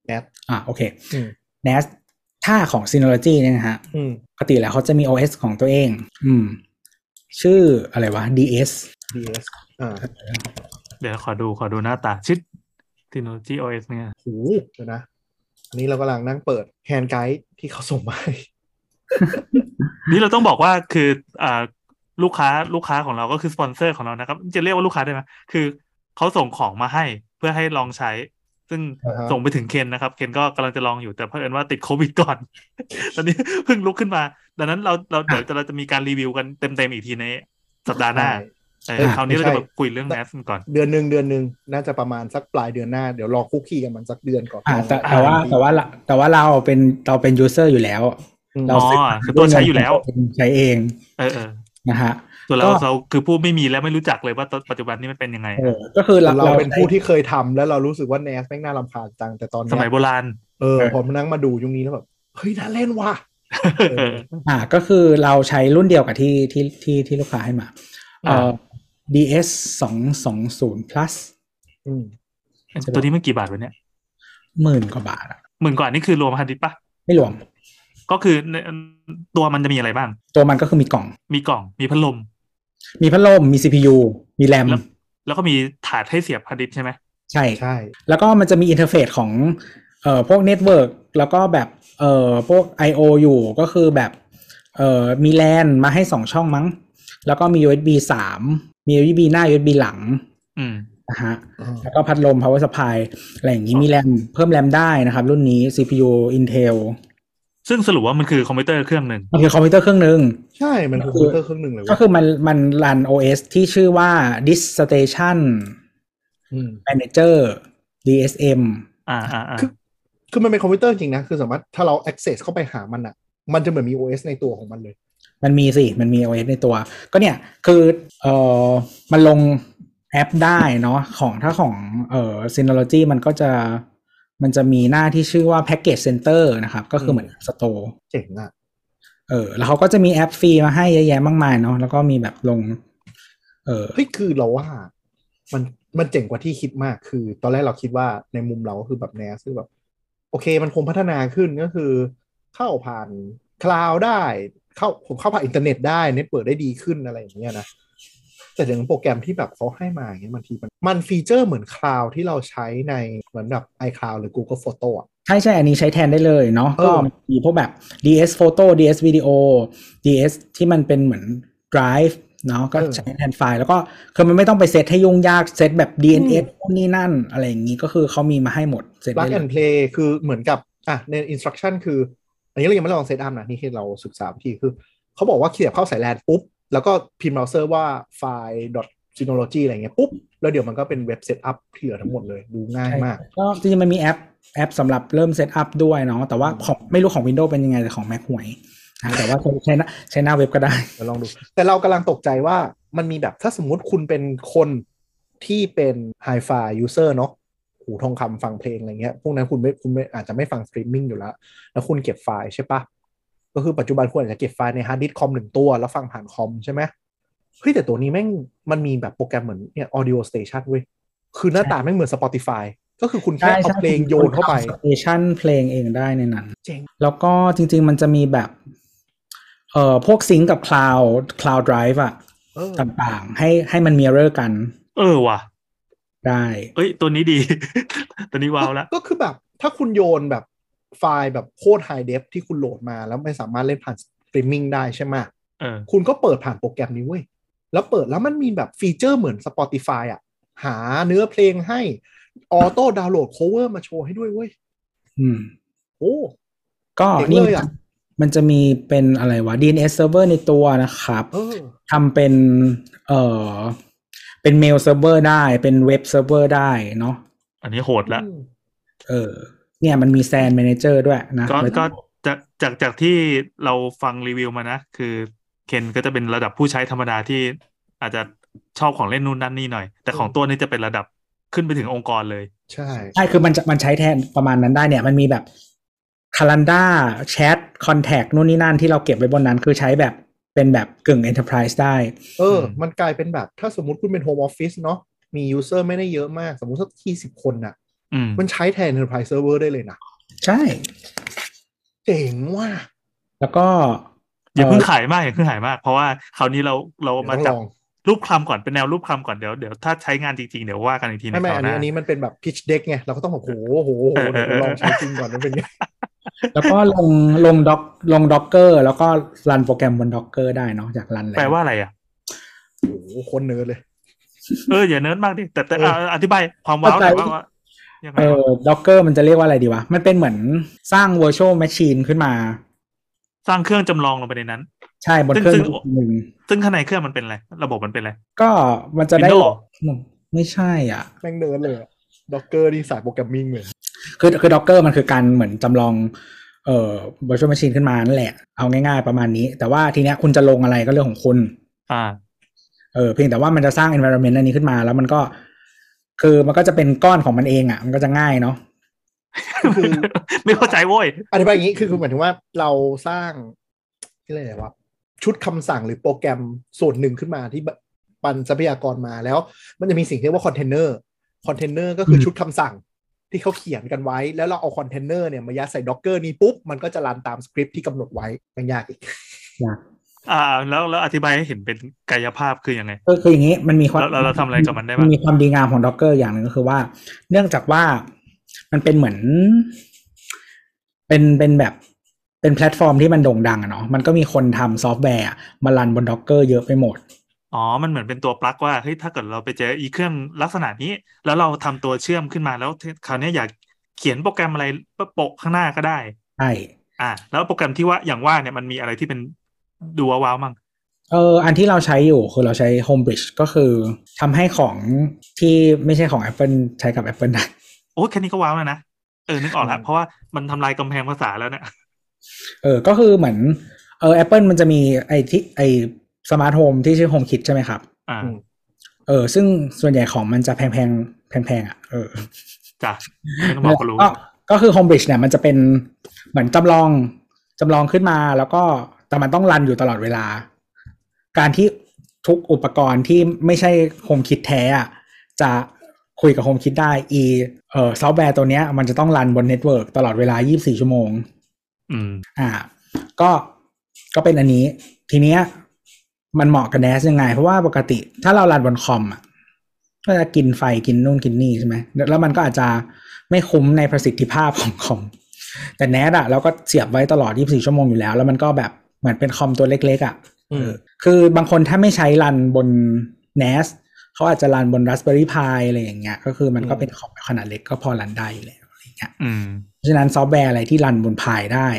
Speaker 2: NAS
Speaker 4: อ่าโอเค
Speaker 2: อืม
Speaker 4: NAS ถ้าของ Synology เนี่ยนะฮะ
Speaker 2: อืม
Speaker 4: ปกติแล้วเขาจะมี OS ของตัวเอง อืม ชื่ออะไรวะ DS
Speaker 2: DS อ่า
Speaker 3: เดี๋ยวขอดูขอดูหน้าตาชิดทีโนจีโอเอสเนี่ย
Speaker 2: หูเดี๋ยวนะ อันนี้เรากำลังนั่งเปิดแฮนด์ไกด์ที่เขาส่งมาให้
Speaker 3: นี่เราต้องบอกว่าคืออ่าลูกค้าลูกค้าของเราก็คือสปอนเซอร์ของเรานะครับ จะเรียกว่าลูกค้าได้ไหมคือเขาส่งของมาให้เพื่อให้ลองใช้ ซึ่ง
Speaker 2: อ่าฮะ
Speaker 3: ส่งไปถึงเคนนะครับ เคนก็กำลังจะลองอยู่แต่เพิ่งเอิญว่าติดโควิดก่อน ตอนนี้เพิ่งลุกขึ้นมา ดังนั้นเราเราเดี๋ยวเราจะมีการรีวิวกันเต็มๆอีกทีในสัปดาห์หน้า
Speaker 2: ใช่
Speaker 3: เออคราวนี้
Speaker 2: ไม่
Speaker 3: เรา
Speaker 2: ใช่
Speaker 3: จะมาคุยเรื่องแนสก่อน
Speaker 2: เดือนหนึ่งเดือนหนึ่งน่าจะประมาณสักปลายเดือนหน้า เดี๋ยวรอคุกคีกันมันสักเดือนก่อน
Speaker 4: อ่าแต่
Speaker 2: ลอง
Speaker 4: แต่ว่า
Speaker 2: ลอง
Speaker 4: แต่ว่าเราแต่ว่าเราเป็นเราเป็น user อยู่แล้ว
Speaker 2: อืม
Speaker 4: เรา
Speaker 3: อ๋อ
Speaker 4: ซื้
Speaker 3: คือตัวใช้อยู่แล้ว
Speaker 4: ใช้เอง
Speaker 3: เออเออ
Speaker 4: นะฮะ
Speaker 3: ส่วนเรา
Speaker 4: ก็
Speaker 3: เราคือผู้ไม่มีและไม่รู้จักเลยว่าตอนปัจจุบันนี้มันเป็นยังไง
Speaker 4: เออก็คือเรา
Speaker 2: เราเป็น
Speaker 4: ใช้
Speaker 2: ผู้ที่เคยทำแล้วเรารู้สึกว่าแนสแม่งน่ารำคาญจังแต่ตอน
Speaker 3: ส
Speaker 2: เนี้
Speaker 3: มัย
Speaker 2: ย
Speaker 3: โบราณ
Speaker 2: เออ
Speaker 4: เออ
Speaker 2: ผมนั่งมาดูยุคนี้แล้วแบบเฮ้ยน่าเล่นว่ะ เออ
Speaker 4: อ่าก็คือเราใช้รุ่นเดียวกับที่ที่ที่ที่ลูกค้าให้มาเอ่อ DS สองสองศูนย์ plus
Speaker 2: อืม
Speaker 3: ตัวนี้มันกี่บาทวะเนี่ย
Speaker 4: หมื่นกว่าบาทอะ
Speaker 3: หมื่นกว่านี่คือรวมฮันดิปะ
Speaker 4: ไม่รวม
Speaker 3: ก็คือในตัวมันจะมีอะไรบ้าง
Speaker 4: ตัวมันก็คือมีกล่อง
Speaker 3: มีกล่องมีพัดลม
Speaker 4: มีพัดลม มี CPU มีแรม
Speaker 3: แล้ว แล้วก็มีถาดให้เสียบฮันดิปใช่ไหม
Speaker 4: ใช่
Speaker 2: ใช่
Speaker 4: แล้วก็มันจะมีอินเทอร์เฟซของเอ่อพวกเน็ตเวิร์กแล้วก็แบบเอ่อพวก I/O อยู่ก็คือแบบเอ่อมีแลนมาให้ 2 ช่องมั้ง แล้วก็มี USB 3 มี USB หน้า USB หลัง
Speaker 3: อืม
Speaker 4: นะฮะ
Speaker 2: อ่า
Speaker 4: แล้วก็พัดลม power supply อะไรอย่างนี้มีแรมเพิ่มแรมได้นะครับ รุ่นนี้ CPU Intel
Speaker 3: ซึ่งสรุปว่ามันคือคอมพิวเตอร์เครื่องหนึ่ง
Speaker 4: มันคือคอมพิวเตอร์เครื่องหนึ่ง
Speaker 2: ใช่มันคือคอมพิวเตอร์เครื่องหนึ่งเลย
Speaker 4: ก็
Speaker 2: เว่ะ
Speaker 4: คือมันมันรัน OS ที่ชื่อว่า Disk Station
Speaker 2: อืม
Speaker 4: Manager DSM
Speaker 3: อ่าอ่าอ่า
Speaker 2: คือ คือมันเป็นคอมพิวเตอร์จริงนะ คือสามารถถ้าเรา access เข้าไปหามันอะ มันจะเหมือนมี OS ในตัวของมันเลย
Speaker 4: มันมีสิ มันมี OS ในตัว ก็เนี่ย คือ เออมันลงแอปได้เนาะ ของถ้าของ เออ Synology มันก็จะ มันจะมีหน้าที่ชื่อว่า Package Center นะครับ ก็คือเหมือน App Store
Speaker 2: เจ๋งอะ
Speaker 4: เออ แล้วเขาก็จะมีแอปฟรีมาให้เยอะแยะมากมายเนาะ แล้วก็มีแบบลง เออ
Speaker 2: เฮ้ยคือเราว่า มันมันเจ๋งกว่าที่คิดมากคือ ตอนแรกเราคิดว่าในมุมเราก็คือแบบแนสคือแบบ โอเคมันคงพัฒนาขึ้นก็คือ เข้าผ่านคลาวได้ เข้าผมเข้าผ่านอินเทอร์เน็ตได้เน็ตเปิดได้ดีขึ้นอะไรอย่างเงี้ยนะแต่ถึงโปรแกรมที่แบบเขาให้มาอย่างเงี้ยบางทีมันมันฟีเจอร์เหมือนคลาวที่เราใช้ในเหมือนแบบ iCloud หรือ Google Photo อะ
Speaker 4: ใช่ใช่ อันนี้ใช้แทนได้เลยเนาะ
Speaker 2: เออ
Speaker 4: ก็มีพวกแบบ DS Photo DS Video DS ที่มันเป็นเหมือน Drive เนาะ ก็ใช้แทนไฟล์ แล้วก็คือมันไม่ต้องไปเซตให้ยุ่งยาก เซตแบบ DNS นู่นนี่นั่น อะไรอย่างนี้ก็คือเขามีมาให้หมด เซต
Speaker 2: plug
Speaker 4: ได้เล
Speaker 2: and
Speaker 4: ย
Speaker 2: play คือเหมือนกับอ่ะใน instruction คือ อันนี้เรายังไม่ลองเซตอัพนะนี่ที่เราศึกษาวิธีคือ เขาบอกว่าเขียบเข้าสายแลนปุ๊บ แล้วก็พิมพ์เบราว์เซอร์ว่าไฟล์ synology อะไรเงี้ยปุ๊บ แล้วเดี๋ยวมันก็เป็นเว็บเซตอัพที่เหลือทั้งหมดเลยดูง่ายมาก
Speaker 4: ก็จริงๆมันมีแอปแอปสำหรับเริ่มเซตอัพด้วยเนาะ แต่ว่าของไม่รู้ของ Windows เป็นยังไงแต่ของ Mac ห่วยนะแต่ว่าใช้ใช้หน้าใช้หน้าเว็บก็ได้
Speaker 2: เดี๋ยวลองดู แต่เรากำลังตกใจว่ามันมีแบบถ้าสมมติคุณเป็นคนที่เป็น Hi-Fi User เนาะหูทองคำฟังเพลงอะไรเงี้ย พวกนั้นคุณไม่คุณไม่อาจจะไม่ฟังสตรีมมิ่งอยู่แล้ว แล้วคุณเก็บไฟล์ใช่ปะก็คือปัจจุบันคุณอาจจะเก็บไฟล์ในฮาร์ดดิสก์คอมหนึ่งตัว แล้วฟังผ่านคอมใช่ไหมเฮ้ยแต่ตัวนี้แม่งมันมีแบบโปรแกรมเหมือนเนี่ย audio station เว้ย คือหน้าตาแม่งเหมือน Spotify ก็คือคุณแค่เอาเพลงโยนเข้าไป
Speaker 4: สเตชันเพลงเองได้ในนั้น
Speaker 2: เจ๋ง
Speaker 4: แล้วก็จริง ๆ มันจะมีแบบเอ่อพวกซิงกับคลาวด์คลาวด์ไดรฟ์อะ
Speaker 2: เออ
Speaker 4: ต่างๆ ให้ให้มันมีเรอร์กัน
Speaker 3: เออว่ะ
Speaker 4: ได้
Speaker 3: เอ้ย ตัวนี้ดี ตัวนี้ว้าวละ
Speaker 2: ก็คือแบบถ้าคุณโยนแบบไฟล์แบบโคตรไฮเดฟที่คุณโหลดมาแล้วไม่สามารถเล่นผ่านสตรีมมิ่งได้ใช่ไหม
Speaker 3: เออ
Speaker 2: คุณก็เปิดผ่านโปรแกรมนี้เว้ย แล้วเปิดแล้วมันมีแบบฟีเจอร์เหมือน Spotify อ่ะ หาเนื้อเพลงให้ ออโต้ดาวน์โหลดโคเวอร์มาโชว์ให้ด้วยเว้ย
Speaker 4: อืม
Speaker 2: โอ้
Speaker 4: ก็
Speaker 2: เจ๋ง
Speaker 4: นี่
Speaker 2: เลยอะ
Speaker 4: มันจะมีเป็นอะไรวะ DNS server ในตัวนะครับ
Speaker 2: เออ
Speaker 4: ทำเป็นเอ่อเป็นเมลเซิร์ฟเวอร์ได้เป็นเว็บเซิร์ฟเวอร์ได้เนาะ
Speaker 3: อันนี้โหดละ
Speaker 4: เออ เนี่ยมันมีแซน manager ด้วยนะ
Speaker 3: ก็
Speaker 4: ไว้
Speaker 3: ก็จากจากจากที่เราฟังรีวิวมานะ คือเคนก็จะเป็นระดับผู้ใช้ธรรมดาที่อาจจะชอบของเล่นนู่นนั่นนี่หน่อย แต่ของตัวนี้จะเป็นระดับขึ้นไปถึงองค์กรเลย
Speaker 2: ใช่
Speaker 4: ใช่ คือมันจะมันใช้แทนประมาณนั้นได้เนี่ย มันมีแบบคาลันดาแชทคอนแทคนู่นนี่นั่นที่เราเก็บไว้บนนั้น คือใช้แบบเป็นแบบกึ่ง Enterprise ได้
Speaker 2: เออ
Speaker 3: อืม
Speaker 2: มันกลายเป็นแบบถ้าสมมติคุณเป็นโฮมออฟฟิศเนาะ มียูเซอร์ไม่ได้เยอะมาก สมมติสักที่สิบคนน่ะ
Speaker 3: อืม
Speaker 2: มันใช้แทน Enterprise Server ได้เลยนะ
Speaker 4: ใช่
Speaker 2: เจ๋งว่ะ
Speaker 4: แล้วก็
Speaker 3: อย่าเพิ่ง
Speaker 4: เ
Speaker 3: ขายมากอย่าเพิ่งขายมาก เพราะว่าคราวนี้เราเรา
Speaker 2: เดี๋ยว
Speaker 3: มา
Speaker 2: ต้องล
Speaker 3: จับ
Speaker 2: อง
Speaker 3: รูปคลำก่อนเป็นแนวรูปคลำก่อนเดี๋ยวเดี๋ยวถ้าใช้งานจริงๆ เดี๋ยวว่ากันอีกที
Speaker 2: ไม่
Speaker 3: ใน
Speaker 2: ไม่
Speaker 3: ครา
Speaker 2: อั
Speaker 3: วน ห
Speaker 2: นี้
Speaker 3: น้า
Speaker 2: อันนี้มันเป็นแบบ pitch deck ไง เราก็ต้องแบบโหโหโหเดี๋ยวคุณลองใช้จริงก่อนมันเป็นไง
Speaker 4: อแล้วก็ลงลงด็อกลงด็อกเกอร์แล้วก็รันโปรแกรมบนด็อกเกอร์ได้เนาะจากรันแล้
Speaker 3: แปล
Speaker 4: ว
Speaker 3: ว่าอะไรอ่ะ
Speaker 2: โอ้โหคนเนิร์ดเลย
Speaker 3: เอออย่าเนิร์ดมากดิแต่แต่
Speaker 2: เออ
Speaker 3: เอาอธิบายความว้าวหน่อยว่าว่ายังไง
Speaker 4: เออด็อกเกอร์มันจะเรียกว่าอะไรดีวะ มันเป็นเหมือนสร้าง virtual machine ขึ้นมา
Speaker 3: สร้างเครื่องจำลองลงไปในนั้น
Speaker 4: ใช่บนเครื่อ
Speaker 3: ซึ่
Speaker 4: ง
Speaker 3: ง
Speaker 4: หนึ่ง
Speaker 3: ซึ่งข้างในเครื่องมันเป็นอะไรระบบมันเป็นอะไร
Speaker 4: ก็มันจะได้
Speaker 3: Windows
Speaker 4: ไม่ใช่อ่ะ
Speaker 2: แม่งเนิร์ดเลยด็อกเกอร์นี่สายโปรแกรมมิ่งเลย
Speaker 4: คือคือด็อกเกอร์มันคือการเหมือนจำลองเอ่อ virtual machine ขึ้นมานั่นแหละ เอาง่ายๆประมาณนี้ แต่ว่าทีเนี้ยคุณจะลงอะไรก็เรื่องของคุณ
Speaker 3: อ่า
Speaker 4: เออเพียงแต่ว่ามันจะสร้าง environment อันนี้ขึ้นมา แล้วมันก็ คือมันก็จะเป็นก้อนของมันเองอ่ะ มันก็จะง่ายเนาะ
Speaker 2: คือ
Speaker 3: ไม่เข้าใจโว้ย
Speaker 2: อธิบายอย่างนี้คือคือหมายถึงว่าเราสร้างที่เรียกอะไรวะชุดคำสั่งหรือโปรแกรมส่วนหนึ่งขึ้นมาที่ปันทรัพยากรมาแล้ว มันจะมีสิ่งที่เรียกว่าคอนเทนเนอร์คอนเทนเนอร์ก็คือชุดคำสั่งที่เขาเขียนกันไว้ แล้วเราเอาคอนเทนเนอร์เนี่ยมายัดใส่ด็อกเกอร์นี้ปุ๊บ มันก็จะรันตามสคริปต์ที่กำหนดไว้ยังยากอีก
Speaker 3: อ่า แล้วแล้วอธิบายให้เห็นเป็นกายภาพคือยังไง
Speaker 4: ก็คืออย่างนี้มันมีความ
Speaker 3: แล้วแล้วเราทำอะไรกับมันได้บ้าง
Speaker 4: มันมีความดีงามของด็อกเกอร์อย่างหนึ่งก็คือว่า เนื่องจากว่ามันเป็นเหมือน เป็นเป็นแบบเป็นแพลตฟอร์มที่มันโด่งดังอะเนาะมันก็มีคนทำซอฟต์แวร์อะมารันบนด็อกเกอร์เยอะไปหมด
Speaker 3: อ๋อ มันเหมือนเป็นตัวปลั๊กว่าเฮ้ยถ้าเกิดเราไปเจออีเครื่องลักษณะนี้ แล้วเราทำตัวเชื่อมขึ้นมาแล้วคราวเนี้ยอยากเขียนโปรแกรมอะไรโปะข้างหน้าก็ได้
Speaker 4: ใช่
Speaker 3: อ่า แล้วโปรแกรมที่ว่าอย่างว่าเนี่ยมันมีอะไรที่เป็นดูว้าวๆมั่ง
Speaker 4: เอออันที่เราใช้อยู่คือเราใช้ Homebridge ก็คือทำให้ของที่ไม่ใช่ของ Apple ใช้กับ Apple ได้
Speaker 3: โอ้ยแค่นี้ก็ว้าวแล้วนะเออนึกออก
Speaker 4: อื
Speaker 3: ละ
Speaker 4: ม
Speaker 3: เพราะว่ามันทำลายกำแพงภาษาแล้วเนี่ย
Speaker 4: เออก็คือเหมือนเออ Apple มันจะมีไอที่ไอสมาร์ทโฮมที่ชื่อ HomeKit ใช่ไหมครับ
Speaker 3: อ่า
Speaker 2: อืม
Speaker 4: เออซึ่งส่วนใหญ่ของมันจะแพงแพงแพงแพงๆอ่ะเออ
Speaker 3: จ้ะไม่ต้องบอกก็รู้
Speaker 4: ก็ก็คือ Homebridge เนี่ยมันจะเป็นเหมือนจำลองจำลองขึ้นมาแล้วก็แต่มันต้องรันอยู่ตลอดเวลา การที่ทุกอุปกรณ์ที่ไม่ใช่ HomeKit แท้อะจะคุยกับ HomeKit ได้ อีเออซอฟต์แวร์ตัวเนี้ยมันจะต้องรันบนเน็ตเวิร์กตลอดเวลา 24 ชั่วโมง
Speaker 3: อืม
Speaker 4: อ่า ก็ก็เป็นอันนี้ ทีเนี้ย มันเหมาะกับ NAS ยังไง เพราะว่าปกติถ้าเรารันบนคอมอ่ะก็จะกินไฟกินนู่นกินนี่ใช่ไหมแล้วมันก็อาจจะไม่คุ้มในประสิทธิภาพของคอม แต่ NAS อ่ะเราก็เสียบไว้ตลอด 24 ชั่วโมงอยู่แล้ว แล้วมันก็แบบเหมือนเป็นคอมตัวเล็กๆอ่ะ
Speaker 2: อืม
Speaker 4: คือบางคนถ้าไม่ใช้รันบน NAS เขาอาจจะรันบน Raspberry Pi อะไรอย่างเงี้ย ก็คือมันก็
Speaker 2: อืม
Speaker 4: เป็นคอมขนาดเล็กก็พอรันได้อยู่แล้วอะไรอย่างเงี้ย
Speaker 3: อืม
Speaker 4: เพราะฉะนั้นซอฟต์แวร์อะไรที่รันบนพายได้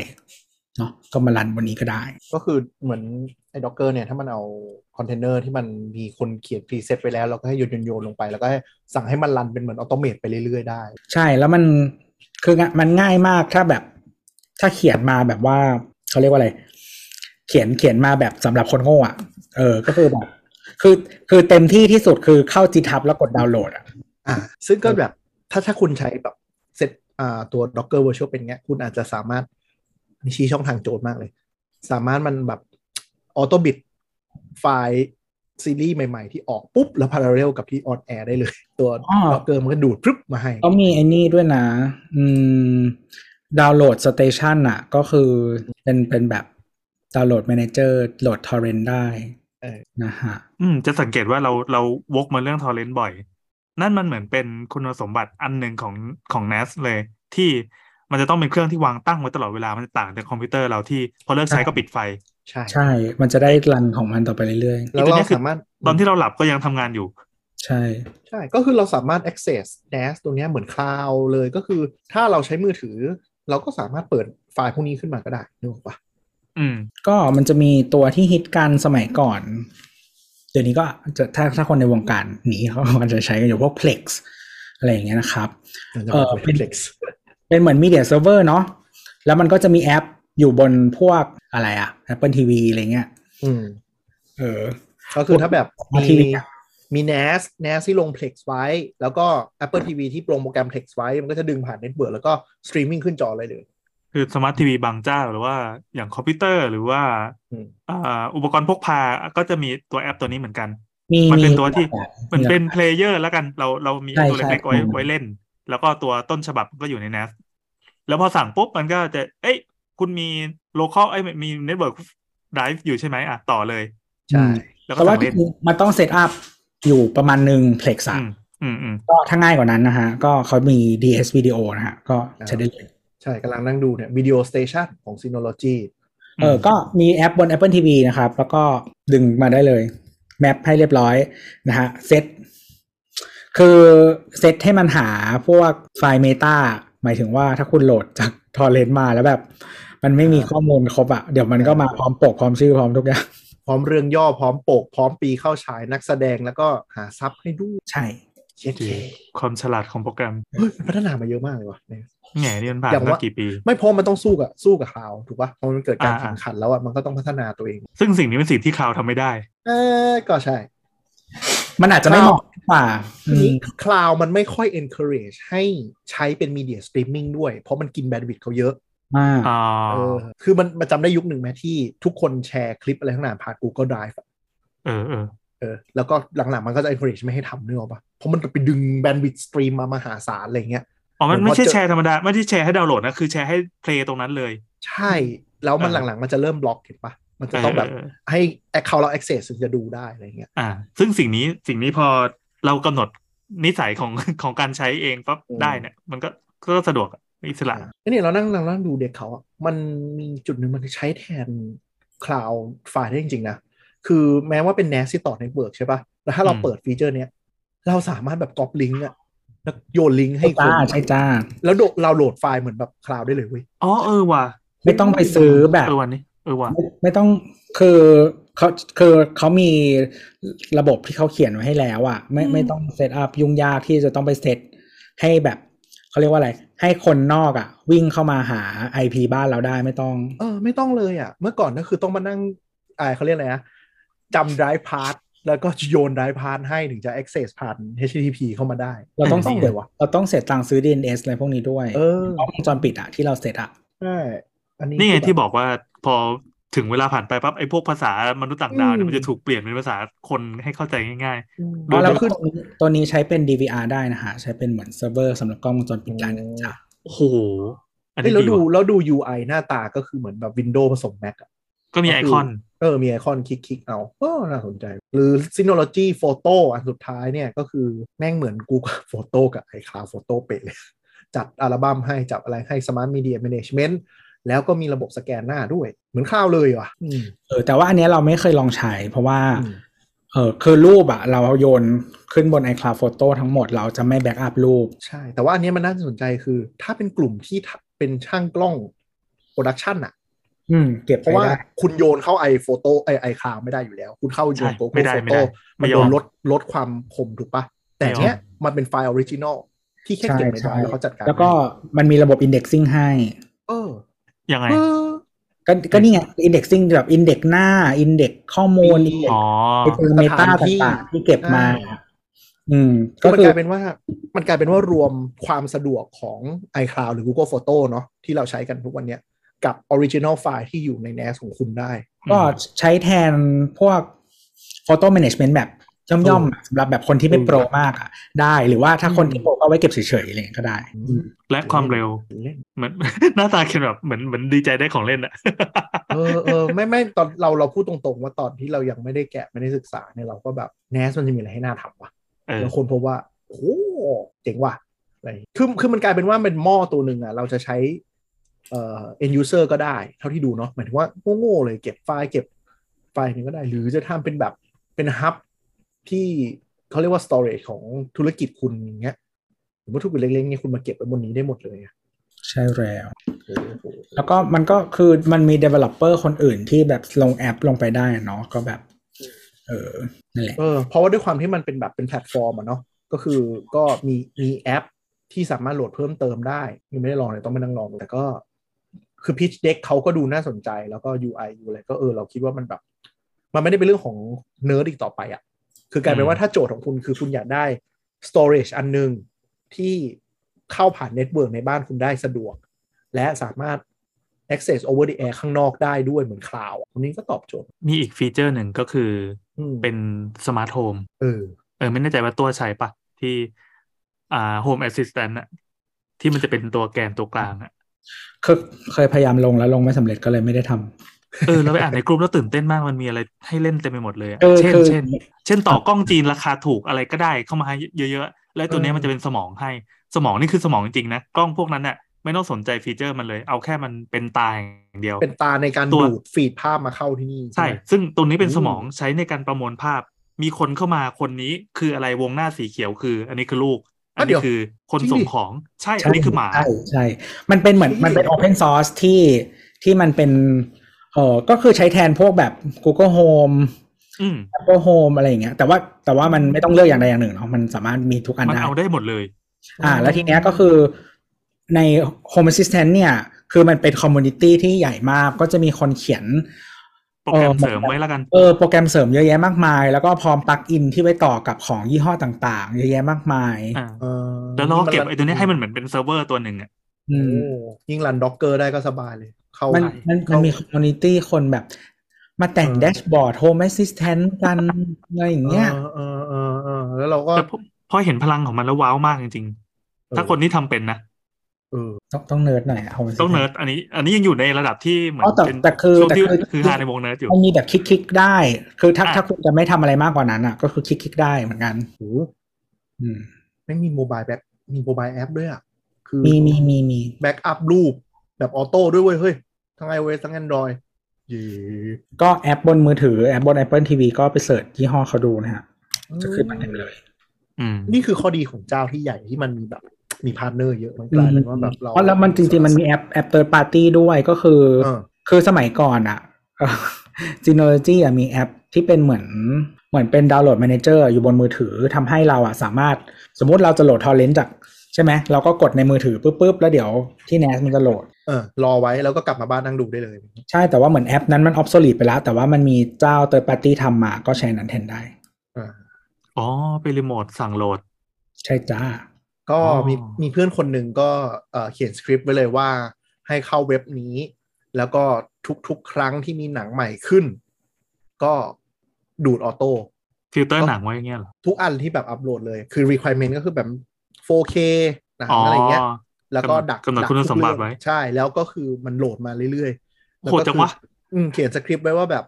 Speaker 4: เนาะก็มารันบนนี้ก็ได้
Speaker 2: ก็คือเหมือนไอ้ด็อกเกอร์เนี่ย ถ้ามันเอาคอนเทนเนอร์ที่มันมีคนเขียนพรีเซตไปแล้ว เราก็ให้โยนโยนๆๆลงไป แล้วก็ให้สั่งให้มันรันเป็นเหมือนออโตเมตไปเรื่อยๆ ได้
Speaker 4: ใช่แล้วมันคืองะมันง่ายมากถ้าแบบ ถ้าเขียนมาแบบว่าเขาเรียกว่าอะไร เขียนเขียนมาแบบสำหรับคนโง่อะเออ ก็คือแบบคือคือเต็มที่ที่สุดคือเข้า GitHub แล้วกดดาวน์โหลดอะ
Speaker 2: อ่า ซึ่งก็แบบถ้าถ้าคุณใช้แบบเซตอ่าตัว Docker Virtual เป็นเงี้ย คุณอาจจะสามารถนี่ชี้ช่องทางโจทย์มากเลย สามารถมันแบบออโตบิ t ไฟล์ซีรีส์ใหม่ๆ ที่ออกปุ๊บ แล้วพาราเรลกับที่ออนแอร์ได้เลย ตัว
Speaker 4: อ้อ
Speaker 2: Docker มันก็ดูดปึ๊บมาให้
Speaker 4: เขามีไอ้นี่ด้วยนะ อืม ดาวน์โหลดสเตชันอะก็คือเป็นเป็นแบบดาวน์โหลดแมเนเจอร์โหลดทอร์เรนต์ได้
Speaker 2: เออ
Speaker 4: นะฮะ
Speaker 3: อืม จะสังเกตว่าเราเราวกมาเรื่องทอร์เรนต์บ่อย นั่นมันเหมือนเป็นคุณสมบัติอันหนึ่งของของ NAS เลย ที่มันจะต้องเป็นเครื่องที่วางตั้งไว้ตลอดเวลา มันจะต่างจากคอมพิวเตอร์เราที่พอเลิกใช้ก็ปิดไฟ
Speaker 2: ใช่
Speaker 4: ใช่ มันจะได้รันของมันต่อไปเรื่อย
Speaker 2: แล้วเราสามารถ
Speaker 3: ตอนที่เราหลับก็ยังทำงานอยู่
Speaker 4: ๆ ใช่
Speaker 2: ใช่ ก็คือเราสามารถ access NAS ตัวเนี้ยเหมือนคลาวเลย ก็คือถ้าเราใช้มือถือ เราก็สามารถเปิดไฟล์พวกนี้ขึ้นมาก็ได้นึกออกปะ
Speaker 3: อืม
Speaker 4: ก็มันจะมีตัวที่ฮิตกันสมัยก่อน เดี๋ยวนี้ก็จะถ้าถ้าคนในวงการนี้เขาก็จะใช้กันอยู่พวก Plex อะไรอย่างเงี้ยนะครับ
Speaker 2: เอ
Speaker 4: เอ
Speaker 2: อ
Speaker 4: อเป็
Speaker 2: เป็น นเล็ก
Speaker 4: เป็นเหมือนมีเดียเซิร์ฟเวอร์เนาะ แล้วมันก็จะมีแอปอยู่บนพวกอะไรอะ Apple TV อะไรเงี้ย
Speaker 2: อืม
Speaker 4: เออ
Speaker 2: ก็คือถ้าแบบ
Speaker 4: มาที
Speaker 2: มี
Speaker 4: วีอะ
Speaker 2: มี NAS NAS ที่ลง Plex ไว้ แล้วก็ Apple TV ที่ลงโปรแกรม Plex ไว้ มันก็จะดึงผ่านเน็ตเ r ิร์แล้วก็สตรีมมิ่งขึ้นจอเลยเลย
Speaker 3: คือสมาร์ททีวีบางเจ้าหรือว่าอย่างคอมพิวเตอร์หรือว่า
Speaker 2: อืม
Speaker 3: อ่าอุปกรณ์พกพาก็จะมีตัวแอปตัวนี้เหมือนกัน
Speaker 4: มี
Speaker 3: มันเป็นตัวที่ เหมือนเป็น
Speaker 4: มี
Speaker 3: เพลเยอร์แล้วกัน เราเรามี
Speaker 4: ใช่
Speaker 3: ตัวเล็กๆไว้
Speaker 4: ใช่
Speaker 3: ไว้เล่น แล้วก็ตัวต้นฉบับก็อยู่ใน NAS แล้วพอสั่งปุ๊บมันก็จะ เอ้ย คุณมีโลคอลเอ้ยมีเน็ตเวิร์กไดฟ์อยู่ใช่ไหมอ่ะ ต่อเลย
Speaker 2: ใช่
Speaker 3: แล้วก็
Speaker 4: แต่ว่า
Speaker 3: สั่งเล่น
Speaker 4: มันต้องเซตอัพอยู่ประมาณหนึ่ง Plex อะ
Speaker 3: อืมอืมอืม
Speaker 4: ก็ถ้าง่ายกว่านั้นนะฮะ ก็เขามี DS Video นะฮะ ก็ใช้ได้เลย
Speaker 2: ใช่กำลังนั่งดูเนี่ยวิดีโอสเตชันของ Synology
Speaker 4: เออ ก็มีแอปบน Apple TV นะครับ แล้วก็ดึงมาได้เลย แมปให้เรียบร้อยนะฮะ เซต คือเซตให้มันหาพวกไฟล์เมตาหมายถึงว่าถ้าคุณโหลดจากทอร์เรนต์มาแล้วแบบ มันไม่มีข้อมูลครบอะเดี๋ยวมันก็มาพร้อมปกพร้อมชื่อพร้อมทุกอย่าง
Speaker 2: พร้อมเรื่องย่อพร้อมปก พร้อมปีเข้าฉายนักแสดงแล้วก็หาซับให้ดู
Speaker 4: ใช่
Speaker 2: เช็ด
Speaker 3: จริงความฉลาดของโปรแกรม
Speaker 2: เฮ้ยมันพัฒนามาเยอะมากเลยว่ะเนี่ย
Speaker 3: แง่นี่มันผ่าน
Speaker 2: อย่าง
Speaker 3: มา
Speaker 2: ว่า
Speaker 3: กี่ปี
Speaker 2: ไม่เพราะมันต้องสู้กับสู้กับคลาวด์ถูกปะพอมันเกิดการ
Speaker 3: อ่า
Speaker 2: แข่งขันแล้วอ่ะมันก็ต้องพัฒนาตัวเอง
Speaker 3: ซึ่งสิ่งนี้เป็นสิ่งที่คลาวทำไม่ได้
Speaker 2: เออก็ใช่
Speaker 4: มันอาจจะไม่เหมาะกว่า
Speaker 2: ทีนี้คลาวด์มันไม่ค่อย encourage ให้ใช้เป็นมีเดียสตรีมมิ่งด้วย เพราะมันกินแบนด์วิดต์เขาเยอะ
Speaker 4: มาก
Speaker 3: อ่า
Speaker 2: เออคือมันมันจำได้ยุคหนึ่งไหมที่ทุกคนแชร์คลิปอะไรทั้งนั้นผ่าน Google Drive อะ
Speaker 3: เออเออ
Speaker 2: เออแล้วก็หลังๆมันก็จะ encourage ไม่ให้ทำเนื้ออกปะเพราะมันไปดึงแบนด์วิดต์สตรีมมามหาศาลอะไรเงี้ย
Speaker 3: อ๋อ มัน
Speaker 2: เหมือน
Speaker 3: ไม่ใช่
Speaker 2: พอเจอ
Speaker 3: แชร์ธรรมดา ไม่ใช่แชร์ให้ดาวน์โหลดนะ คือแชร์ให้เพลย์ตรงนั้นเลย
Speaker 2: ใช่แล้วมันหลังๆมันจะเริ่มบล็อกเห็นปะมันจะต้องแบบ
Speaker 3: เเ
Speaker 2: ให้ account เรา access ถึงจะดูได้อะไรเงี้ย
Speaker 3: อ่า ซึ่งสิ่งนี้ สิ่งนี้พอเรากำหนดนิสัยของ ของการใช้เองปั๊บ
Speaker 2: อืม
Speaker 3: ได้เนี่ย มันก็ก็สะดวกอะอิสระ
Speaker 2: แล้วเนี่ยเรานั่งนั่งนั่งดูเด็กเขาอ่ะ มันมีจุดหนึ่งมันใช้แทนคลาวด์ไฟล์ได้จริง ๆ นะ คือแม้ว่าเป็น NAS ที่ต่อในเวิร์กใช่ปะแล้วถ้าเรา
Speaker 3: อืม
Speaker 2: เปิดฟีเจอร์เนี้ย เราสามารถแบบก๊อปลิงก์อ่ะ แล้วโยนลิงก์ให้ค
Speaker 4: ใช่จ้าน ใช่จ้า
Speaker 2: แล้วโดเราโหลดไฟล์เหมือนแบบคลาวด์ได้เลยเว้ย
Speaker 3: อ๋อ เออว่ะ
Speaker 4: ไม่ต้องไปซื้อแบบ
Speaker 3: เออวันนี้ เออว่ะ
Speaker 4: ไม่ไม่ต้องคือเขาคือเขามีระบบที่เขาเขียนไว้ให้แล้วอะไม่
Speaker 3: อืม
Speaker 4: ไม่ต้องเซตอัพยุ่งยากที่จะต้องไปเซตให้แบบ เขาเรียกว่าอะไร ให้คนนอกอะ่ะ วิ่งเข้ามาหา IP บ้านเราได้ไม่ต้อง
Speaker 2: เออไม่ต้องเลยอ่ะ เมื่อก่อนก็คือต้องมานั่งอ่าเขาเรียกอะไรนะจำ drive path แล้วก็โยน drive path ให้ถึงจะ access ผ่าน HTTP เข้ามาได้
Speaker 4: เราต้อง
Speaker 2: ต้อง
Speaker 4: เสีย
Speaker 2: เลยวะ
Speaker 4: เราต้องเสียตังค์ซื้อ DNS อะไรพวกนี้ด้วย
Speaker 2: เออก
Speaker 4: ล้องวงจรปิดอะที่เราเสร็จอะ
Speaker 2: ใช่อันนี้
Speaker 3: นี่ไง
Speaker 2: คืแบบ
Speaker 3: ที่บอกว่าพอถึงเวลาผ่านไปปั๊บไอ้พวกภาษามนุษย์ต่างดาวเนี่
Speaker 2: อื
Speaker 3: ย
Speaker 2: ม
Speaker 3: มันจะถูกเปลี่ยนเป็นภาษาคนให้เข้าใจง่าย
Speaker 2: อืม
Speaker 3: ดู
Speaker 4: อ๋อแล้ว
Speaker 2: คื
Speaker 4: คือ อตัวนี้ใช้เป็น DVR ได้นะฮะ ใช้เป็นเหมือนเซิร์ฟเวอร์สำหรับกล้องวงจรปิดได้นะจ้ะ
Speaker 3: ๆ โอ้โห อัน
Speaker 2: เอ้
Speaker 3: นี้
Speaker 2: ยแล้ว
Speaker 3: ดี
Speaker 2: ดู
Speaker 3: ว่ะ
Speaker 2: แล้วดู UI หน้าตาก็คือเหมือนแบบ Windows ผสม Mac อะ
Speaker 3: ก็มีไอคอน
Speaker 2: เออ มีไอคอนคลิกคลิกเอาเออน่าสนใจ หรือ Synology Photo อันสุดท้ายเนี่ยก็คือแม่งเหมือน Google Photo กับ iCloud Photo เป๊ะเลย จัดอัลบั้มให้จับอะไรให้ Smart Media Management แล้วก็มีระบบสแกนหน้าด้วย เหมือนข้าวเลยว่ะอืม
Speaker 4: เออแต่ว่าอันเนี้ยเราไม่เคยลองใช้ เพราะว่า
Speaker 2: อืม
Speaker 4: เออคือรูปอะเราโยนขึ้นบน iCloud Photo ทั้งหมดเราจะไม่แบ็กอัพรูป
Speaker 2: ใช่ แต่ว่าอันเนี้ยมันน่าสนใจคือ ถ้าเป็นกลุ่มที่ทำเป็นช่างกล้องโปรดักชันอะ
Speaker 4: อืม เก็บ
Speaker 2: เพ
Speaker 4: ไป
Speaker 2: ราะว่า
Speaker 4: ได้
Speaker 2: คุณโยนเข้าไอโฟโต้ไอไอคลาวไม่ได้อยู่แล้ว คุณเข้าโยน
Speaker 3: ใช่
Speaker 2: โกโก้
Speaker 3: ไม่ได้
Speaker 2: โฟ
Speaker 3: ไม่
Speaker 2: โต้
Speaker 3: ได้ไม่
Speaker 2: มัน
Speaker 3: ย
Speaker 2: โด
Speaker 3: อม
Speaker 2: นลดลดความคมถูกปะแต่
Speaker 3: ไม่ยอม
Speaker 2: เนี้ยมันเป็นไฟล์ออริจินอลที่แค่
Speaker 4: ใช่
Speaker 2: เก็บในไฟล์
Speaker 4: ใช่
Speaker 2: แล้วเขาจัดการ
Speaker 4: แล้วก็มันมีระบบ indexing ให้
Speaker 2: เออ
Speaker 3: ยังไง
Speaker 2: เออ
Speaker 4: ก็ก็นี่ไง indexing แบบ index หน้า index ข้อมูล
Speaker 2: มี
Speaker 4: index
Speaker 3: อ๋อ
Speaker 4: ไปเจอเมตา
Speaker 2: สถานที่
Speaker 4: ต่างๆที่เก็บมา
Speaker 2: อ่า
Speaker 4: อืม
Speaker 2: ก็
Speaker 4: ก็
Speaker 2: มัน
Speaker 4: คื
Speaker 2: ก
Speaker 4: อ
Speaker 2: ลายเป็นว่ามันกลายเป็นว่ารวมความสะดวกของ iCloud หรือ Google Photo เนาะที่เราใช้กันทุกวันเนี้ยกับออริจินอลไฟล์ที่อยู่ใน NAS ของคุณได้
Speaker 4: ก็ใช้แทนพวก photo management แบบย่อมๆอะสำหรับแบบคนที่ไม่โปรมากอ่ะ ได้หรือว่าถ้าคนที่โปรก็เอาไว้เก็บเฉยๆอะไรอย่างเงี้ยก็ได้
Speaker 2: อืม
Speaker 4: อืม
Speaker 3: และความเร็ว
Speaker 2: เล่น
Speaker 3: เหมือน หน้าตาเขียนแบบเหมือนเหมือนดีใจได้ของเล่นอะ
Speaker 2: เออเออไม่ไม่ตอนเราเราพูดตรงๆ ว่าตอนที่เรายังไม่ได้แกะไม่ได้ศึกษาเนี่ยเราก็แบบ NAS มันจะมีอะไรให้น่าทำวะ
Speaker 3: เออ
Speaker 2: แล้วคนพบว่าโอ้เจ๋งว่ะอะไรคือคือมันกลายเป็นว่าเป็นหม้อตัวหนึ่งอ่ะ เราจะใช้เอ่อ end user ก็ได้ เท่าที่ดูเนาะหมายถึงว่าโง่ๆเลยเก็บไฟล์เก็บไฟล์นึงก็ได้ หรือจะทำเป็นแบบเป็นฮับที่เขาเรียกว่า storage ของธุรกิจคุณอย่างเงี้ยสมมติธุรกิจเล็กๆเนี่ยคุณมาเก็บไว้บนนี้ได้หมดเลยอะ
Speaker 4: ใช่แล้ว
Speaker 2: โอ้โห
Speaker 4: แล้วก็มันก็คือมันมี developer คนอื่นที่แบบลงแอปลงไปได้เนาะก็แบบ เออนั่นแหละ
Speaker 2: เออเพราะว่าด้วยความที่มันเป็นแบบเป็นแพลตฟอร์มอะเนาะก็คือก็มีมีแอปที่สามารถโหลดเพิ่มเติมได้ยังไม่ได้ลองเลยต้องไปนั่งลองดูแต่ก็ คือ pitch deck เขาก็ดูน่าสนใจแล้วก็ UI อยู่อะไรก็เออเราคิดว่ามันแบบ มันไม่ได้เป็นเรื่องของเนิร์ดอีกต่อไปอะ่ะ คือกลายเป็นว่าถ้าโจทย์ของคุณคือคุณอยากได้ storage อันหนึ่งที่เข้าผ่านเน็ตเวิร์กในบ้านคุณได้สะดวก และสามารถ access over the air ข้างนอกได้ด้วยเหมือนคลาวด์อันนี้ก็ตอบโจทย์
Speaker 3: มีอีกฟีเจอร์หนึ่งก็คือ
Speaker 2: อืม
Speaker 3: เป็นสมาร์ทโฮม
Speaker 2: เออ
Speaker 3: เออไม่แน่ใจว่าตัวใช้ปะที่อ่า Home Assistant อะที่มันจะเป็นตัวแกนตัวกลางอะ
Speaker 4: คือเคยพยายามลงแล้วลงไม่สำเร็จก็เลยไม่ได้ทำ
Speaker 3: เออเราไปอ่านในกลุ่มแล้วตื่นเต้นมากมันมีอะไรให้เล่นเต็มไปหมดเลยอะ
Speaker 4: เออ
Speaker 3: เช่น
Speaker 4: คือ
Speaker 3: เช่นเช่นต่อกล้องจีนราคาถูกอะไรก็ได้เข้ามาให้เยอะ ๆ และตัวเนี้ย
Speaker 2: เออ
Speaker 3: มันจะเป็นสมองให้สมองนี่คือสมองจริงๆนะ กล้องพวกนั้นน่ะไม่ต้องสนใจฟีเจอร์มันเลย เอาแค่มันเป็นตาอย่างเดียว
Speaker 2: เป็นตาในการ
Speaker 3: ตัว
Speaker 2: ดูดฟีดภาพมาเข้าที่นี่
Speaker 3: ใช่
Speaker 2: ไหม
Speaker 3: ซึ่งตรงนี้เป็น
Speaker 2: อืม
Speaker 3: สมองใช้ในการประมวลภาพ มีคนเข้ามาคนนี้คืออะไรวงหน้าสีเขียวคือ อันนี้คือลูก อันนี้คือคนส่งของใช่ อันนี้คือหมา
Speaker 4: ใช่ใช่ มันเป็นเหมือนมันเป็น Open Source ที่ที่มันเป็นเออก็คือใช้แทนพวกแบบ Google Home
Speaker 3: อืม
Speaker 4: Apple Home อะไรอย่างเงี้ย แต่ว่าแต่ว่ามันไม่ต้องเลือกอย่างใดอย่างหนึ่งเนาะมันสามารถมีทุกอัน
Speaker 3: มัน
Speaker 4: ได้
Speaker 3: เอาได้หมดเลย
Speaker 4: อ่า แล้วทีเนี้ยก็คือใน Home Assistant เนี่ย คือมันเป็นคอมมูนิตี้ที่ใหญ่มาก ก็จะมีคนเขียน
Speaker 3: โปรแกรมเสริมไว้แล้วกัน
Speaker 4: เออโปรแกรมเสริมเยอะแยะมากมาย แล้วก็พร้อมปลั๊กอินที่ไว้ต่อกับของยี่ห้อต่างๆ เยอะแยะมากมาย
Speaker 3: อ่า
Speaker 2: เออ
Speaker 3: แล้วเราก็เก็บไอ้ตัวเนี้ยให้มันเหมือนเป็นเซิร์ฟเวอร์ตัวหนึ่งอ่ะ
Speaker 4: อื
Speaker 2: โอ้
Speaker 4: ม
Speaker 2: ยิ่งรันด็อกเกอร์ได้ก็สบายเลย เข้า
Speaker 4: มัน
Speaker 2: ไป
Speaker 4: มันมันมีคอมมูนิตี้คนแบบ มาแต่ง
Speaker 3: เออ
Speaker 4: แดชบอร์ดโฮมแอสซิสแตนต์กันอะไรอย่างเงี้ย
Speaker 2: เออเออเออเออแล้วเราก็
Speaker 3: แต่พอพอเห็นพลังของมันแล้วว้าวมากจริง
Speaker 2: เออ
Speaker 3: ๆ ถ้าคนที่ทำเป็นนะ
Speaker 4: ต้องต้องเนิร์ดหน่อยะ Home
Speaker 3: ต้อง
Speaker 4: Assistant
Speaker 3: เนิร์ดอันนี้ อันนี้ยังอยู่ในระดับที่เหมือ
Speaker 4: อ๋อนแต่
Speaker 3: เป็น
Speaker 4: แต่คือ
Speaker 3: ช่วงที่
Speaker 4: แต่คือ
Speaker 3: คือฮาในวงเนิร์ดอยู่
Speaker 4: มันมีแบบคลิกคลิกๆได้ คือถ้า
Speaker 3: อ่ะ
Speaker 4: ถ้าคุณจะไม่ทำอะไรมากกว่านั้นอ่ะ ก็คือคลิกคลิกๆได้เหมือนกัน
Speaker 2: โอ้
Speaker 4: อืม
Speaker 2: ไม่งมีโมบายแบ็คมีโมบายแอปด้วยอ่ะ คือ
Speaker 4: มีมีมีมี
Speaker 2: แบ็กอัพรูปแบบออโต้ด้วยเว้ย เฮ้ย ทั้งไอโอเอสทั้งแอนดรอยเย่
Speaker 4: ก็แอปบนมือถือ แอปบน Apple TV ก็ไปเสิร์ชยี่ห้อเขาดูนะฮะ จะขึ้นมาเต็มเลย
Speaker 3: อืม
Speaker 2: นี่คือข้อดีของเจ้าที่ใหญ่ที่มันมีแบบมีพาร์ทเนอร์เยอะมันกลายเป็นว่าแบบเรา
Speaker 4: อ๋อแล้วมันจริงๆ มันมีแอปแอปเติร์ดปาร์ตี้ด้วยก็คือ
Speaker 2: เออ
Speaker 4: คือสมัยก่อนอะ จีโนโลจีอะมีแอปที่เป็นเหมือนเหมือนเป็นดาวน์โหลดแมเนเจอร์อยู่บนมือถือทำให้เราอะสามารถสมมุติเราจะโหลดทอร์เรนต์จาก ใช่ไหมเราก็กดในมือถือปุ๊บปุ๊บแล้วเดี๋ยวที่เนสมันจะโหลด
Speaker 2: เออรอไว้แล้วก็กลับมาบ้านนั่งดูได้เลย
Speaker 4: ใช่แต่ว่าเหมือนแอปนั้นมันออฟโซลิดไปแล้ว แต่ว่ามันมีเจ้าเตอร์ปาร์ตี้ทำมาก็ใช้นั้นแทนได้
Speaker 3: อ๋อเป็นรีโมทสั่งโหลด
Speaker 4: ใช่จ้า
Speaker 2: ก็
Speaker 3: อ๋อ
Speaker 2: มีมีเพื่อนคนหนึ่งก็เอ่อเขียนสคริปต์ไว้เลยว่าให้เข้าเว็บนี้ แล้วก็ทุกๆ ครั้งที่มีหนังใหม่ขึ้น ก็ดูดออโต้
Speaker 3: ฟิลเตอ
Speaker 2: อ๋
Speaker 3: ร์
Speaker 2: อ
Speaker 3: หนังไว้อย่างเงี้ยเหรอ
Speaker 2: ทุกอันที่แบบอัปโหลดเลย คือ requirement ก็คือแบบ 4K หนัง
Speaker 3: อ๋ออ
Speaker 2: อะไรเงี้ย แล้วก็ดัก
Speaker 3: กำหนด
Speaker 2: ดั
Speaker 3: คุณสมบัติ
Speaker 2: ทุกเรื่อง
Speaker 3: ไว้
Speaker 2: ใช่แล้วก็คือมันโหลดมาเรื่อยๆแล้ว
Speaker 3: โห
Speaker 2: ก็
Speaker 3: ดจังวะ
Speaker 2: คืออืมเขียนสคริปต์ไว้ว่าแบบ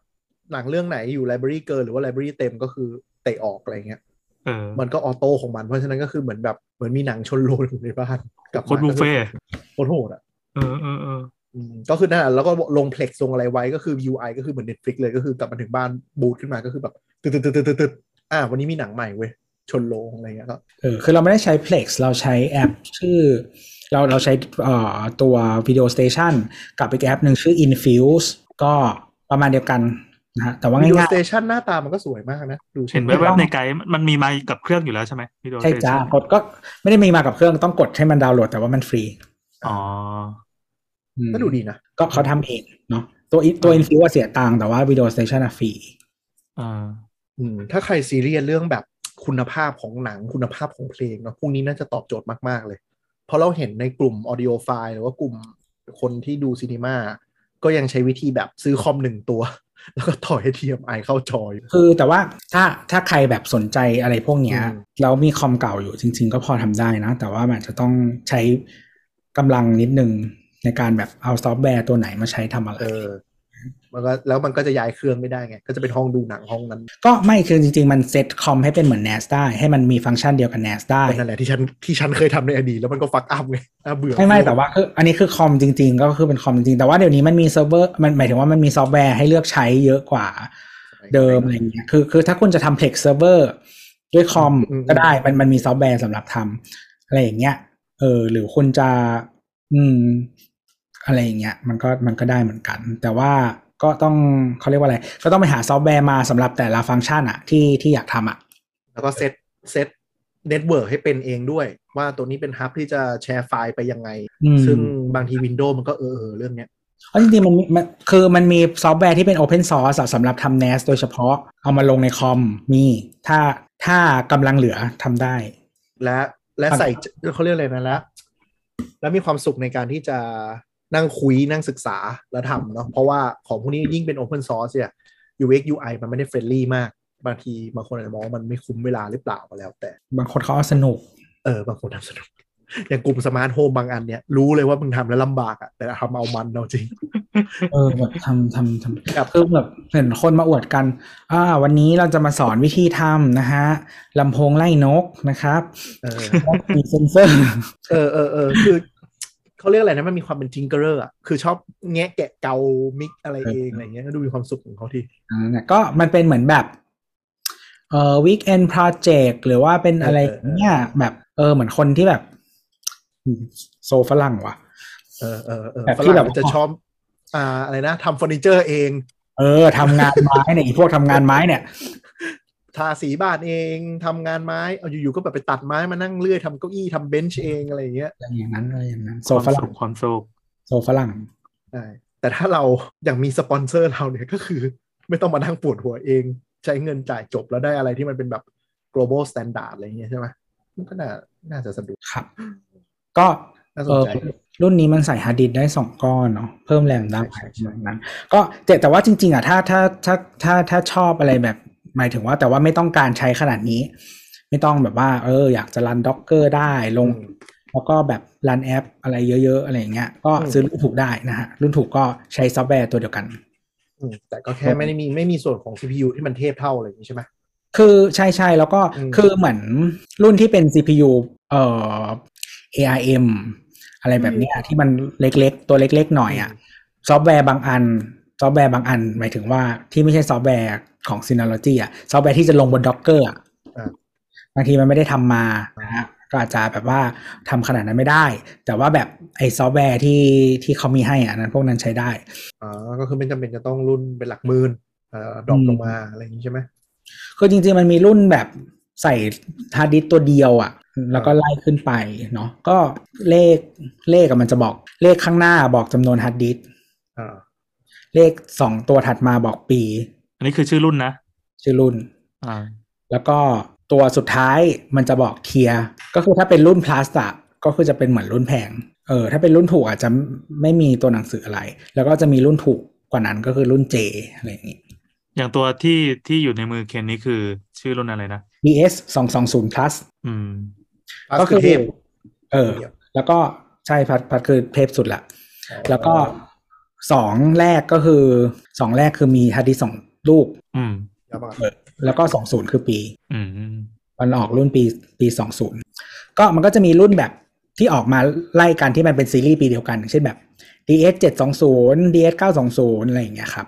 Speaker 2: หนังเรื่องไหนอยู่ไลบรารีเกินหรือว่าไลบรารีเต็มก็คือเตะออกอะไรเงี้ย
Speaker 3: เออ
Speaker 2: มันก็ออโต้ของมัน เพราะฉะนั้นก็คือเหมือนแบบเหมือนมีหนังชนโลอยู่ในบ้านกลับมา
Speaker 3: โคตรบุฟเฟ่ต์
Speaker 2: โคตรโหดอ่ะ
Speaker 3: เออเออเออ
Speaker 2: อืมก็คือนั่นแหละแล้วก็ลงเพล็กลงอะไรไว้ก็คือ UI ก็คือเหมือน Netflix เลยก็คือกลับมาถึงบ้านบูทขึ้นมาก็คือแบบตึ๊ดตึ๊ดตึ๊ดตึ๊ดตึ๊ดอ่าวันนี้มีหนังใหม่เว้ยชนโลงอะไรเงี้ยก็
Speaker 4: เออคือเราไม่ได้ใช้ Plex เราใช้แอปชื่อ เราเราใช้เอ่อตัว Video Station กับอีกแอปหนึ่งชื่อ Infuse ก็ประมาณเดียวกันนะฮะแต่ว่า
Speaker 2: วิดีโอ
Speaker 4: ง่าย
Speaker 2: สเตชันหน้าตามันก็สวยมากนะ ดู
Speaker 3: เห็นแวบๆในไกด์มันมีมากับเครื่องอยู่แล้วใช่ไหมวิดีโอ
Speaker 4: ๆใช่จ้ากดก็ไม่ได้มีมากับเครื่องต้องกดให้มันดาวน์โหลดแต่ว่ามันฟรี
Speaker 3: อ๋อ
Speaker 4: อืม
Speaker 2: ก็ดูดีนะ
Speaker 4: ก็เขาทำเองเนาะตัวตัว Infuse อะเสียตังค์แต่ว่า Video Station อะฟรี
Speaker 3: เออ
Speaker 2: อืมถ้าใครซีเรียสเรื่องแบบคุณภาพของหนังคุณภาพของเพลงเนาะพวกนี้น่าจะตอบโจทย์มาก ๆ เลย เพราะเราเห็นในกลุ่มออดิโอไฟล์หรือว่ากลุ่มคนที่ดูซีนีมาก็ยังใช้วิธีแบบซื้อคอมหนึ่งตัว แล้วก็ต่อให้ TMI เข้าจอย
Speaker 4: คือแต่ว่าถ้าถ้าใครแบบสนใจอะไรพวกเนี้ย
Speaker 2: อืม
Speaker 4: แล้วมีคอมเก่าอยู่จริง ๆ ก็พอทำได้นะ แต่ว่ามันอาจจะต้องใช้กำลังนิดนึงในการแบบเอาซอฟต์แวร์ตัวไหนมาใช้ทำอะไร
Speaker 2: เออมันก็แล้วมันก็จะย้ายเครื่องไม่ได้ไง ก็จะเป็นห้องดูหนังห้องนั้น
Speaker 4: ก็ไม่คือจริง ๆ มันเซตคอมให้เป็นเหมือน NAS ได้ ให้มันมีฟังก์ชันเดียวกับ NAS ได้
Speaker 2: นั่นแหละที่ฉันที่ฉันเคยทำในอดีตแล้วมันก็ฟักอัพไงน่าเบื่อ
Speaker 4: ไม่ไม่แต่ว่าคืออันนี้คือคอมจริง ๆ ก็คือเป็นคอมจริงๆแต่ว่าเดี๋ยวนี้มันมีเซิร์ฟเวอร์มันหมายถึงว่ามันมีซอฟต์แวร์ให้เลือกใช้เยอะกว่า เดิมอะไรเงี้ย คือคือถ้าคุณจะทำ Plex Server ด้วยคอม
Speaker 2: อืม
Speaker 4: ก็ได้ มันมันมีซอฟต์แวร์สำหรับทำอะไรอย่างเงี้ย เออ หรือคุณจะ อืม อะไรอย่างเงี้ย มันก็มันก็ได้เหมือนกัน แต่ว่าก็ต้องเขาเรียกว่าอะไร ก็ต้องไปหาซอฟต์แวร์มาสำหรับแต่ละฟังก์ชันอะที่ที่อยากทำอะ
Speaker 2: แล้วก็เซตเซตเน็ตเวิร์กให้เป็นเองด้วย ว่าตัวนี้เป็นฮับที่จะแชร์ไฟล์ไปยังไง
Speaker 4: อืม
Speaker 2: ซึ่งบางที Windows มันก็เออเออเรื่องเนี้ย
Speaker 4: เพราะจริงๆมันมีมันคือมันมีซอฟต์แวร์ที่เป็น Open Source อะสำหรับทำ NAS โดยเฉพาะเอามาลงในคอมมีถ้าถ้ากำลังเหลือทำได้
Speaker 2: และและ
Speaker 4: ครับ
Speaker 2: ใส่เขาเรียกอะไรนะและแล้วมีความสุขในการที่จะนั่งคุยนั่งศึกษาแล้วทำเนาะเพราะว่าของพวกนี้ยิ่งเป็น Open Source เนี่ย UX UI มันไม่ได้เฟรนลี่มาก บางทีบางคนอาจจะมองว่ามันไม่คุ้มเวลาหรือเปล่าก็แล้ว แต่
Speaker 4: บางคนเขาเอาสนุก
Speaker 2: เออบางคนทำสนุก อย่างกลุ่มสมาร์ทโฮมบางอันเนี่ย รู้เลยว่ามึงทำแล้วลำบากอะแต่ทำเอามันเอาจริง
Speaker 4: เออแบบทำทำทำ
Speaker 2: ครับ
Speaker 4: คือแบบเห็นคนมาอวดกัน อ่า วันนี้เราจะมาสอนวิธีทำนะฮะลำโพงไล่นกนะครับ
Speaker 2: เออ
Speaker 4: แล้วก็มีเซนเซอร์
Speaker 2: เออเออเออคือ เขาเรียกอะไรนะมันมีความเป็นจิงเกอร์อะคือชอบแงะแกะเกามิกอะไรเองอะไรเงี้ยก็ดูมีความสุขของเขาที
Speaker 4: อ่าเนี่ยก็มันเป็นเหมือนแบบเอ่อ weekend project หรือว่าเป็นอะไร
Speaker 2: เออเออ
Speaker 4: เนี่ยแบบเออเหมือนคนที่แบบโซฝรั่งว่ะ
Speaker 2: เออเออเออ
Speaker 4: แบบ
Speaker 2: ฝ
Speaker 4: ที่
Speaker 2: รั่ง
Speaker 4: แบบ
Speaker 2: มันจะชอบอ่าอะไรนะทำเฟอร์นิเจอร์เอง
Speaker 4: เออทำงานไม้เนี่ย ไอ้พวกทำงานไม้เนี่ย
Speaker 2: ทาสีบ้านเองทำงานไม้เอาอยู่ๆก็แบบไปตัดไม้มานั่งเลื่อยทำเก้าอี้ทำเบนช์เองอะไรอย่างเงี้ย
Speaker 4: อะไรอย่างนั้นอะไรอย่างนั้นโซ
Speaker 3: ความ
Speaker 4: ฝรั่
Speaker 3: สุ
Speaker 4: ง
Speaker 3: ขความสุข
Speaker 4: โซฝรั่ง
Speaker 2: ใช่แต่ถ้าเราอย่างมีสปอนเซอร์เราเนี่ยก็คือ ไม่ต้องมานั่งปวดหัวเอง ใช้เงินจ่ายจบแล้วได้อะไรที่มันเป็นแบบ global standard อะไรอย่างเงี้ยใช่ไหมมันก็น่าน่าจะสะดวก
Speaker 4: ครับ ก็
Speaker 2: น่าส
Speaker 4: เอน อ
Speaker 2: ใจ
Speaker 4: รุ่นนี้มันใส่ฮาร์ดดิสก์ได้สองก้อนเนาะเพิ่มแรมได้
Speaker 2: ใช่ใช่
Speaker 4: ป
Speaker 2: ใช่
Speaker 4: ระมาณนั้น ก็แต่แต่ว่าจริง ๆ อ่ะถ้าถ้าถ้าถ้าถ้าชอบอะไรแบบ หมายถึงว่าแต่ว่าไม่ต้องการใช้ขนาดนี้ ไม่ต้องแบบว่า เออ อยากจะรันด็อกเกอร์ได้ลง แล้วก็แบบรันแอปอะไรเยอะ ๆ อะไรอย่างเงี้ยก็
Speaker 2: อืม
Speaker 4: ซื้อรุ่นถูกได้นะฮะ รุ่นถูกก็ใช้ซอฟต์แวร์ตัวเดียวกัน
Speaker 2: อืมแต่ก็แค่ไม่ได้มีไม่มีส่วนของ CPU ที่มันเทพเท่าอะไรอย่างนี้ใช่ไหม
Speaker 4: คือใช่ใช่แล้วก็
Speaker 2: อืม
Speaker 4: คือเหมือนรุ่นที่เป็น CPU เอ่อ ARM อะไรแบบเนี้ยที่มันเล็กๆ ตัวเล็ก ๆ หน่อยอ่ะ ซอฟต์แวร์บางอัน ซอฟต์แวร์บางอัน หมายถึงว่าที่ไม่ใช่ซอฟต์แวร์ของ Synology อ่ะ ซอฟต์แวร์ที่จะลงบน Docker อ่ะ
Speaker 2: อ่า
Speaker 4: บางทีมันไม่ได้ทำมานะฮะก็อาจจะแบบว่าทำขนาดนั้นไม่ได้ แต่ว่าแบบไอ้ซอฟต์แวร์ที่ที่เขามีให้อ่ะนั้นพวกนั้นใช้ได้
Speaker 2: อ๋อก็คือไม่จำเป็นจะต้องรุ่นเป็นหลักหมื่นเอ่อดรอปลงมาอะไรอย่างนี้ใช่ไหม
Speaker 4: คือจริงๆมันมีรุ่นแบบใส่ฮาร์ดดิสก์ตัวเดียวอ่ะ แล้วก็ไล่ขึ้นไปเนาะก็เลขเลขอะมันจะบอกเลขข้างหน้าบอกจำนวนฮาร์ดดิสก์
Speaker 2: อ่า
Speaker 4: เลขสองตัวถัดมาบอกปี
Speaker 3: อันนี้คือชื่อรุ่นนะ
Speaker 4: ชื่อรุ่น
Speaker 3: อ่า
Speaker 4: แล้วก็ตัวสุดท้ายมันจะบอกเทียร์ก็คือถ้าเป็นรุ่นพลาสตะก็คือจะเป็นเหมือนรุ่นแพงเออถ้าเป็นรุ่นถูกอาจจะไม่มีตัวหนังสืออะไร แล้วก็จะมีรุ่นถูกกว่านั้นก็คือรุ่น J อะไรอย่างนี้
Speaker 3: อย่างตัวที่ที่อยู่ในมือเคนนี่คือชื่อรุ่นอะไรนะ
Speaker 4: BS 2 2 0 plus
Speaker 3: อืม
Speaker 2: ก็
Speaker 4: ก็
Speaker 2: คือเทพ
Speaker 4: เออ แล้วก็ใช่พัดพัดคือเทพสุดละ แล้วก็สองแรกก็คือสองแรกคือมีฮาร์ดดิสก์สองลูก
Speaker 3: อืม
Speaker 4: แล้วก็สองศูนย์คือปี
Speaker 3: อืม
Speaker 4: มันออกรุ่นปีปีสองศูนย์ก็มันก็จะมีรุ่นแบบที่ออกมาไล่กันที่มันเป็นซีรีส์ปีเดียวกันอย่างเช่นแบบ DS 7 2 0 DS 9 2 0อะไรอย่างเงี้ยครับ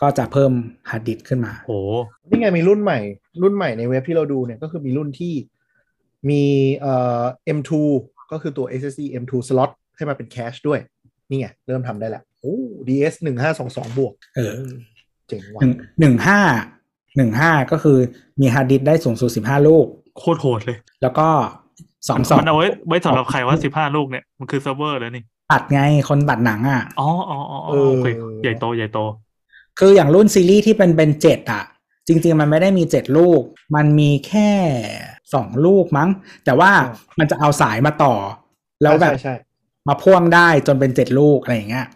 Speaker 4: ก็จะเพิ่มฮาร์ดดิสก์ขึ้นมา
Speaker 3: โห
Speaker 2: นี่ไงมีรุ่นใหม่ รุ่นใหม่ในเว็บที่เราดูเนี่ยก็คือมีรุ่นที่มีเอ่อ M2 ก็คือตัว SSD M2 slot ให้มาเป็นแคชด้วย นี่ไง เริ่มทำได้แล้วโอ้ DS หนึ่งห้าสองสองบวก
Speaker 4: เออ
Speaker 2: เจ๋งว่ะ
Speaker 4: หนึ่งหนึ่งห้าหนึ่งห้าก็คือมีฮาร์ดดิสก์ได้สูงสุดสิบห้าลูก
Speaker 3: โคตรโหดเลย
Speaker 4: แล้วก็สองสอง
Speaker 3: มันเอาไว้ไว้สำหรับใครว่าสิบห้าลูกเนี่ย มันคือเซิร์ฟเวอร์แล้วนี่
Speaker 4: ตัดไงคนตัดหนังอ่ะ
Speaker 3: อ๋ออ๋ออ๋ออ๋อโอเคใหญ่โตใหญ่โต
Speaker 4: คืออย่างรุ่นซีรีส์ที่เป็นเป็นเจ็ดอะจริง ๆ มันไม่ได้มีเจ็ดลูก มันมีแค่สองลูกมั้ง แต่ว่ามันจะเอาสายมาต่อ แล้วแบบ
Speaker 2: ใช่ใช่
Speaker 4: มาพ่วงได้จนเป็นเจ็ดลูกอะไรอย่างเงี้ย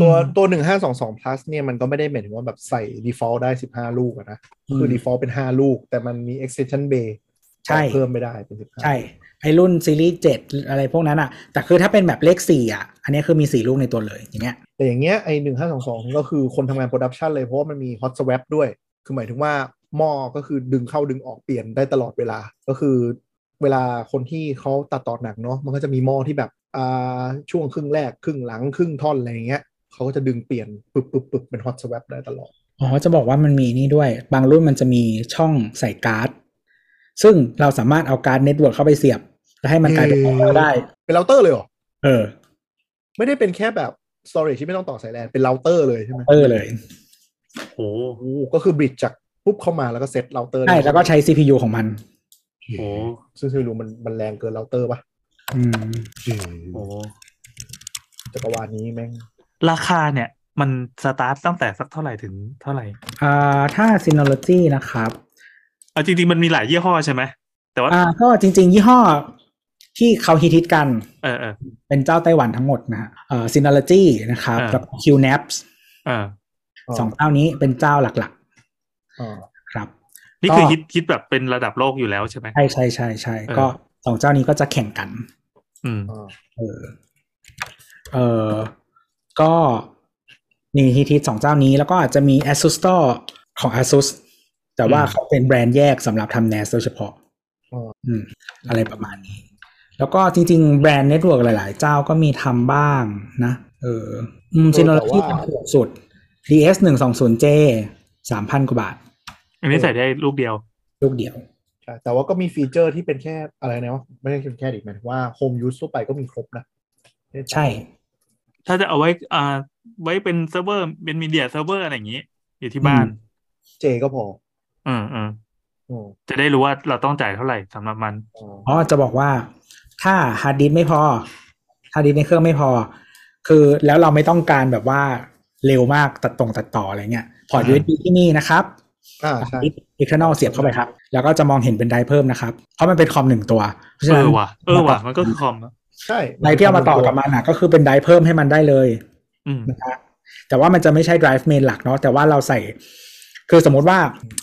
Speaker 2: ตัวตัวหนึ่งห้าสองสอง plus เนี่ยมันก็ไม่ได้หมายถึงว่าแบบใส่ default ได้สิบห้าลูกอะนะ คือ
Speaker 4: ม
Speaker 2: default เป็นห้าลูก แต่มันมี extension bay
Speaker 4: ใช่
Speaker 2: เพิ่มไม่ได้เป็นสิบห้า
Speaker 4: ใช่ ไอรุ่นซีรีส์เจ็ดอะไรพวกนั้นอะแต่คือถ้าเป็นแบบเลขสี่อะอันนี้คือมีสี่ลูกในตัวเลยอย่างเงี้ย
Speaker 2: แต่อย่างเงี้ยไอหนึ่งห้าสองสองก็คือคนทำงานโปรดักชันเลยเพราะว่ามันมี hot swap ด้วย คือหมายถึงว่าหม้อก็คือดึงเข้าดึงออกเปลี่ยนได้ตลอดเวลา ก็คือเวลาคนที่เขาตัดต่อหนังเนาะมันก็จะมีหม้อที่แบบอ่าช่วงครึ่งแรกครึ่งหลังครึ่งท่อนอะไรอย่างเงี้ยเขาก็จะดึงเปลี่ยนปึ๊บปึ๊บปึ๊บเป็น hot swap ได้ตลอด
Speaker 4: อ๋อจะบอกว่ามันมีนี่ด้วย บางรุ่นมันจะมีช่องใส่การ์ด ซึ่งเราสามารถเอาการ์ดเน็ตเวิร์กเข้าไปเสียบแล้วให้มันกลายเป็น
Speaker 2: เย้
Speaker 4: ได้
Speaker 2: เป็นเราเตอร์เลยเหรอ
Speaker 4: เออ
Speaker 2: ไม่ได้เป็นแค่แบบ storage ที่ไม่ต้องต่อสายแลนเป็นเราเตอร์เลยใช่ไหม
Speaker 4: เออเลย
Speaker 3: โห
Speaker 2: โอ้ก็คือบริดจ์จากปุ๊บเข้ามาแล้วก็เซตเราเตอร์
Speaker 4: ใช่แล้วก็ใช้ CPU ของมัน
Speaker 3: โห
Speaker 2: ซึ่งไม่รู้มันมันแรงเกินเราเตอร์ปะ
Speaker 4: อืม
Speaker 3: โห
Speaker 2: จักรวาลนี้แม่ง
Speaker 3: ราคาเนี่ย มันสตาร์ทตั้งแต่สักเท่าไหร่ถึงเท่าไหร่
Speaker 4: อ่า ถ้า Synology นะครับ
Speaker 3: เอาจริงๆมันมีหลายยี่ห้อใช่ไหม แต่ว่า
Speaker 4: อ่า ก็จริง ๆ ยี่ห้อที่เขาฮิตฮิตกัน
Speaker 3: เออเออ
Speaker 4: เป็นเจ้าไต้หวันทั้งหมดนะฮะเอ่อ Synology นะครับ
Speaker 3: อ่า
Speaker 4: กับ QNAPS
Speaker 3: เออ
Speaker 2: อ๋อ
Speaker 4: สองเจ้านี้เป็นเจ้าหลัก
Speaker 2: อ่า
Speaker 4: ๆ ครับ
Speaker 3: นี่คือ
Speaker 4: ก็
Speaker 3: ฮิตฮิตแบบเป็นระดับโลกอยู่แล้วใช่ไหม
Speaker 4: ใช่ใช่ใช่ใช่
Speaker 3: เออ
Speaker 4: ก็สองเจ้านี้ก็จะแข่งกัน
Speaker 3: อืม
Speaker 2: อ่า
Speaker 4: เออ เออก็มีฮิตฮิตสองเจ้านี้ แล้วก็อาจจะมี ASUS Store ของ ASUS แต่ว่า
Speaker 3: อืม
Speaker 4: เขาเป็นแบรนด์แยกสำหรับทำ NAS โดยเฉพาะ
Speaker 2: อ่า
Speaker 4: อืม อะไรประมาณนี้ แล้วก็จริงๆ แบรนด์เน็ตเวิร์กหลายๆ เจ้าก็มีทำบ้างนะ เออ อืมซินโนที่ทำถูกสุด DS 1 2 0 J สามพันกว่าบาท
Speaker 3: อันนี้ใส่ได้ลูกเดียว
Speaker 4: ลูกเดียว
Speaker 2: ใช่แต่ว่าก็มีฟีเจอร์ที่เป็นแค่อะไรนะวะไม่ใช่เป็นแค่ดิหมายถึงว่าโฮมยูสทั่วไปก็มีครบนะ
Speaker 4: ใช่
Speaker 3: ถ้าจะเอาไว้อ่าไว้เป็นเซิร์ฟเวอร์ เป็นมีเดียเซิร์ฟเวอร์อะไรอย่างนี้ อยู่ที่บ้าน
Speaker 2: เจก็พอ
Speaker 3: อืมอืม
Speaker 2: อืม
Speaker 3: จะได้รู้ว่าเราต้องจ่ายเท่าไหร่สำหรับมัน
Speaker 2: อ่า
Speaker 4: อ๋อ จะบอกว่าถ้าฮาร์ดดิสก์ไม่พอฮาร์ดดิสก์ในเครื่องไม่พอ คือแล้วเราไม่ต้องการแบบว่าเร็วมากตัดตรงตัดต่ออะไรเงี้ย พอร์ต
Speaker 3: อืม
Speaker 4: USB ที่นี่นะครับ
Speaker 2: อ่า
Speaker 4: ฮาร์ด
Speaker 2: ใช่
Speaker 4: ดิสก์เอ็กเทอร์นอลเสียบเข้าไปครับ แล้วก็จะมองเห็นเป็นไดเพิ่มนะครับ เพราะมันเป็นคอมหนึ่งตัวเพราะฉะ
Speaker 3: เอ
Speaker 4: นั้น
Speaker 3: อว่ะ เออว่ะ มันก็คือคอมเนอะ
Speaker 2: ใช่
Speaker 4: ไดรฟ์ที่เอามาต่อกับมันอ่ะก็คือเป็นไดรฟ์เพิ่มให้มันได้เลย
Speaker 3: อืม
Speaker 4: นะคะแต่ว่ามันจะไม่ใช่ไดรฟ์เมนหลักเนาะแต่ว่าเราใส่ คือสมมุติว่า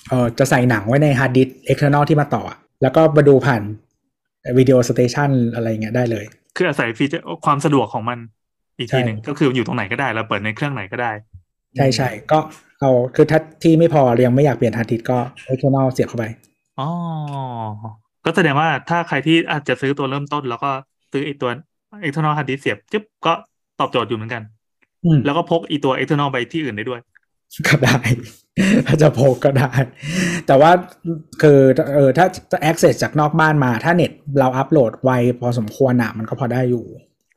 Speaker 4: เออจะใส่หนังไว้ในฮาร์ดดิสเอ็กเทอร์นอลที่มาต่ออะแล้วก็มาดูผ่านวิดีโอสเตชันอะไรเงี้ยได้เลย
Speaker 3: คืออาศัยฟีเจอร์ความสะดวกของมันอีกที
Speaker 4: ใช่
Speaker 3: หนึ่งก็คืออยู่ตรงไหนก็ได้เราเปิดในเครื่องไหนก็ได้
Speaker 4: ใช่ใช่ก็เอาคือถ้าที่ไม่พอยังไม่อยากเปลี่ยนฮาร์ดดิสก็เอ็กเทอร์นอลเสียบเข้าไป
Speaker 3: อ๋อ ก็แสดงว่าถ้าใครที่อาจจะซื้อตัวเริ่มต้น แล้วก็ซื้อไอตัว external hard disk เสียบจึ๊บก็ตอบโจทย์อยู่เหมือนกัน
Speaker 4: อืม
Speaker 3: แล้วก็พกไอีตัว external ไปที่อื่นได้ด้วย
Speaker 4: ก็ได้ ถ้าจะพกก็ได้ แต่ว่าคือเออถ้าจะ access จากนอกบ้านมา ถ้าเน็ตเราอัพโหลดไวพอสมควรอ่ะ มันก็พอได้อยู่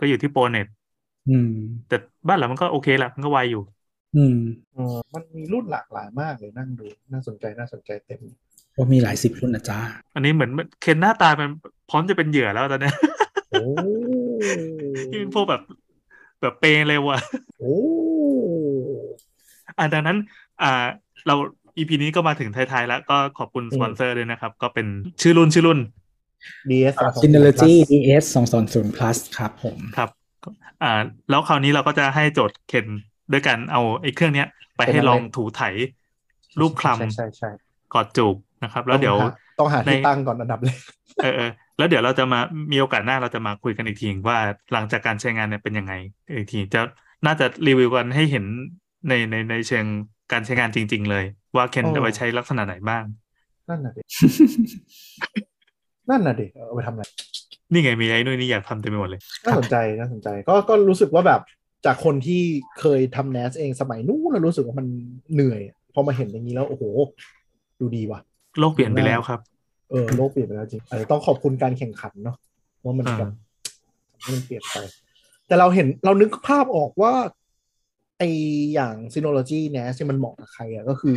Speaker 3: ก็อยู่ที่โปรเน็ต
Speaker 4: อืม
Speaker 3: แต่บ้านเรามันก็โอเคแหละมันก็ไวอยู่
Speaker 4: อืม
Speaker 2: อ๋อมันมีรุ่นหลากหลายมากเลยนั่งดู น่าสนใจน่าสนใจเต็มเลย
Speaker 4: ว่ามีหลายสิบรุ่นนะจ๊ะ
Speaker 3: อันนี้เหมือนเคนหน้าตามันพร้อมจะเป็นเหยื่อแล้วตอนเนี้ย
Speaker 2: โอ้
Speaker 3: ที่เป็นพวกแบบแบบเปย์เลยว่ะ
Speaker 2: โอ้
Speaker 3: อ่ะดังนั้นอ่าเราอีพีนี้ก็มาถึงท้ายๆแล้วก็ขอบคุณสปอนเซอร์ด้วยนะครับ ก็เป็นชื่อรุ่นชื่อรุ่น
Speaker 2: ดีเอส
Speaker 4: ซินเนลจี ES 2 2 0 plus ครับผม
Speaker 3: ครับอ่าแล้วคราวนี้เราก็จะให้โจทย์เข็นด้วยกันเอาไอ้เครื่องเนี้ย ไปให้ลองถูไถรูปคล
Speaker 2: ใช่ใช่ใช่
Speaker 3: ำกอดจูบนะครับ แล้วเดี๋ยว
Speaker 2: ต้องหา
Speaker 3: ใน
Speaker 2: ที่ตั้งก่อนอันดับแรก
Speaker 3: เออเออแล้วเดี๋ยวเราจะมามีโอกาสหน้าเราจะมาคุยกันอีกทีว่าหลังจากการใช้งานเนี่ยเป็นยังไงอีกทีจะน่าจะรีวิวกันให้เห็นในในในเชิงการใช้งานจริง ๆ เลย ว่าเคนจะไปใช้ลักษณะไหนบ้าง
Speaker 2: นั่นน่ะดินั่นน่ะดิเอาไปทำอะไร
Speaker 3: นี่ไงมีไอ้นู่นนี่อยากทำเต็มไปหมดเลย
Speaker 2: น่าสนใจน่าสนใจก็ก็รู้สึกว่าแบบจากคนที่เคยทำ n นสเองสมัยนู้นแล้วรู้สึกว่ามันเหนื่อยพอมาเห็นอย่างนี้แล้ว โอ้โห ดูดีว่ะ
Speaker 3: โลกเปลี่ยนไปแล้วครับ
Speaker 2: เออโลกเปลี่ยนไปแล้วจริงอาจจะต้องขอบคุณการแข่งขันเนาะว่ามันแบบมันเปลี่ยนไป แต่เราเห็นเรานึกภาพออกว่าไออย่างซีโนโลจีเนี่ยที่มันเหมาะกับใครอะก็คือ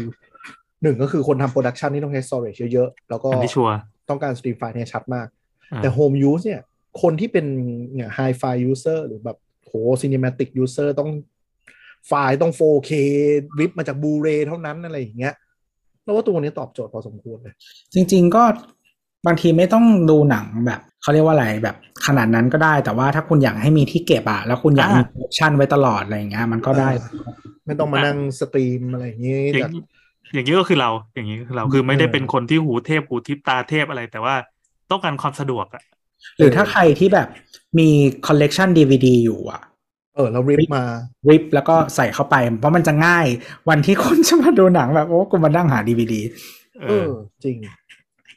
Speaker 2: หนึ่งก็คือคนทำโปรดักชันที่ต้องใช้ storage เยอะๆ แล้วก็
Speaker 3: อันที่ชัวร์
Speaker 2: ต้องการสตรีมไฟล์เนี่ยชัดมาก
Speaker 3: อ่า
Speaker 2: แต่ Home Use เนี่ย คนที่เป็นเนี่ย High f i User หรือแบบโห Cinematic User ต้องไฟล์ต้อง 4K วิบมาจากบูเรเท่านั้นอะไรอย่างเงี้ยแล้วว่าตัวนี้ตอบโจทย์พอสมควรเลย
Speaker 4: จริง ๆ ก็บางทีไม่ต้องดูหนังแบบเขาเรียกว่าอะไรแบบขนาดนั้นก็ได้ แต่ว่าถ้าคุณอยากให้มีที่เก็บอะแล้วคุณอยากมี
Speaker 3: อ่า
Speaker 4: ออปชั่นไว้ตลอดอะไรอย่างเงี้ยมันก็ได้
Speaker 2: ไม่ต้องมานั่งสตรีมอะไรอย่างนี้
Speaker 3: อย่า
Speaker 2: จาก
Speaker 3: งอย่างนี้ก็คือเรา อย่างนี้ก็คือเราคือไม่ได้เป็นคนที่หูเทพหูทิพตาเทพอะไร แต่ว่าต้องการความสะดวกอะ
Speaker 4: หรือถ้าใครที่แบบมีคอลเลกชัน DVD อยู่อะ
Speaker 2: เออเราริบมา
Speaker 4: ริปแล้วก็ใส่เข้าไป เพราะมันจะง่ายวันที่คุณจะมาดูหนังแบบโอ้กูมานั่งหา DVD
Speaker 3: เอ
Speaker 2: เอ
Speaker 3: อ
Speaker 2: อจริง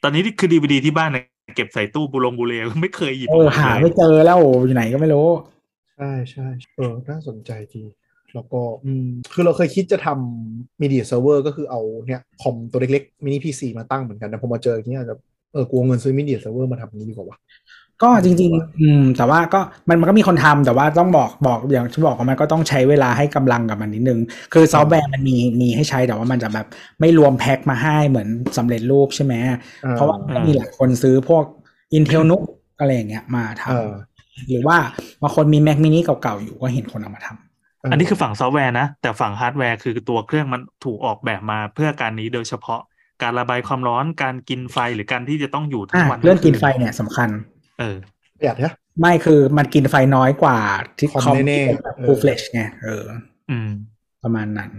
Speaker 3: ตอนนี้คือดีวดีที่บ้านเนี่ยเก็บใส่ตู้บุลงบุเรไม่เคยหยิบ
Speaker 4: เอ
Speaker 3: ออ
Speaker 4: อก
Speaker 3: มา
Speaker 4: หา
Speaker 3: เล
Speaker 4: ไม่
Speaker 3: ย
Speaker 4: เจอแล้วอยู่ไหนก็ไม่รู้
Speaker 2: ใช่ใช่เออน่าสนใจดีแล้วก็อืมคือเราเคยคิดจะทำมีเดียเซิร์ฟเวอร์ก็คือเอาเนี่ยคอมตัวเล็กๆมินิพีซีมาตั้งเหมือนกันแต่พอมาเจออย่างนี้อาจจะเออกลัวเงินซื้อมีเดียเซิร์ฟเวอร์มาทำอย่างนี้ดีกว่าวะ
Speaker 4: ก็จริงๆ อืม แต่ว่าก็มันมันก็มีคนทำแต่ว่าต้องบอกบอกอย่างที่บอกว่ามันก็ต้องใช้เวลาให้กำลังกับมันนิดนึง คือซอฟต์แวร์มันมีมีให้ใช้แต่ว่ามันจะแบบไม่รวมแพ็คมาให้เหมือนสำเร็จรูปใช่ไหม
Speaker 2: อ่า
Speaker 4: เพราะว่ามีหลายคนซื้อพวก Intel n u อะไรอย่างเงี้ยมาท
Speaker 2: เออ
Speaker 4: ำหรือว่าบางคนมี Mac mini เก่าๆ อยู่ก็เห็นคนเอามาทำ
Speaker 3: อันนี้คือฝั่งซอฟต์แวร์นะ แต่ฝั่งฮาร์ดแวร์คือตัวเครื่องมันถูกออกแบบมาเพื่อการนี้โดยเฉพาะการระบายความร้อนการกินไฟหรือการที่จะต้องอยู่ทั้
Speaker 4: อ่ะ
Speaker 3: งวัน
Speaker 4: เรื่องกินไฟเนี่ยสำคัญ
Speaker 3: เออ
Speaker 2: ประหยัดนะ
Speaker 4: ไม่คือมันกินไฟน้อยกว่าที่
Speaker 2: คอม
Speaker 4: คอม
Speaker 2: แน่
Speaker 4: ที่
Speaker 2: ๆ
Speaker 4: เป็นแบบ
Speaker 2: เออ
Speaker 4: full flash ไงเออ
Speaker 3: อืม
Speaker 4: ประมาณนั้น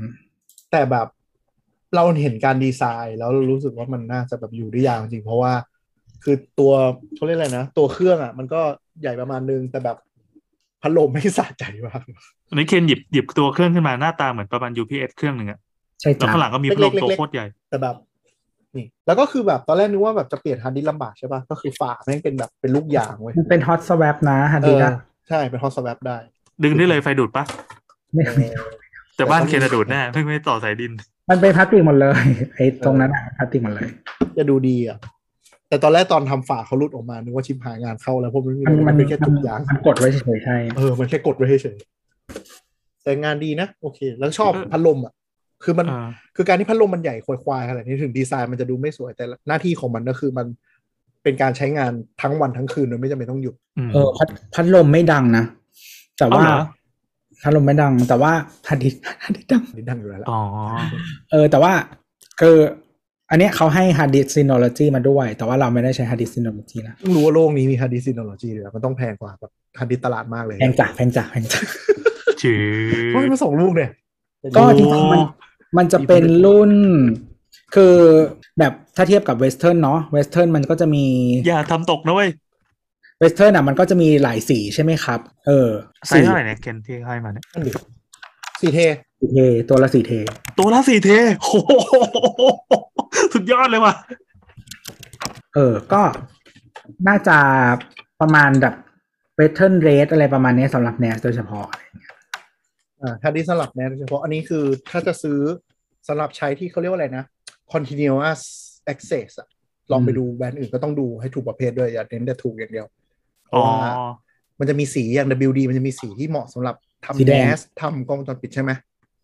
Speaker 2: แต่แบบเราเห็นการดีไซน์แล้วเรารู้สึกว่ามันน่าจะแบบอยู่ได้ยาวจริงเพราะว่า คือตัวเขาเรียกอะไรนะ ตัวเครื่องอ่ะ มันก็ใหญ่ประมาณนึงแต่แบบพัดลมไม่สะใจมาก
Speaker 3: อันนี้เคนหยิบหยิบตัวเครื่องขึ้นมาหน้าตาเหมือนประมาณ UPS เครื่องหนึ่งอะ
Speaker 4: ใช่
Speaker 3: แล้ว
Speaker 4: จ้ะ
Speaker 3: ข้างหลังก็มีพัดลม
Speaker 2: เล็กๆ
Speaker 3: ตัว
Speaker 2: เล็กๆ
Speaker 3: โคตรใหญ่
Speaker 2: แต่แบบนี่แล้วก็คือแบบตอนแรกนึกว่าแบบจะเปลี่ยนฮาร์ดดิสก์ลำบากใช่ป่ะก็คือฝาแม่งเป็นแบบเป็นลูกยางเว้ย
Speaker 4: มันเป็น hot swap นะฮะ
Speaker 2: เอ
Speaker 4: ดี
Speaker 2: อ
Speaker 4: นะ
Speaker 2: ใช่เป็นฮอตสแวปได้
Speaker 3: ดึงได้เลยไฟดูดปะ
Speaker 4: ไม่ไม่
Speaker 3: แต่บ้านเคนอะดูดแน่เพิ่งไม่ต่อสายดิน
Speaker 4: มันเป็นพลาสติกหมดเลย ไอ้ตรงนั้นอะพลาสติกหมดเลย
Speaker 2: จะดูดีอ่ะแต่ตอนแรกตอนทำฝาเขาหลุดออกมานึกว่าชิมหายงานเข้าแล้วเพราะมันไ
Speaker 4: มันมัน
Speaker 2: เป็นแค่จุดยาง
Speaker 4: มันกดไว้เฉยๆใช่
Speaker 2: เออ มันแค่กดไว้เฉยๆแต่งานดีนะ โอเค แล้วชอบ
Speaker 3: เออ
Speaker 2: พัดลมอ่ะ คือมัน
Speaker 3: เออ
Speaker 2: คือการที่พัดลมมันใหญ่ควายๆขนาดนี้ถึงดีไซน์มันจะดูไม่สวย แต่หน้าที่ของมันก็คือมันเป็นการใช้งานทั้งวันทั้งคืนโดยไม่จำเป็นต้องหยุด
Speaker 3: อืม
Speaker 4: เออพัดพัดลมไม่ดังนะ แต่ว่า
Speaker 3: เอาเหรอ
Speaker 4: พัดลมไม่ดัง แต่ว่าพัดดิ สพัดดิสดัง
Speaker 2: นี่ดังอยู่แล้วล่ะ
Speaker 3: อ๋อ
Speaker 4: เออ แต่ว่าคืออันเนี้ยเขาให้ฮาร์ดดิสซินโนโลจีมาด้วย แต่ว่าเราไม่ได้ใช้ฮาร์ดดิสซินโนโลจีนะ
Speaker 2: ต้องรู้ว่าโลกนี้มีฮาร์ดดิสก์ซินโนโลจีด้วยมันต้องแพงกว่าแบบฮาร์ดดิสก์ตลาดมากเลย
Speaker 4: แพงจ้ะแพงจ้ะแพงจ้ะ
Speaker 3: จือ
Speaker 2: เพราะมันมาสองลูกเนี่ย
Speaker 4: ก็จ
Speaker 3: โอ้
Speaker 4: ริงๆมันมันจะเป็นรุ่น คือแบบถ้าเทียบกับเวสเทิร์นเนาะเวสเทิร์นมันก็จะมี
Speaker 3: อย่าทำตกนะเว้ย
Speaker 4: เวสเทิร์นอ่ะมันก็จะมีหลายสีใช่ไหมครับ เออ
Speaker 3: ไซส์เท่าไหร่เนี่ยเคนที่ให้มาเนี่ย
Speaker 2: นั่นดิสี่เท
Speaker 4: สีเท ตัวละสีเท
Speaker 3: ตัวละสี่เทโอ้โหสุดยอดเลยว่ะ
Speaker 4: เออ ก็น่าจะประมาณแบบเวสเทิร์นเรทอะไรประมาณเนี้ยสำหรับแนสโดยเฉพาะ
Speaker 2: อ่าฮาร์ดดิสก์สลับแน่โดยเฉพาะอันนี้คือถ้าจะซื้อสำหรับใช้ที่เขาเรียกว่าอะไรนะ continuous access อะลองไปดูแบรนด์อื่นก็ต้องดูให้ถูกประเภทด้วยอย่าเน้นแต่ถูกอย่างเดียว
Speaker 3: อ๋อ
Speaker 2: มันจะมีสีอย่าง WD มันจะมีสีที่เหมาะสำหรับ
Speaker 4: สี
Speaker 2: ทำ
Speaker 4: แด
Speaker 2: แน
Speaker 4: ง
Speaker 2: สทำกล้องวงจรปิดใช่ไหม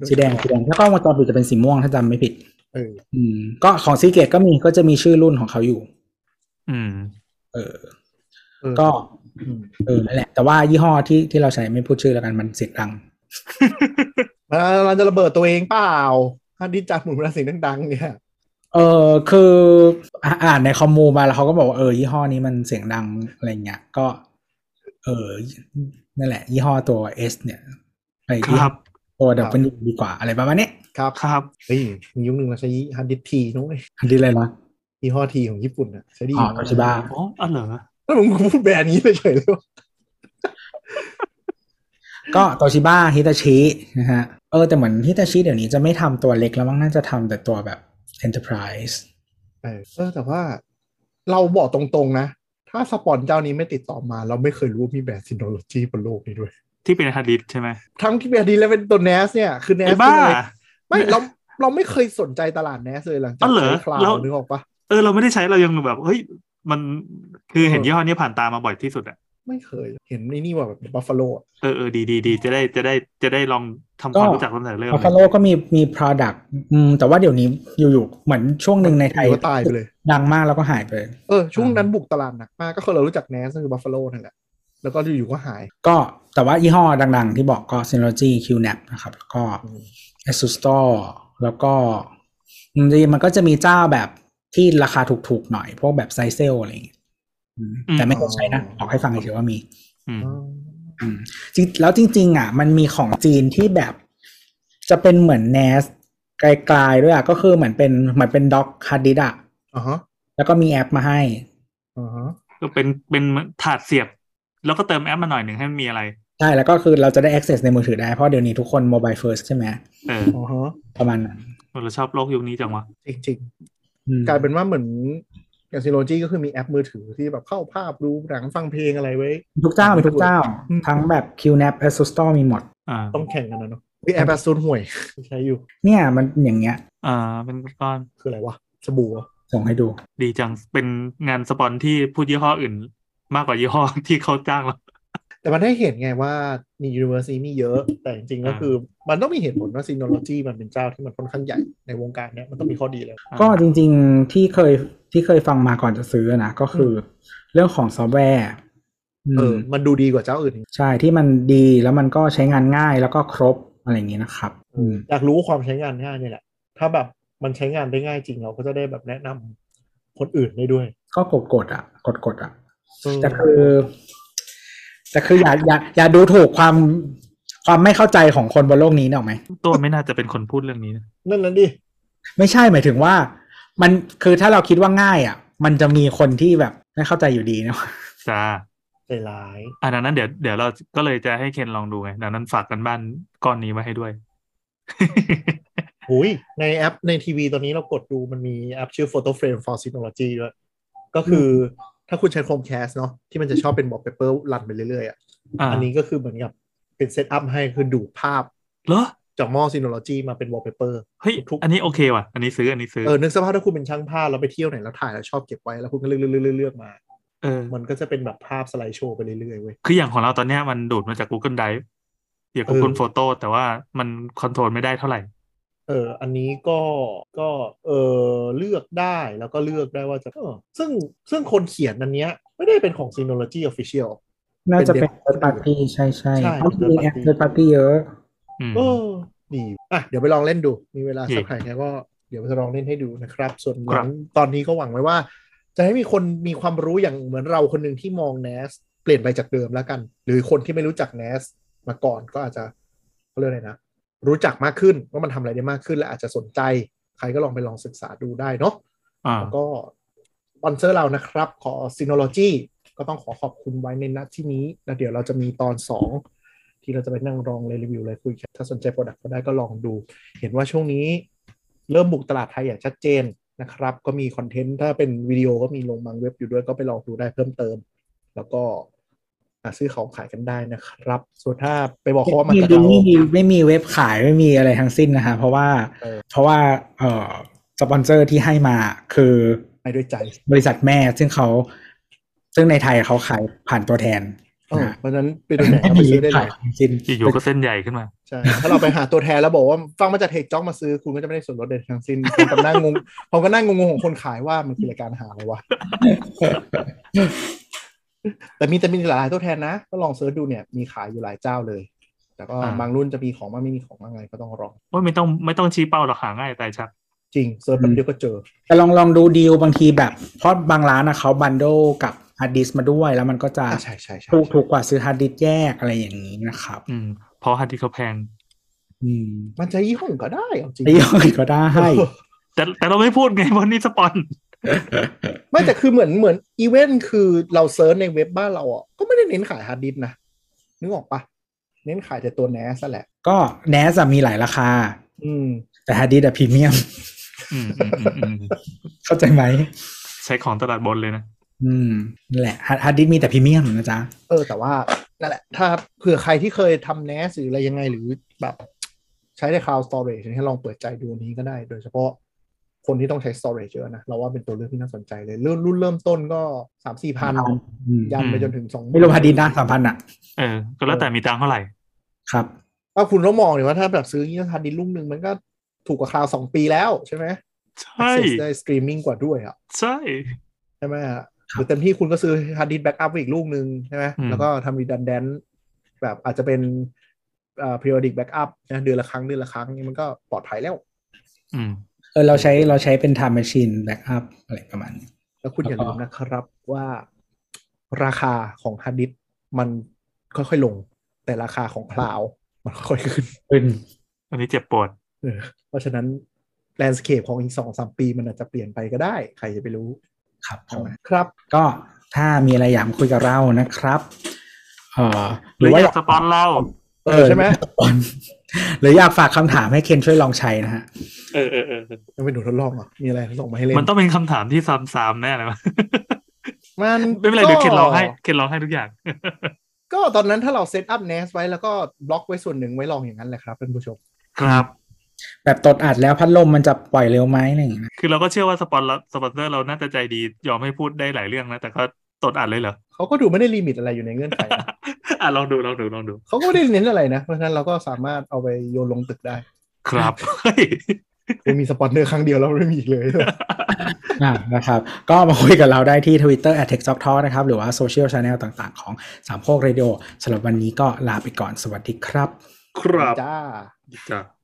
Speaker 4: สีแดงสีแดงถ้ากล้องวงจรปิดจะเป็นสีม่วงถ้าจำไม่ผิด
Speaker 2: เออ
Speaker 4: อืม ก็ของซีเกตก็มีก็จะมีชื่อรุ่นของเขาอยู่
Speaker 3: อืม
Speaker 4: เออ
Speaker 2: เออ
Speaker 4: ก็
Speaker 2: อืม
Speaker 4: เออนั่นแหละ แต่ว่ายี่ห้อที่ที่เราใช้ไม่พูดชื่อแล้วกันมันเสียงดัง
Speaker 2: มันมันจะระเบิดตัวเองเปล่าถ้าดินจากหมุนเวลาเสียงดังๆเนี่ย
Speaker 4: เออคืออ่าอ่านในคอมมูมาแล้วเขาก็บอกว่าเออยี่ห้อนี้มันเสียงดังอะไรเงี้ยก็ เออนั่นแหละ ยี่ห้อตัวเอสเนี่ยไป
Speaker 3: ค
Speaker 4: ยี่ห้
Speaker 3: รั
Speaker 4: อบ ตัวดับเบิลยูดีกว่าอะไรประมาณเนี้ย
Speaker 2: ครับ
Speaker 3: ครับ
Speaker 2: เฮ้ยมียุคหนึ่งเราใช้ฮาร์ดดิสทีนู้นย
Speaker 4: อันนี้เลยนะ
Speaker 2: ยี่ห้อทีของญี่ปุ่นอะใช้ดี
Speaker 4: อ๋อโตชิบะ
Speaker 3: อ๋ออ๋อเหรอ
Speaker 2: แล้วมึงพูดแบรนด์นี้ไปเฉยเลยวะ
Speaker 4: ก็โตชิบะฮิตาชินะฮะเออแต่เหมือนฮิตาชิเดี๋ยวนี้จะไม่ทำตัวเล็กแล้วมั้งน่าจะทำแต่ตัวแบบ Enterprise
Speaker 2: เออเออแต่ว่าเราบอกตรงๆนะ ถ้าสปอนเจ้านี้ไม่ติดต่อมา เราไม่เคยรู้ว่ามีแบรนด์ซินโนโลจีบนโลกนี้ด้วย
Speaker 3: ที่เป็นฮาร์ดดิสก์ใช่ไหม
Speaker 2: ทั้งที่แบรนด์ดีและเป็นตัวเนสเนี่ยคือเน
Speaker 3: ไอ้
Speaker 2: ส
Speaker 3: บ้า
Speaker 2: ไม่เราเราไม่เคยสนใจตลาดเนสเลยหลังจาก
Speaker 3: อ๋อเหรอ
Speaker 2: ใช้คลา
Speaker 3: แล้ว ว
Speaker 2: นึกออกปะ
Speaker 3: เออเราไม่ได้ใช้เรายังแบบเฮ้ยมันคือเห็น
Speaker 2: เออ
Speaker 3: ยี่ห้อนี้ผ่านตามาบ่อยที่สุดอะ
Speaker 2: ไม่เคยเห็นนี่นี่ว่าแบบบัฟฟาโล
Speaker 3: เออเออดีดีดีจะได้จะได้จะได้ลองทำความรู้จักตั้งแต่เริ่ม
Speaker 4: บัฟฟาโลก็มีมี product อืมแต่ว่าเดี๋ยวนี้อยู่ๆเหมือนช่วงหนึ่งในไทย
Speaker 2: ก็ตายไปเลย
Speaker 4: ดังมากแล้วก็หายไปเลย
Speaker 2: เออช่วงนั้นบุกตลาดหนักมากก็คือเรารู้จักเนสคือบัฟฟาโลนั่นแหละ แล้วก็อยู่ๆก็หาย
Speaker 4: ก็แต่ว่ายี่ห้อดังๆ ที่บอกก็ Synology QNAP นะครับ แล้วก็
Speaker 2: อืม
Speaker 4: Asus Store แล้วก็อืมจริงๆมันก็จะมีเจ้าแบบที่ราคาถูกๆ หน่อย พวกแบบไซเซลอะไรอย่างเงี้ยอืมแต่ไม่เคยใช้นะ บอกให้ฟังเฉยๆว่ามี
Speaker 3: อืม
Speaker 2: อ๋อ
Speaker 4: อืมจริงแล้วจริง ๆ อ่ะ มันมีของจีนที่แบบ จะเป็นเหมือน NAS ไกลๆด้วยอ่ะ ก็คือเหมือนเป็นเหมือนเป็นด็อกฮาร์ดดิสอะ
Speaker 2: อ่าฮะ
Speaker 4: แล้วก็มีแอปมาให้
Speaker 2: อ่าฮะ
Speaker 3: ก็เป็นเป็นถาดเสียบ แล้วก็เติมแอปมาหน่อยหนึ่งให้มันมีอะไร
Speaker 4: ใช่แล้วก็คือเราจะได้ access ในมือถือได้เพราะเดี๋ยวนี้ทุกคนโมบายเฟิร์สใช่ไหม
Speaker 3: เออ
Speaker 2: อ่าฮะ
Speaker 4: ประมาณนั้น
Speaker 3: เราชอบโลกยุคนี้จังวะ
Speaker 2: จริง
Speaker 4: อืม
Speaker 2: ๆ กลายเป็นว่าเหมือนอย่างซีโลจีก็คือมีแอปมือถือที่แบบเข้าภาพดูหนังฟังเพลงอะไรไว้
Speaker 4: ทุกเจ้ามีทุกเจ้า
Speaker 2: อืม
Speaker 4: ทั้งแบบ QNAP Asus Store มีหมด
Speaker 3: อ่า
Speaker 2: ต้องแข่งกันนะเนาะวิแอปแอปซูนห่วย ใช้อยู่
Speaker 4: เนี่ยมันอย่างเงี้ย
Speaker 3: อ่าเป็นก้อน
Speaker 2: คืออะไรวะสบู่เหรอ
Speaker 4: ส่งให้ดู
Speaker 3: ดีจังเป็นงานสปอนที่พูดยี่ห้ออื่น มากกว่ายี่ห้อที่เขาจ้างเรา
Speaker 2: แต่มันได้เห็นไงว่ามียูนิเวอร์ซีมีเยอะ แต่จริงๆก็คือ มันต้องมีเหตุผลว่าซีโนโลจีมันเป็นเจ้าที่มันค่อนข้างใหญ่ในวงการเนี้ยมันต้องมีข้อดีเลย
Speaker 4: ก็จริงๆที่เคยที่เคยฟังมาก่อนจะซื้อนะก็คืออเรื่องของซอฟต์แวร์
Speaker 2: เอ
Speaker 4: อื
Speaker 2: อ
Speaker 4: ม
Speaker 2: มันดูดีกว่าเจ้าอื่น
Speaker 4: ใช่ที่มันดีแล้วมันก็ใช้งานง่ายแล้วก็ครบอะไรอย่างนี้นะครับอืม
Speaker 2: อยากรู้ความใช้งานง่ายนี่แหละ ถ้าแบบมันใช้งานได้ง่ายจริงเราก็จะได้แบบแนะนำคนอื่นได้ด้วย
Speaker 4: ก็กดกดๆอ่ะ กดกดๆอ่ะ
Speaker 2: เออ
Speaker 4: แต่คือ แต่คืออย่าอย่าอย่าดูถูกความความไม่เข้าใจของคนบนโลกนี้เนกอะไหม
Speaker 3: ตัวไม่น่าจะเป็นคนพูดเรื่องนี้นะ
Speaker 2: นั่นนั่นดิ
Speaker 4: ไม่ใช่หมายถึงว่า มันคือถ้าเราคิดว่าง่ายอ่ะ มันจะมีคนที่แบบไม่เข้าใจอยู่ดีนะ
Speaker 3: จ้า
Speaker 2: ใจร้าย
Speaker 3: อันนั้นเดี๋ยวเดี๋ยวเราก็เลยจะให้เคนลองดูไงดังนั้นฝากกันบ้านก้อนนี้มาให้ด้วย
Speaker 2: หุยในแอปในทีวีตอนนี้เรากดดูมันมีแอปชื่อ Photo Frame for Synology ด้วย ก็คืออถ้าคุณใช้ Chromecast เนาะที่มันจะชอบเป็นบอ l เปเปอร์รันไปเรื่อยๆอะ
Speaker 3: อ่า
Speaker 2: อันนี้ก็คือเหมือนกับเป็นเซตอัพให้คือดูดภาพ
Speaker 3: เหรอ
Speaker 2: จากหม้อ Synology มาเป็น wallpaper
Speaker 3: เฮ้ย
Speaker 2: ทุกๆ
Speaker 3: อันนี้โอเคว่ะ อันนี้ซื้ออันนี้ซื้อ
Speaker 2: เออนึกสภาพถ้าคุณเป็นช่างภาพแล้วไปเที่ยวไหนแล้วถ่ายแล้วชอบเก็บไว้แล้วคุณก็เลือกเลือกเลือกเลือกมา
Speaker 3: เออ
Speaker 2: มันก็จะเป็นแบบภาพสไลด์โชว์ไปเรื่อยๆเว้ย
Speaker 3: คืออย่างของเราตอนเนี้ยมันดูดมาจาก Google Drive เดี๋ยว Google
Speaker 2: เออ
Speaker 3: Photo แต่ว่ามันคอนโทรลไม่ได้เท่าไหร่
Speaker 2: เออ อันนี้ก็ก็เออเลือกได้แล้วก็เลือกได้ว่าจะเออซึ่งซึ่งคนเขียนอันเนี้ยไม่ได้เป็นของ Synology Official
Speaker 4: น่าจะเป็น
Speaker 2: เป็น
Speaker 4: เ h ิ r ์
Speaker 2: dev
Speaker 4: p ปาร์ตี้ใช่ใช่
Speaker 2: ใช่
Speaker 4: เพราะ
Speaker 2: เป็น
Speaker 4: มี
Speaker 2: third
Speaker 4: แอ
Speaker 2: party
Speaker 4: ปเ h ิร์ p ปาร์ตี้เยอะ
Speaker 3: อืม
Speaker 2: เออดีอ่ะเดี๋ยวไปลองเล่นดู มีเวลาสักหน่อยเนี่ยก็เดี๋ยวจะลองเล่นให้ดูนะครับ ส่วนหลังตอนนี้ก็หวังไว้ว่า จะให้มีคนมีความรู้อย่างเหมือนเราคนหนึ่งที่มอง NAS เปลี่ยนไปจากเดิมแล้วกัน หรือคนที่ไม่รู้จัก NAS มาก่อนก็อาจจะเขาเรียกอะไรนะ รู้จักมากขึ้นว่ามันทำอะไรได้มากขึ้นและอาจจะสนใจ ใครก็ลองไปลองศึกษาดูได้เนาะ
Speaker 3: อ่า
Speaker 2: แล้วก็สปอนเซอร์เรานะครับ ขอ Synology ก็ต้องขอขอบคุณไว้ในนัดที่นี้ แล้วเดี๋ยวเราจะมีตอน 2 ที่เราจะไปนั่งรองเลยรีวิวเลยคุยกันถ้าสนใจโปรดักต์ก็ได้ก็ลองดู เห็นว่าช่วงนี้เริ่มบุกตลาดไทยอย่างชัดเจนนะครับ ก็มีคอนเทนต์ถ้าเป็นวิดีโอก็มีลงบางเว็บอยู่ด้วยก็ไปลองดูได้เพิ่มเติม แล้วก็หาซื้อของขายกันได้นะครับ ส่วนถ้าไปบอกเขาว่ามัน
Speaker 4: ไม่
Speaker 2: จะ
Speaker 4: มี
Speaker 2: เรา
Speaker 4: ไม่มีไม่มีเว็บขายไม่มีอะไรทั้งสิ้นนะฮะเพราะว่า
Speaker 2: เออ
Speaker 4: เพราะว่าเอ่อสปอนเซอร์ที่ให้มาคือ
Speaker 2: ไปด้วยใจ
Speaker 4: บริษัทแม่ซึ่งเขา ซึ่งในไทยเขาขายผ่านตัวแทน
Speaker 2: เออ
Speaker 4: นะ
Speaker 2: เพราะฉะนั้นไปดูไหนก็ไปซื้อได้เล
Speaker 4: ขาย
Speaker 2: ย
Speaker 4: ทั้งสิ้น
Speaker 3: อยู่ๆก็เส้นใหญ่ขึ้นมา
Speaker 2: ใช่ถ้าเราไปหาตัวแทนแล้วบอกว่าฟังมาจากเทคจ็อกมาซื้อคุณก็จะไม่ได้ส่วนลดใดทั้งสิ้นผมก็นั่งงงผมก็นั่งงงๆของคนขายว่ามันคือรายการหาอะไรวะ แต่มีแต่มีหลายตัวแทนนะ ก็ลองเซิร์ชดูเนี่ยมีขายอยู่หลายเจ้าเลย แต่ก็
Speaker 3: อ่า
Speaker 2: บางรุ่นจะมีของบ้างไม่มีของบ้างอะไรก็ต้องรอง
Speaker 3: ว่าไม่ต้องไม่ต้องชี้เป้าหรอกหาง่ายแต่ชัก
Speaker 2: จริงเซิร์ชแป๊บเดียวก็เจอ
Speaker 4: แต่ลองลองดูดีลบางทีแบบ เพราะบางร้านนะเขาบันโดกับฮาร์ดดิสก์มาด้วย แล้วมันก็จะ
Speaker 2: อ่าใช่ใช่ใช่
Speaker 4: ถูก
Speaker 2: ใช่
Speaker 4: ถูกกว่าซื้อฮาร์ดดิสก์แยกอะไรอย่างนี้นะครับ
Speaker 3: อืมเพราะฮันดิสเขาแพง
Speaker 4: อืม
Speaker 2: มันจะยี่ห้ออื่นก็ได้เอาจริง
Speaker 4: ไอ้ย่อยก็ได้
Speaker 3: แต่แต่เราไม่พูดไงเพราะนี่สปอน
Speaker 2: ไม่แต่คือเหมือนเหมือนอีเวนต์คือเราเซิร์ชในเว็บบ้านเราอ่ะก็ไม่ได้เน้นขายฮาร์ดดิสก์นะนึกออกปะเน้นขายแต่ตัวแนสแหละ
Speaker 4: ก็แนสมีหลายราคา
Speaker 2: อืม
Speaker 4: แต่ฮาร์ดดิสก์อะพรีเมียม
Speaker 3: อืมอืมอืมอืม
Speaker 4: เข้าใจไหม
Speaker 3: ใช้ของตลาดบนเลยนะ
Speaker 4: อืมนั่นแหละฮาร์ดฮาร์ดดิสก์มีแต่พรีเมียมนะจ๊ะ
Speaker 2: เออแต่ว่านั่นแหละ ถ้าเผื่อใครที่เคยทำ NAS หรืออะไรยังไงหรือแบบใช้ใน cloud storage เนี่ยลองเปิดใจดูอันนี้ก็ได้ โดยเฉพาะคนที่ต้องใช้ storage เยอะนะ เราว่าเป็นตัวเลือกที่น่าสนใจเลย รุ่นรุ่นเริ่มต้นก็สามสี่พัน
Speaker 4: อืม
Speaker 2: ยันไป
Speaker 3: อืม
Speaker 2: จนถึงสอง
Speaker 4: ไม่รวมฮาร์ดดิสก์นะสามพันอะ
Speaker 3: เออ ก็แล้วแต่มีตังค์เท่าไหร่
Speaker 4: ครับ
Speaker 2: ถ้าคุณต้องมองเลยว่าถ้าแบบซื้อยี่ห้อทันดินรุ่นหนึ่งมันก็ถูกกว่า cloud สองปีแล้วใช่ไหม
Speaker 3: ใช่
Speaker 2: access ได้ streaming กว่าด้วยอ่ะ
Speaker 3: ใช่
Speaker 2: ใช่ไหมฮะหรือเต็มที่คุณก็ซื้อฮาร์ดดิสก์แบ็กอัพไว้อีกลูกหนึ่งใช่ไหม
Speaker 3: อืม
Speaker 2: แล้วก็ทำรีดันแดนแบบอาจจะเป็นเอ่อ periodic backup นะเดือนละครั้งเดือนละครั้งนี่มันก็ปลอดภัยแล้ว
Speaker 3: อืม
Speaker 4: เออเราใช้เราใช้เป็น time machine backup อะไรประมาณนี้
Speaker 2: แล้วคุณอย่าลืมนะครับว่าราคาของฮาร์ดดิสก์มันค่อยๆลง แต่ราคาของคลาวด์มันค่อยๆขึ้น
Speaker 3: อันนี้เจ็บปวด
Speaker 2: เออเพราะฉะนั้นแลนด์สเคปของอีกสองสามปีมันอาจจะเปลี่ยนไปก็ได้ ใครจะไปรู้
Speaker 4: ครับผม
Speaker 2: ครับ
Speaker 4: ก็ถ้ามีอะไรอยากมาคุยกับเรานะครับ เออ
Speaker 3: หรืออยาก
Speaker 4: ก
Speaker 3: สปอนเรา
Speaker 2: เออใช่ไหม
Speaker 4: หรืออยากฝากคำถามให้เคนช่วยลองใช้นะฮะ
Speaker 3: เออเออเออ
Speaker 2: ยังเป็นหนูทดลองเหรอมีอะไรส่งมาให้เล่น
Speaker 3: มันต้องเป็นคำถามที่ซ้ำๆแน่เลยวะ
Speaker 2: มัน
Speaker 3: ไม่เป็นไรเดี๋ยว
Speaker 2: ก็
Speaker 3: เคนร้องให้เคนร้องให้ทุกอย่าง
Speaker 2: ก็ตอนนั้นถ้าเราเซตอัพ NAS ไว้แล้วก็บล็อกไว้ส่วนหนึ่งไว้ลองอย่างนั้นแหละครับท่านผู้ชม
Speaker 3: ครับ
Speaker 4: แบบตดอัดแล้วพัดลมมันจะปล่อยเร็วไหมอะไรอย่างเงี้ยนะ
Speaker 3: คือเราก็เชื่อว่าสปอนเราสปอนเซอร์เราน่าจะใจดี ยอมให้พูดได้หลายเรื่องนะ แต่ก็ตดอัดเลยเหรอ
Speaker 2: เขาก็ดูไม่ได้ลิมิตอะไรอยู่ในเงื่อนไขนะ
Speaker 3: อ่ะลองดูลองดูลองดู
Speaker 2: เขาก็ไม่ได้เน้นอะไรนะ เพราะฉะนั้นเราก็สามารถเอาไปโยนลงตึกได้
Speaker 3: ครับเฮ้ย
Speaker 2: ไม่มีสปอนเนอร์ครั้งเดียวแล้วไม่มีอีกเลย
Speaker 4: อ่านะครับ ก็มาคุยกับเราได้ที่ Twitter at tech talk นะครับ หรือว่าโซเชียลช n แนลต่างๆ ของสามโคกเรดิโอสำหรับวันนี้ก็ลาไปก่อนสวัสดีครับ
Speaker 3: ครับ
Speaker 2: จ้า
Speaker 3: จ้ะ